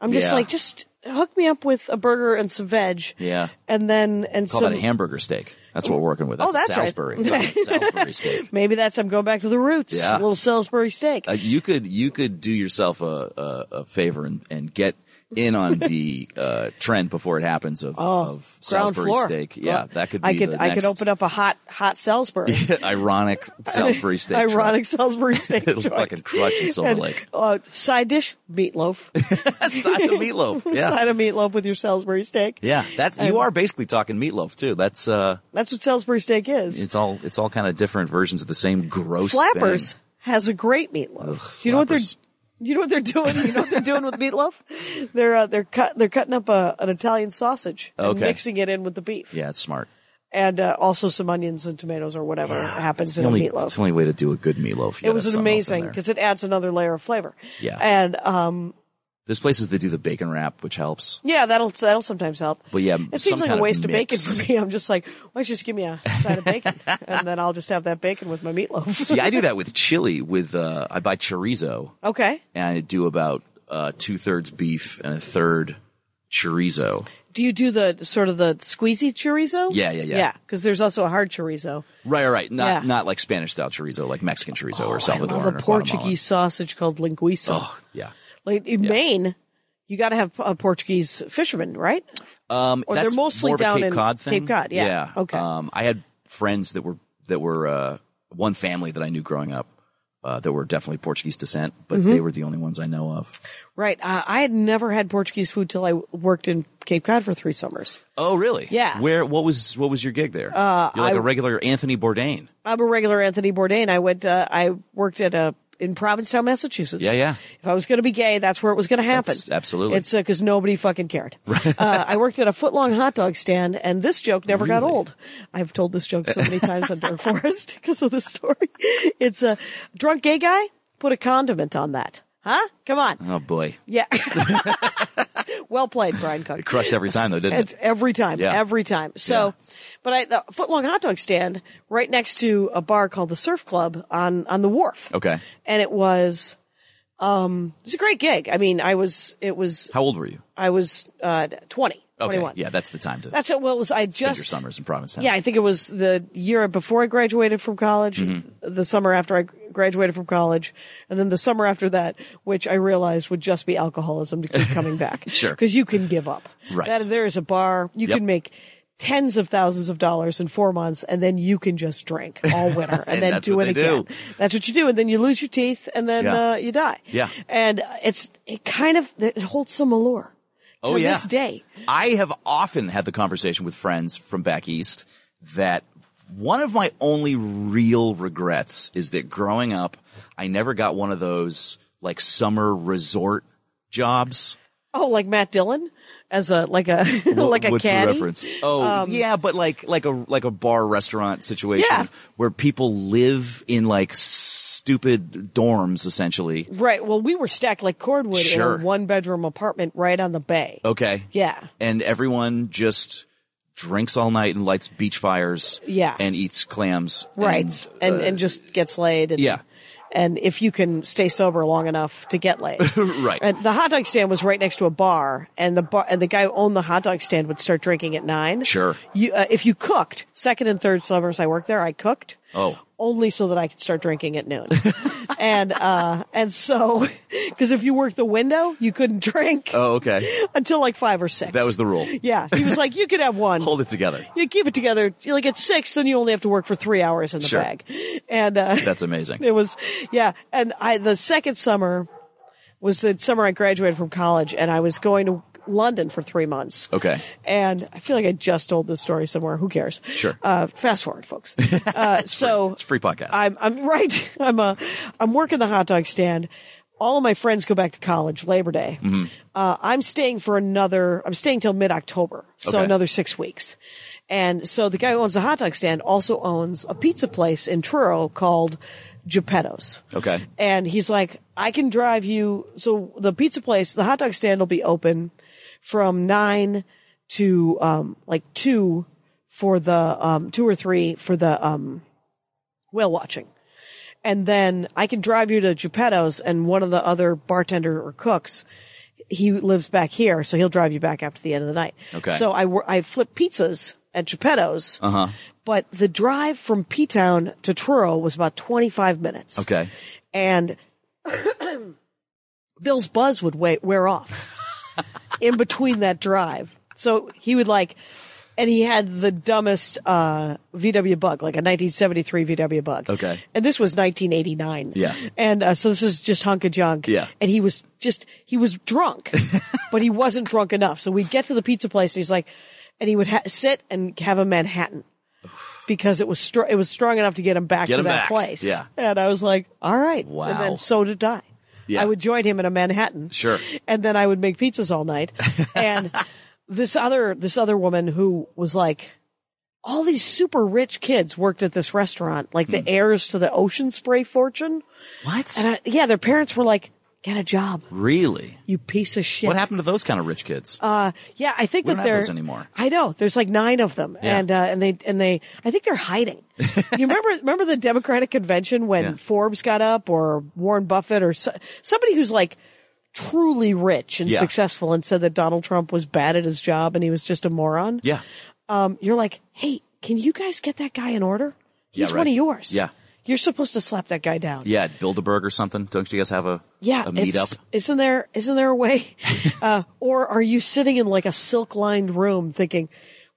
[SPEAKER 3] I'm just
[SPEAKER 4] Yeah.
[SPEAKER 3] like, just hook me up with a burger and some veg.
[SPEAKER 4] Yeah.
[SPEAKER 3] and then and
[SPEAKER 4] Call
[SPEAKER 3] some.
[SPEAKER 4] that a hamburger steak. That's what we're working with.
[SPEAKER 3] Oh,
[SPEAKER 4] That's, a
[SPEAKER 3] that's right.
[SPEAKER 4] Salisbury. Fucking Salisbury steak.
[SPEAKER 3] Maybe that's I'm going back to the roots.
[SPEAKER 4] Yeah.
[SPEAKER 3] A little Salisbury steak.
[SPEAKER 4] Uh, you could you could do yourself a a, a favor and, and get in on the uh, trend before it happens of, of
[SPEAKER 3] Oh, Ground
[SPEAKER 4] Salisbury
[SPEAKER 3] floor
[SPEAKER 4] steak. Yeah,
[SPEAKER 3] Well,
[SPEAKER 4] that could be
[SPEAKER 3] I could
[SPEAKER 4] the
[SPEAKER 3] I
[SPEAKER 4] next
[SPEAKER 3] could open up a hot hot Salisbury.
[SPEAKER 4] ironic Salisbury steak. trend.
[SPEAKER 3] Ironic Salisbury steak
[SPEAKER 4] It'll
[SPEAKER 3] joint.
[SPEAKER 4] fucking crush in Silver
[SPEAKER 3] And,
[SPEAKER 4] Lake.
[SPEAKER 3] uh, side dish meatloaf.
[SPEAKER 4] Side of meatloaf. Yeah.
[SPEAKER 3] Side of meatloaf with your Salisbury steak.
[SPEAKER 4] yeah, that's you are basically talking meatloaf too. That's uh,
[SPEAKER 3] That's what Salisbury steak is.
[SPEAKER 4] it's all it's all kind of different versions of the same gross
[SPEAKER 3] Flappers
[SPEAKER 4] thing.
[SPEAKER 3] has a great meatloaf. you know what they're
[SPEAKER 4] Flappers.
[SPEAKER 3] you know what they're doing? You know what they're doing with meatloaf? They're uh, they're cut they're cutting up a, an Italian sausage and
[SPEAKER 4] Okay.
[SPEAKER 3] mixing it in with the beef
[SPEAKER 4] Yeah, it's smart.
[SPEAKER 3] and uh, also some onions and tomatoes or whatever happens
[SPEAKER 4] It's
[SPEAKER 3] in
[SPEAKER 4] the only
[SPEAKER 3] a meatloaf.
[SPEAKER 4] it's the only way to do a good meatloaf. You
[SPEAKER 3] it
[SPEAKER 4] gotta
[SPEAKER 3] was
[SPEAKER 4] have
[SPEAKER 3] an
[SPEAKER 4] something else in
[SPEAKER 3] amazing
[SPEAKER 4] there.
[SPEAKER 3] because it adds another layer of flavor.
[SPEAKER 4] Yeah.
[SPEAKER 3] and um,
[SPEAKER 4] There's places that do the bacon wrap, which helps.
[SPEAKER 3] yeah, that'll that'll sometimes help.
[SPEAKER 4] But yeah,
[SPEAKER 3] it
[SPEAKER 4] some
[SPEAKER 3] seems like
[SPEAKER 4] kind
[SPEAKER 3] a
[SPEAKER 4] of
[SPEAKER 3] waste of, bacon
[SPEAKER 4] mix.
[SPEAKER 3] for me. I'm just like, why don't you just give me a side of bacon and then I'll just have that bacon with my meatloaf.
[SPEAKER 4] See, I do that with chili. With uh, I buy chorizo
[SPEAKER 3] okay.
[SPEAKER 4] and I do about uh, two thirds beef and a third chorizo.
[SPEAKER 3] Do you do the sort of the squeezy chorizo?
[SPEAKER 4] Yeah, yeah, yeah.
[SPEAKER 3] Yeah, because there's also a hard chorizo.
[SPEAKER 4] Right, right, right. Not
[SPEAKER 3] Yeah. Oh,
[SPEAKER 4] not like Spanish style chorizo, like Mexican chorizo or
[SPEAKER 3] I
[SPEAKER 4] Salvadoran
[SPEAKER 3] love
[SPEAKER 4] or
[SPEAKER 3] a Portuguese
[SPEAKER 4] Guatemalan.
[SPEAKER 3] sausage called linguiça.
[SPEAKER 4] Oh, yeah.
[SPEAKER 3] Like in Maine, you got to have a Portuguese fisherman, right?
[SPEAKER 4] Um,
[SPEAKER 3] Or they're
[SPEAKER 4] that's
[SPEAKER 3] mostly
[SPEAKER 4] more of a
[SPEAKER 3] down
[SPEAKER 4] Cape
[SPEAKER 3] in
[SPEAKER 4] Cod thing.
[SPEAKER 3] Cape Cod, yeah. Okay.
[SPEAKER 4] Um, I had friends that were that were uh, one family that I knew growing up uh, that were definitely Portuguese descent, but
[SPEAKER 3] Mm-hmm.
[SPEAKER 4] they were the only ones I know of.
[SPEAKER 3] Right. Uh, I had never had Portuguese food till I worked in Cape Cod for three summers.
[SPEAKER 4] Oh, really?
[SPEAKER 3] Yeah.
[SPEAKER 4] Where? What was what was your gig there? Uh, You're like a regular Anthony Bourdain.
[SPEAKER 3] I'm a regular Anthony Bourdain. I went. Uh, I worked at a in Provincetown, Massachusetts.
[SPEAKER 4] Yeah, yeah.
[SPEAKER 3] If I was going to be gay, that's where it was going to happen.
[SPEAKER 4] That's- absolutely.
[SPEAKER 3] It's because nobody fucking cared. uh, I worked at a foot long hot dog stand, and this joke never got old. I've told this joke so many times on Dark Forest because of this story. It's a drunk gay guy put a condiment on that. Huh? Come on.
[SPEAKER 4] Oh boy,
[SPEAKER 3] Yeah. well played, Brian Cook.
[SPEAKER 4] crushed every time though, didn't
[SPEAKER 3] It's
[SPEAKER 4] it?
[SPEAKER 3] every time,
[SPEAKER 4] Yeah.
[SPEAKER 3] every time. So, but I, the footlong hot dog stand right next to a bar called the Surf Club on, on the wharf.
[SPEAKER 4] Okay.
[SPEAKER 3] And it was, um, it was a great gig. I mean, I was, it was,
[SPEAKER 4] How old were you?
[SPEAKER 3] I was, uh, 20,
[SPEAKER 4] Okay.
[SPEAKER 3] 21.
[SPEAKER 4] Yeah, that's the time to
[SPEAKER 3] That's it. Well, it was, I
[SPEAKER 4] spend your
[SPEAKER 3] just,
[SPEAKER 4] summers in Provincetown.
[SPEAKER 3] yeah, I think it was the year before I graduated from college,
[SPEAKER 4] Mm-hmm.
[SPEAKER 3] the summer after I graduated from college, and then the summer after that, which I realized would just be alcoholism to keep coming back.
[SPEAKER 4] Sure.
[SPEAKER 3] Because you can give up.
[SPEAKER 4] Right.
[SPEAKER 3] That- there is a bar. You
[SPEAKER 4] Yep.
[SPEAKER 3] can make tens of thousands of dollars in four months and then you can just drink all winter and,
[SPEAKER 4] And
[SPEAKER 3] then
[SPEAKER 4] that's
[SPEAKER 3] do
[SPEAKER 4] what
[SPEAKER 3] it
[SPEAKER 4] they do.
[SPEAKER 3] again. That's what you do. And then you lose your teeth and then
[SPEAKER 4] Yeah.
[SPEAKER 3] uh, you die.
[SPEAKER 4] Yeah.
[SPEAKER 3] And it's, it kind of, it holds some allure.
[SPEAKER 4] Oh
[SPEAKER 3] to
[SPEAKER 4] yeah.
[SPEAKER 3] this day.
[SPEAKER 4] I have often had the conversation with friends from back east that one of my only real regrets is that growing up, I never got one of those like summer resort jobs.
[SPEAKER 3] Oh, like Matt Dillon as a, like a, like a
[SPEAKER 4] What's the
[SPEAKER 3] caddy. Um,
[SPEAKER 4] reference? Oh, yeah, but like like a like a bar restaurant situation
[SPEAKER 3] Yeah.
[SPEAKER 4] where people live in like stupid dorms essentially.
[SPEAKER 3] Right. Well, we were stacked like cordwood
[SPEAKER 4] Sure.
[SPEAKER 3] in a one bedroom apartment right on the bay.
[SPEAKER 4] Okay.
[SPEAKER 3] Yeah.
[SPEAKER 4] And everyone just drinks all night and lights beach fires.
[SPEAKER 3] Yeah.
[SPEAKER 4] And eats clams.
[SPEAKER 3] Right. And and, just gets laid. And,
[SPEAKER 4] yeah.
[SPEAKER 3] And if you can stay sober long enough to get laid.
[SPEAKER 4] Right.
[SPEAKER 3] And the hot dog stand was right next to a bar, and the bar and the guy who owned the hot dog stand would start drinking at nine.
[SPEAKER 4] Sure.
[SPEAKER 3] You, uh, if you cooked, second and third summers I worked there, I cooked.
[SPEAKER 4] Oh.
[SPEAKER 3] Only so that I could start drinking at noon. and uh and so because if you worked the window, you couldn't drink
[SPEAKER 4] Oh, okay.
[SPEAKER 3] until like five or six.
[SPEAKER 4] That was the rule.
[SPEAKER 3] Yeah, he was like, you could have one.
[SPEAKER 4] Hold it together.
[SPEAKER 3] You keep it together. You like at six, then you only have to work for three hours in the
[SPEAKER 4] Sure.
[SPEAKER 3] bag. And uh,
[SPEAKER 4] That's amazing.
[SPEAKER 3] it was, yeah. And I the second summer was the summer I graduated from college, and I was going to London for three months.
[SPEAKER 4] Okay.
[SPEAKER 3] And I feel like I just told this story somewhere. Who cares?
[SPEAKER 4] Sure.
[SPEAKER 3] Uh, fast forward, folks. Uh, so
[SPEAKER 4] It's a free podcast.
[SPEAKER 3] I'm I'm right. I'm uh I'm working the hot dog stand. All of my friends go back to college Labor Day.
[SPEAKER 4] Mm-hmm.
[SPEAKER 3] Uh, I'm staying for another. I'm staying till mid October, so
[SPEAKER 4] Okay.
[SPEAKER 3] another six weeks. And so the guy who owns the hot dog stand also owns a pizza place in Truro called Geppetto's.
[SPEAKER 4] Okay.
[SPEAKER 3] And he's like, I can drive you. So the pizza place, the hot dog stand will be open from nine to, um, like two for the, um, two or three for the, um, whale watching. And then I can drive you to Geppetto's and one of the other bartender or cooks. He lives back here, so he'll drive you back after the end of the night.
[SPEAKER 4] Okay. Uh-huh.
[SPEAKER 3] So I, wor- I flip pizzas at Geppetto's. Uh huh. But the drive from P Town to Truro was about 25 minutes
[SPEAKER 4] okay.
[SPEAKER 3] and Bill's buzz would wa- wear off in between that drive. So he would like, and he had the dumbest uh, VW Bug, like a 1973 VW Bug.
[SPEAKER 4] Okay.
[SPEAKER 3] And this was 1989.
[SPEAKER 4] Yeah.
[SPEAKER 3] And uh, so this is just hunk of junk.
[SPEAKER 4] Yeah.
[SPEAKER 3] And he was just, he was drunk, but he wasn't drunk enough. So we'd get to the pizza place and he's like, and he would ha- sit and have a Manhattan. Because it was str- it was strong enough to get him back
[SPEAKER 4] Get
[SPEAKER 3] to
[SPEAKER 4] him
[SPEAKER 3] that
[SPEAKER 4] back.
[SPEAKER 3] place.
[SPEAKER 4] Yeah.
[SPEAKER 3] And I was like, all right. And
[SPEAKER 4] Wow.
[SPEAKER 3] then so did I.
[SPEAKER 4] Yeah.
[SPEAKER 3] I would join him in a Manhattan.
[SPEAKER 4] Sure.
[SPEAKER 3] And then I would make pizzas all night. And this other this other woman who was like all these super rich kids worked at this restaurant, like
[SPEAKER 4] Hmm.
[SPEAKER 3] the heirs to the ocean spray fortune.
[SPEAKER 4] What?
[SPEAKER 3] And I, yeah, their parents were like, "Get a job,
[SPEAKER 4] really?
[SPEAKER 3] you piece of shit."
[SPEAKER 4] What happened to those kind of rich kids?
[SPEAKER 3] Uh, yeah, I think that
[SPEAKER 4] We don't have
[SPEAKER 3] they're
[SPEAKER 4] those anymore.
[SPEAKER 3] I know. There's like nine of them,
[SPEAKER 4] Yeah.
[SPEAKER 3] and uh, and they and they. I think they're hiding. you remember remember the Democratic convention when
[SPEAKER 4] Yeah.
[SPEAKER 3] Forbes got up, or Warren Buffett, or so, somebody who's like truly rich and
[SPEAKER 4] Yeah.
[SPEAKER 3] successful, and said that Donald Trump was bad at his job and he was just a moron.
[SPEAKER 4] yeah.
[SPEAKER 3] Um, you're like, hey, can you guys get that guy in order? He's
[SPEAKER 4] right.
[SPEAKER 3] one of yours.
[SPEAKER 4] Yeah.
[SPEAKER 3] You're supposed to slap that guy down.
[SPEAKER 4] Yeah. At Bilderberg or something. Don't you guys have a,
[SPEAKER 3] Yeah,
[SPEAKER 4] a
[SPEAKER 3] it's-
[SPEAKER 4] meetup?
[SPEAKER 3] Isn't there isn't there a way? uh, or are you sitting in like a silk lined room thinking,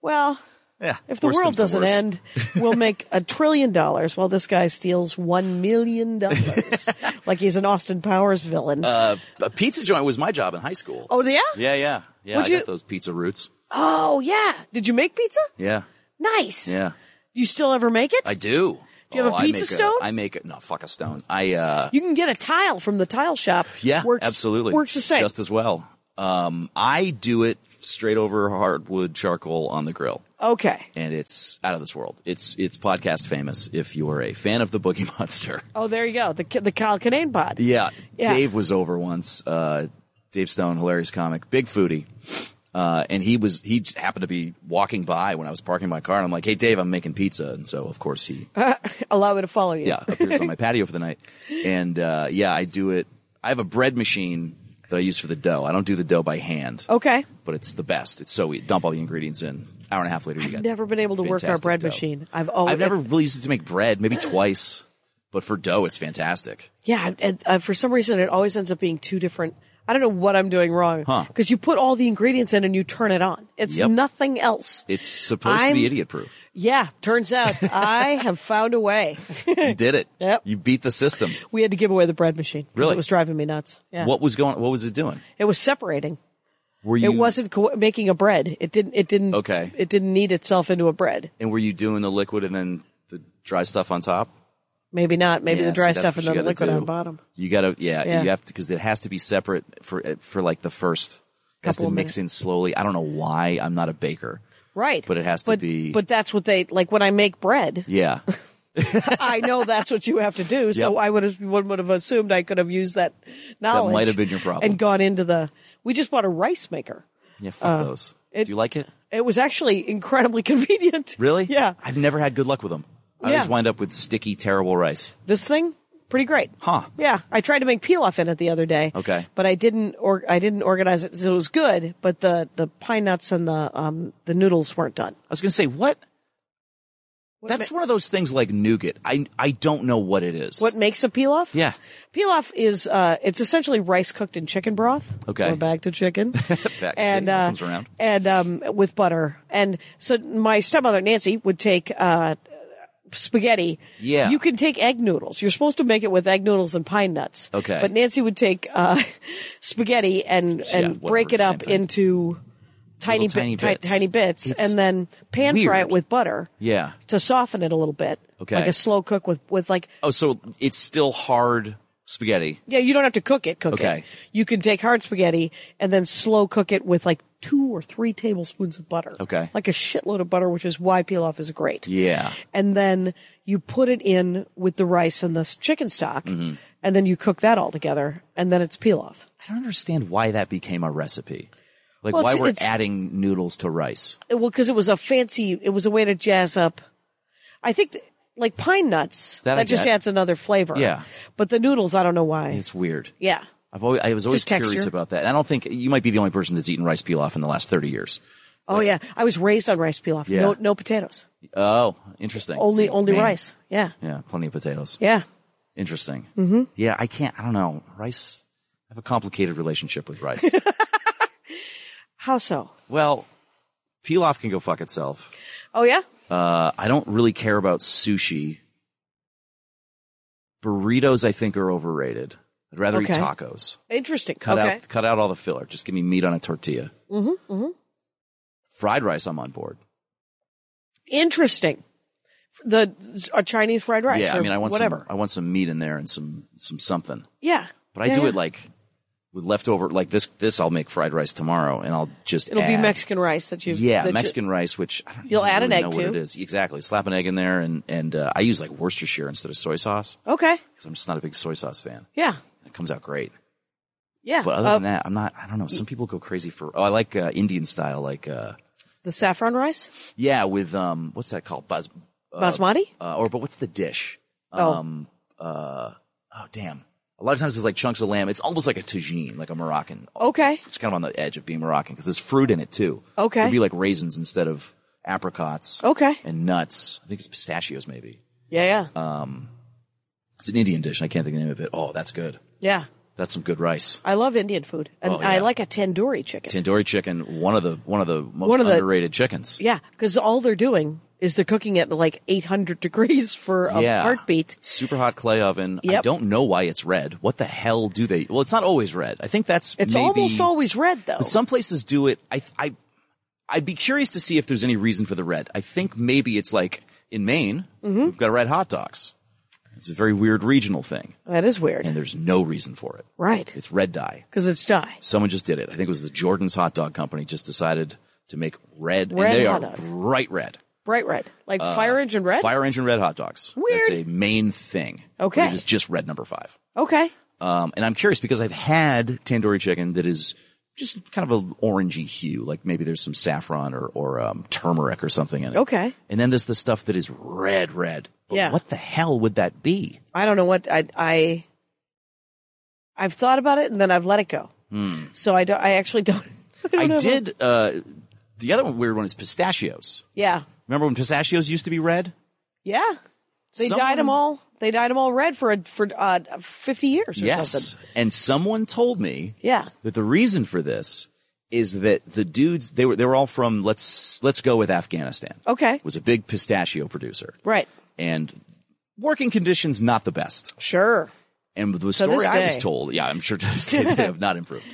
[SPEAKER 3] well,
[SPEAKER 4] Yeah.
[SPEAKER 3] if the
[SPEAKER 4] worse
[SPEAKER 3] world
[SPEAKER 4] comes to
[SPEAKER 3] doesn't
[SPEAKER 4] worse.
[SPEAKER 3] end, we'll make a trillion dollars while this guy steals one million dollars, like he's an Austin Powers villain.
[SPEAKER 4] Uh, a pizza joint was my job in high school.
[SPEAKER 3] oh yeah,
[SPEAKER 4] Yeah, yeah, yeah.
[SPEAKER 3] Would
[SPEAKER 4] I
[SPEAKER 3] you-
[SPEAKER 4] got those pizza roots.
[SPEAKER 3] oh yeah. Did you make pizza?
[SPEAKER 4] Yeah,
[SPEAKER 3] Nice.
[SPEAKER 4] yeah.
[SPEAKER 3] You still ever make it?
[SPEAKER 4] I do. Oh,
[SPEAKER 3] Do you have a
[SPEAKER 4] I
[SPEAKER 3] pizza
[SPEAKER 4] make
[SPEAKER 3] stone?
[SPEAKER 4] I make it. No, fuck a stone. I uh,
[SPEAKER 3] you can get a tile from the tile shop.
[SPEAKER 4] yeah,
[SPEAKER 3] works,
[SPEAKER 4] absolutely
[SPEAKER 3] works the same.
[SPEAKER 4] just as well. Um, I do it straight over hardwood charcoal on the grill.
[SPEAKER 3] okay.
[SPEAKER 4] And it's out of this world. It's it's podcast famous. If you are a fan of the Boogie Monster,
[SPEAKER 3] Oh, there you go. The the Kyle Kinane pod.
[SPEAKER 4] Yeah.
[SPEAKER 3] Yeah.
[SPEAKER 4] Dave was over once. Uh, Dave Stone, hilarious comic, big foodie. Uh, and he was, he just happened to be walking by when I was parking my car and I'm like, Hey, Dave, I'm making pizza. And so of course he,
[SPEAKER 3] Oh. Allow me to follow you.
[SPEAKER 4] yeah, appears on my patio for the night. And, uh, yeah, I do it. I have a bread machine that I use for the dough. I don't do the dough by hand.
[SPEAKER 3] Okay.
[SPEAKER 4] But it's the best. It's so easy. Dump all the ingredients in. Hour and a half later, you got
[SPEAKER 3] never been able to work our
[SPEAKER 4] fantastic
[SPEAKER 3] bread
[SPEAKER 4] dough.
[SPEAKER 3] machine. I've always
[SPEAKER 4] I've never really used it to make bread, maybe twice, but for dough, it's fantastic.
[SPEAKER 3] yeah. and- And, uh, for some reason, it always ends up being two different. I don't know what I'm doing wrong
[SPEAKER 4] Huh.
[SPEAKER 3] because you put all the ingredients in and you turn it on. It's
[SPEAKER 4] Yep.
[SPEAKER 3] nothing else.
[SPEAKER 4] It's supposed to
[SPEAKER 3] I'm-
[SPEAKER 4] be idiot proof.
[SPEAKER 3] yeah, turns out I have found a way.
[SPEAKER 4] You did it.
[SPEAKER 3] Yep.
[SPEAKER 4] You beat the system.
[SPEAKER 3] we had to give away the bread machine. 'cause
[SPEAKER 4] Really?
[SPEAKER 3] it was driving me nuts. Yeah,
[SPEAKER 4] What was going? What was it doing?
[SPEAKER 3] it was separating.
[SPEAKER 4] Were you?
[SPEAKER 3] It wasn't co- making a bread. It didn't. It didn't.
[SPEAKER 4] Okay.
[SPEAKER 3] It didn't knead itself into a bread.
[SPEAKER 4] And were you doing the liquid and then the dry stuff on top?
[SPEAKER 3] Maybe not. Maybe
[SPEAKER 4] Yeah,
[SPEAKER 3] the dry
[SPEAKER 4] see, that's
[SPEAKER 3] stuff and
[SPEAKER 4] what you
[SPEAKER 3] then the
[SPEAKER 4] gotta
[SPEAKER 3] liquid
[SPEAKER 4] do.
[SPEAKER 3] on bottom.
[SPEAKER 4] You gotta, yeah,
[SPEAKER 3] Yeah.
[SPEAKER 4] you have to because it has to be separate for for like the first. It has
[SPEAKER 3] Couple
[SPEAKER 4] to
[SPEAKER 3] of
[SPEAKER 4] mix in slowly. I don't know why I'm not a baker.
[SPEAKER 3] Right.
[SPEAKER 4] But it has to
[SPEAKER 3] But-
[SPEAKER 4] be-
[SPEAKER 3] But that's what they like when I make bread.
[SPEAKER 4] Yeah,
[SPEAKER 3] I know that's what you have to do. So
[SPEAKER 4] Yep.
[SPEAKER 3] I would have one would have assumed I could have used that knowledge.
[SPEAKER 4] might have been your problem.
[SPEAKER 3] And gone into the. We just bought a rice maker.
[SPEAKER 4] yeah. Fuck those.
[SPEAKER 3] Uh, it-
[SPEAKER 4] Do you like it?
[SPEAKER 3] It was actually incredibly convenient.
[SPEAKER 4] Really?
[SPEAKER 3] Yeah.
[SPEAKER 4] I've never had good luck with them. I
[SPEAKER 3] Yeah.
[SPEAKER 4] always wind up with sticky, terrible rice.
[SPEAKER 3] This thing, pretty great.
[SPEAKER 4] Huh.
[SPEAKER 3] Yeah, I tried to make pilaf in it the other day.
[SPEAKER 4] Okay.
[SPEAKER 3] But I didn't or I didn't organize it. So it was good, but the the pine nuts and the um the noodles weren't done.
[SPEAKER 4] I was gonna say what. That's one of those things like nougat. I I don't know what it is.
[SPEAKER 3] What makes a pilaf?
[SPEAKER 4] Yeah.
[SPEAKER 3] Pilaf is uh, it's essentially rice cooked in chicken broth.
[SPEAKER 4] Okay.
[SPEAKER 3] We're back to chicken.
[SPEAKER 4] Back,
[SPEAKER 3] and
[SPEAKER 4] see,
[SPEAKER 3] uh,
[SPEAKER 4] comes around.
[SPEAKER 3] and um, with butter. And so my stepmother Nancy would take uh, spaghetti.
[SPEAKER 4] Yeah.
[SPEAKER 3] You can take egg noodles. You're supposed to make it with egg noodles and pine nuts.
[SPEAKER 4] Okay.
[SPEAKER 3] But Nancy would take uh, spaghetti and
[SPEAKER 4] Yeah,
[SPEAKER 3] and break
[SPEAKER 4] whatever,
[SPEAKER 3] it
[SPEAKER 4] same
[SPEAKER 3] up
[SPEAKER 4] thing.
[SPEAKER 3] into tiny
[SPEAKER 4] Little tiny
[SPEAKER 3] bit, ti-
[SPEAKER 4] bits.
[SPEAKER 3] tiny bits
[SPEAKER 4] It's
[SPEAKER 3] and then pan fry
[SPEAKER 4] weird.
[SPEAKER 3] it with butter.
[SPEAKER 4] Yeah.
[SPEAKER 3] To soften it a little bit.
[SPEAKER 4] Okay.
[SPEAKER 3] Like a slow cook with with like
[SPEAKER 4] Oh, so it's still hard spaghetti.
[SPEAKER 3] yeah, you don't have to cook it, cook it.
[SPEAKER 4] Okay.
[SPEAKER 3] You can take hard spaghetti and then slow cook it with like two or three tablespoons of butter.
[SPEAKER 4] Okay.
[SPEAKER 3] Like a shitload of butter, which is why pilaf is great.
[SPEAKER 4] Yeah.
[SPEAKER 3] and then you put it in with the rice and the s- chicken stock,
[SPEAKER 4] Mm-hmm.
[SPEAKER 3] and then you cook that all together, and then it's pilaf.
[SPEAKER 4] I don't understand why that became a recipe. Like
[SPEAKER 3] Well,
[SPEAKER 4] why
[SPEAKER 3] it's-
[SPEAKER 4] we're
[SPEAKER 3] it's-
[SPEAKER 4] adding noodles to rice.
[SPEAKER 3] It- Well, because it was a fancy, it was a way to jazz up. I think th- like pine nuts
[SPEAKER 4] That
[SPEAKER 3] that,
[SPEAKER 4] I
[SPEAKER 3] just
[SPEAKER 4] get.
[SPEAKER 3] adds another flavor.
[SPEAKER 4] Yeah.
[SPEAKER 3] but the noodles, I don't know why.
[SPEAKER 4] It's weird.
[SPEAKER 3] yeah,
[SPEAKER 4] I've always I was always
[SPEAKER 3] Just texture.
[SPEAKER 4] curious about that. And I don't think you might be the only person that's eaten rice pilaf in the last thirty years.
[SPEAKER 3] oh yeah. I was raised on rice pilaf.
[SPEAKER 4] Yeah.
[SPEAKER 3] No, no potatoes.
[SPEAKER 4] Oh, interesting.
[SPEAKER 3] Only,
[SPEAKER 4] See,
[SPEAKER 3] only
[SPEAKER 4] man.
[SPEAKER 3] rice. Yeah,
[SPEAKER 4] Yeah, plenty of potatoes.
[SPEAKER 3] yeah.
[SPEAKER 4] Interesting. Mm-hmm. Yeah, I can't. I don't know. Rice. I have a complicated relationship with rice.
[SPEAKER 3] How so?
[SPEAKER 4] well, pilaf can go fuck itself.
[SPEAKER 3] Oh yeah.
[SPEAKER 4] Uh, I don't really care about sushi. Burritos, I think, are overrated. I'd rather eat
[SPEAKER 3] Okay.
[SPEAKER 4] tacos.
[SPEAKER 3] Interesting.
[SPEAKER 4] Cut
[SPEAKER 3] okay.
[SPEAKER 4] out, cut out all the filler. Just give me meat on a tortilla. Mm-hmm, mm-hmm. Fried rice, I'm on board.
[SPEAKER 3] Interesting. The a Chinese fried rice.
[SPEAKER 4] yeah,
[SPEAKER 3] or
[SPEAKER 4] I mean, I want
[SPEAKER 3] whatever.
[SPEAKER 4] some. I want some meat in there and some some something.
[SPEAKER 3] Yeah.
[SPEAKER 4] But I
[SPEAKER 3] Yeah,
[SPEAKER 4] do
[SPEAKER 3] yeah.
[SPEAKER 4] it like with leftover, like this. This I'll make fried rice tomorrow, and I'll just
[SPEAKER 3] It'll be
[SPEAKER 4] add-
[SPEAKER 3] Mexican rice that you
[SPEAKER 4] Yeah,
[SPEAKER 3] that you-
[SPEAKER 4] Mexican rice, which I don't
[SPEAKER 3] You'll
[SPEAKER 4] even
[SPEAKER 3] add an
[SPEAKER 4] really
[SPEAKER 3] egg to.
[SPEAKER 4] know what it is exactly. Slap an egg in there, and and uh, I use like Worcestershire instead of soy sauce
[SPEAKER 3] okay.
[SPEAKER 4] because I'm just not a big soy sauce fan.
[SPEAKER 3] Yeah.
[SPEAKER 4] It comes out great,
[SPEAKER 3] Yeah.
[SPEAKER 4] but other
[SPEAKER 3] Uh,
[SPEAKER 4] than that, I'm not. I don't know. Some people go crazy for. Oh, I like uh, Indian style, like uh,
[SPEAKER 3] the saffron rice,
[SPEAKER 4] yeah, with um, what's that called? Bas, uh,
[SPEAKER 3] basmati.
[SPEAKER 4] uh, or but what's the dish?
[SPEAKER 3] Oh.
[SPEAKER 4] Um, uh, oh damn. A lot of times it's like chunks of lamb. It's almost like a tagine, like a Moroccan.
[SPEAKER 3] Okay.
[SPEAKER 4] It's kind of on the edge of being Moroccan because there's fruit in it too.
[SPEAKER 3] Okay. Oh.
[SPEAKER 4] It'd be like raisins instead of apricots.
[SPEAKER 3] Okay.
[SPEAKER 4] And nuts. I think it's pistachios maybe.
[SPEAKER 3] Yeah.
[SPEAKER 4] Uh,
[SPEAKER 3] Yeah.
[SPEAKER 4] It's an Indian dish and I can't think of the name of it. Oh, that's good.
[SPEAKER 3] yeah.
[SPEAKER 4] That's some good rice.
[SPEAKER 3] I love Indian food, and
[SPEAKER 4] Oh, yeah.
[SPEAKER 3] I like a tandoori chicken.
[SPEAKER 4] Tandoori chicken, one of the one of the most
[SPEAKER 3] One of the-
[SPEAKER 4] underrated chickens.
[SPEAKER 3] yeah, because all they're doing is they're cooking it like 800 degrees for a
[SPEAKER 4] Yeah.
[SPEAKER 3] heartbeat.
[SPEAKER 4] Super hot clay oven. I
[SPEAKER 3] Yep.
[SPEAKER 4] don't know why it's red. What the hell do they? Well, it's not always red. I think that's
[SPEAKER 3] It's
[SPEAKER 4] maybe-
[SPEAKER 3] almost always red though.
[SPEAKER 4] But some places do it. I, I, I'd be curious to see if there's any reason for the red. I think maybe it's like in Maine,
[SPEAKER 3] Mm-hmm.
[SPEAKER 4] we've got red hot dogs. It's a very weird regional thing,
[SPEAKER 3] that is weird,
[SPEAKER 4] and there's no reason for it.
[SPEAKER 3] right?
[SPEAKER 4] It's red dye.
[SPEAKER 3] Because it's dye.
[SPEAKER 4] Someone just did it. I think it was the Jordan's Hot Dog Company just decided to make red,
[SPEAKER 3] Red
[SPEAKER 4] and they
[SPEAKER 3] hot
[SPEAKER 4] are
[SPEAKER 3] dog.
[SPEAKER 4] bright red.
[SPEAKER 3] bright red, like fire engine red.
[SPEAKER 4] Uh, Fire engine red hot dogs. That's a
[SPEAKER 3] Weird.
[SPEAKER 4] main thing.
[SPEAKER 3] Okay.
[SPEAKER 4] It is just red number five.
[SPEAKER 3] Okay,
[SPEAKER 4] Um, and I'm curious because I've had tandoori chicken that is just kind of an orangey hue, like maybe there's some saffron or, or um, turmeric or something in it.
[SPEAKER 3] Okay.
[SPEAKER 4] And then there's the stuff that is red, red. But
[SPEAKER 3] Yeah.
[SPEAKER 4] What the hell would that be?
[SPEAKER 3] I don't know what I I. I've thought about it and then I've let it go. So I don't. I actually don't. I, don't
[SPEAKER 4] Hmm. I
[SPEAKER 3] know.
[SPEAKER 4] did. Uh, the other one, weird one is pistachios.
[SPEAKER 3] Yeah.
[SPEAKER 4] Remember when pistachios used to be red?
[SPEAKER 3] Yeah. They dyed 'em
[SPEAKER 4] Someone-
[SPEAKER 3] dyed them all. They dyed them all red for a, for uh, fifty years or
[SPEAKER 4] yes.
[SPEAKER 3] something.
[SPEAKER 4] And someone told me
[SPEAKER 3] Yeah.
[SPEAKER 4] that the reason for this is that the dudes they were they were all from let's let's go with Afghanistan.
[SPEAKER 3] Okay.
[SPEAKER 4] Was a big pistachio producer.
[SPEAKER 3] Right.
[SPEAKER 4] and working conditions not the best.
[SPEAKER 3] Sure.
[SPEAKER 4] And the
[SPEAKER 3] this
[SPEAKER 4] story I was
[SPEAKER 3] day.
[SPEAKER 4] told, yeah, I'm sure to this day they have not improved.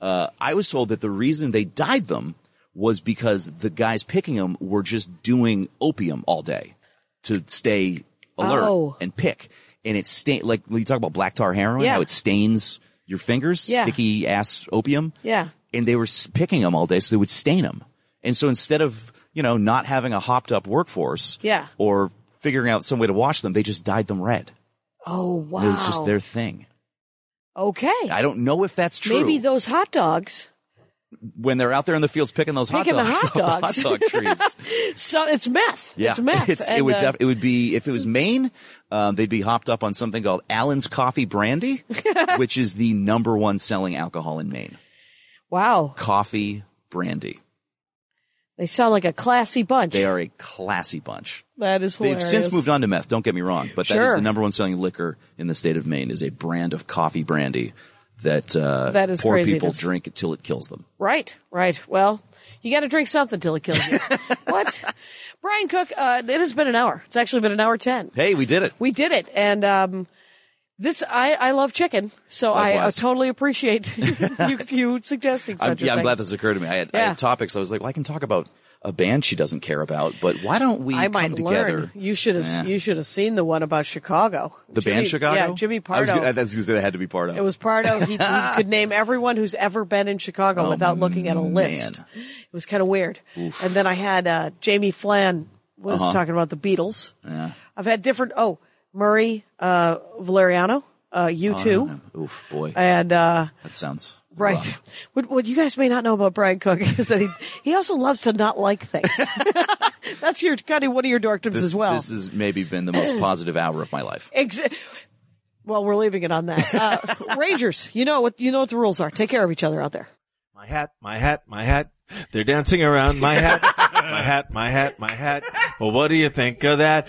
[SPEAKER 4] Uh, I was told that the reason they dyed them was because the guys picking them were just doing opium all day to stay alert
[SPEAKER 3] Oh.
[SPEAKER 4] and pick. And it stain like when you talk about black tar heroin,
[SPEAKER 3] Yeah.
[SPEAKER 4] how it stains your fingers,
[SPEAKER 3] Yeah.
[SPEAKER 4] sticky ass opium.
[SPEAKER 3] Yeah.
[SPEAKER 4] And they were s- picking them all day, so they would stain them. And so instead of you know not having a hopped up workforce,
[SPEAKER 3] Yeah.
[SPEAKER 4] or figuring out some way to wash them, they just dyed them red.
[SPEAKER 3] Oh wow.
[SPEAKER 4] It was just their thing.
[SPEAKER 3] Okay.
[SPEAKER 4] I don't know if that's true.
[SPEAKER 3] Maybe those hot dogs.
[SPEAKER 4] when they're out there in the fields picking those
[SPEAKER 3] Picking the
[SPEAKER 4] hot dogs,
[SPEAKER 3] hot
[SPEAKER 4] off
[SPEAKER 3] dogs.
[SPEAKER 4] hot dog trees.
[SPEAKER 3] So it's meth.
[SPEAKER 4] yeah,
[SPEAKER 3] It's meth.
[SPEAKER 4] It's- it
[SPEAKER 3] And,
[SPEAKER 4] would
[SPEAKER 3] uh,
[SPEAKER 4] def- it would be if it was Maine, um, they'd be hopped up on something called Allen's Coffee Brandy, which is the number one selling alcohol in Maine.
[SPEAKER 3] wow.
[SPEAKER 4] Coffee brandy.
[SPEAKER 3] They sound like a classy bunch.
[SPEAKER 4] They are a classy bunch.
[SPEAKER 3] That is
[SPEAKER 4] They've
[SPEAKER 3] hilarious.
[SPEAKER 4] since moved on to meth. Don't get me wrong, but that is
[SPEAKER 3] Sure.
[SPEAKER 4] the number one selling liquor in the state of Maine. Is a brand of coffee brandy that uh,
[SPEAKER 3] That is
[SPEAKER 4] poor people
[SPEAKER 3] craziness.
[SPEAKER 4] drink until it kills them.
[SPEAKER 3] Right. Right. Well, You got to drink something till it kills you. what? Brian Cook, uh, it has been an hour. It's actually been an hour 10.
[SPEAKER 4] Hey, we did it.
[SPEAKER 3] We did it. And, um, this, I, I love chicken, so I, I
[SPEAKER 4] Likewise.
[SPEAKER 3] totally appreciate you, you suggesting
[SPEAKER 4] I'm,
[SPEAKER 3] such a
[SPEAKER 4] yeah, I'm
[SPEAKER 3] thing.
[SPEAKER 4] glad this occurred to me. I had, I
[SPEAKER 3] Yeah.
[SPEAKER 4] had topics. I was like, well, I can talk about a band she doesn't care about, but why don't we
[SPEAKER 3] I
[SPEAKER 4] come
[SPEAKER 3] might
[SPEAKER 4] together?
[SPEAKER 3] learn. You should have.
[SPEAKER 4] Yeah.
[SPEAKER 3] You should have seen the one about Chicago.
[SPEAKER 4] the band Chicago?
[SPEAKER 3] Yeah, Jimmy
[SPEAKER 4] I was,
[SPEAKER 3] Pardo.
[SPEAKER 4] gonna- uh, I was going to say that had to be Pardo.
[SPEAKER 3] it was Pardo. He, he could name everyone who's ever been in Chicago without looking at a list.
[SPEAKER 4] Oh, man.
[SPEAKER 3] It was kind of weird. And then I had uh, Jamie Flann was
[SPEAKER 4] Uh-huh.
[SPEAKER 3] talking about the Beatles. Yeah. I've had different. Oh, Murray uh, Valeriano, uh, you too,
[SPEAKER 4] Oh, Oof, boy.
[SPEAKER 3] and uh,
[SPEAKER 4] that sounds
[SPEAKER 3] Right.
[SPEAKER 4] rough.
[SPEAKER 3] What, what you guys may not know about Brian Cook is that he, he also loves to not like things. That's your kind of one of your dorkdoms
[SPEAKER 4] This,
[SPEAKER 3] as well.
[SPEAKER 4] this has maybe been the most positive hour of my life.
[SPEAKER 3] Ex- well, we're leaving it on that. Uh, Rangers, you know what you know what the rules are. Take care of each other out there.
[SPEAKER 6] My hat, my hat, my hat. They're dancing around my hat, my hat, my hat, my hat. Well, what do you think of that?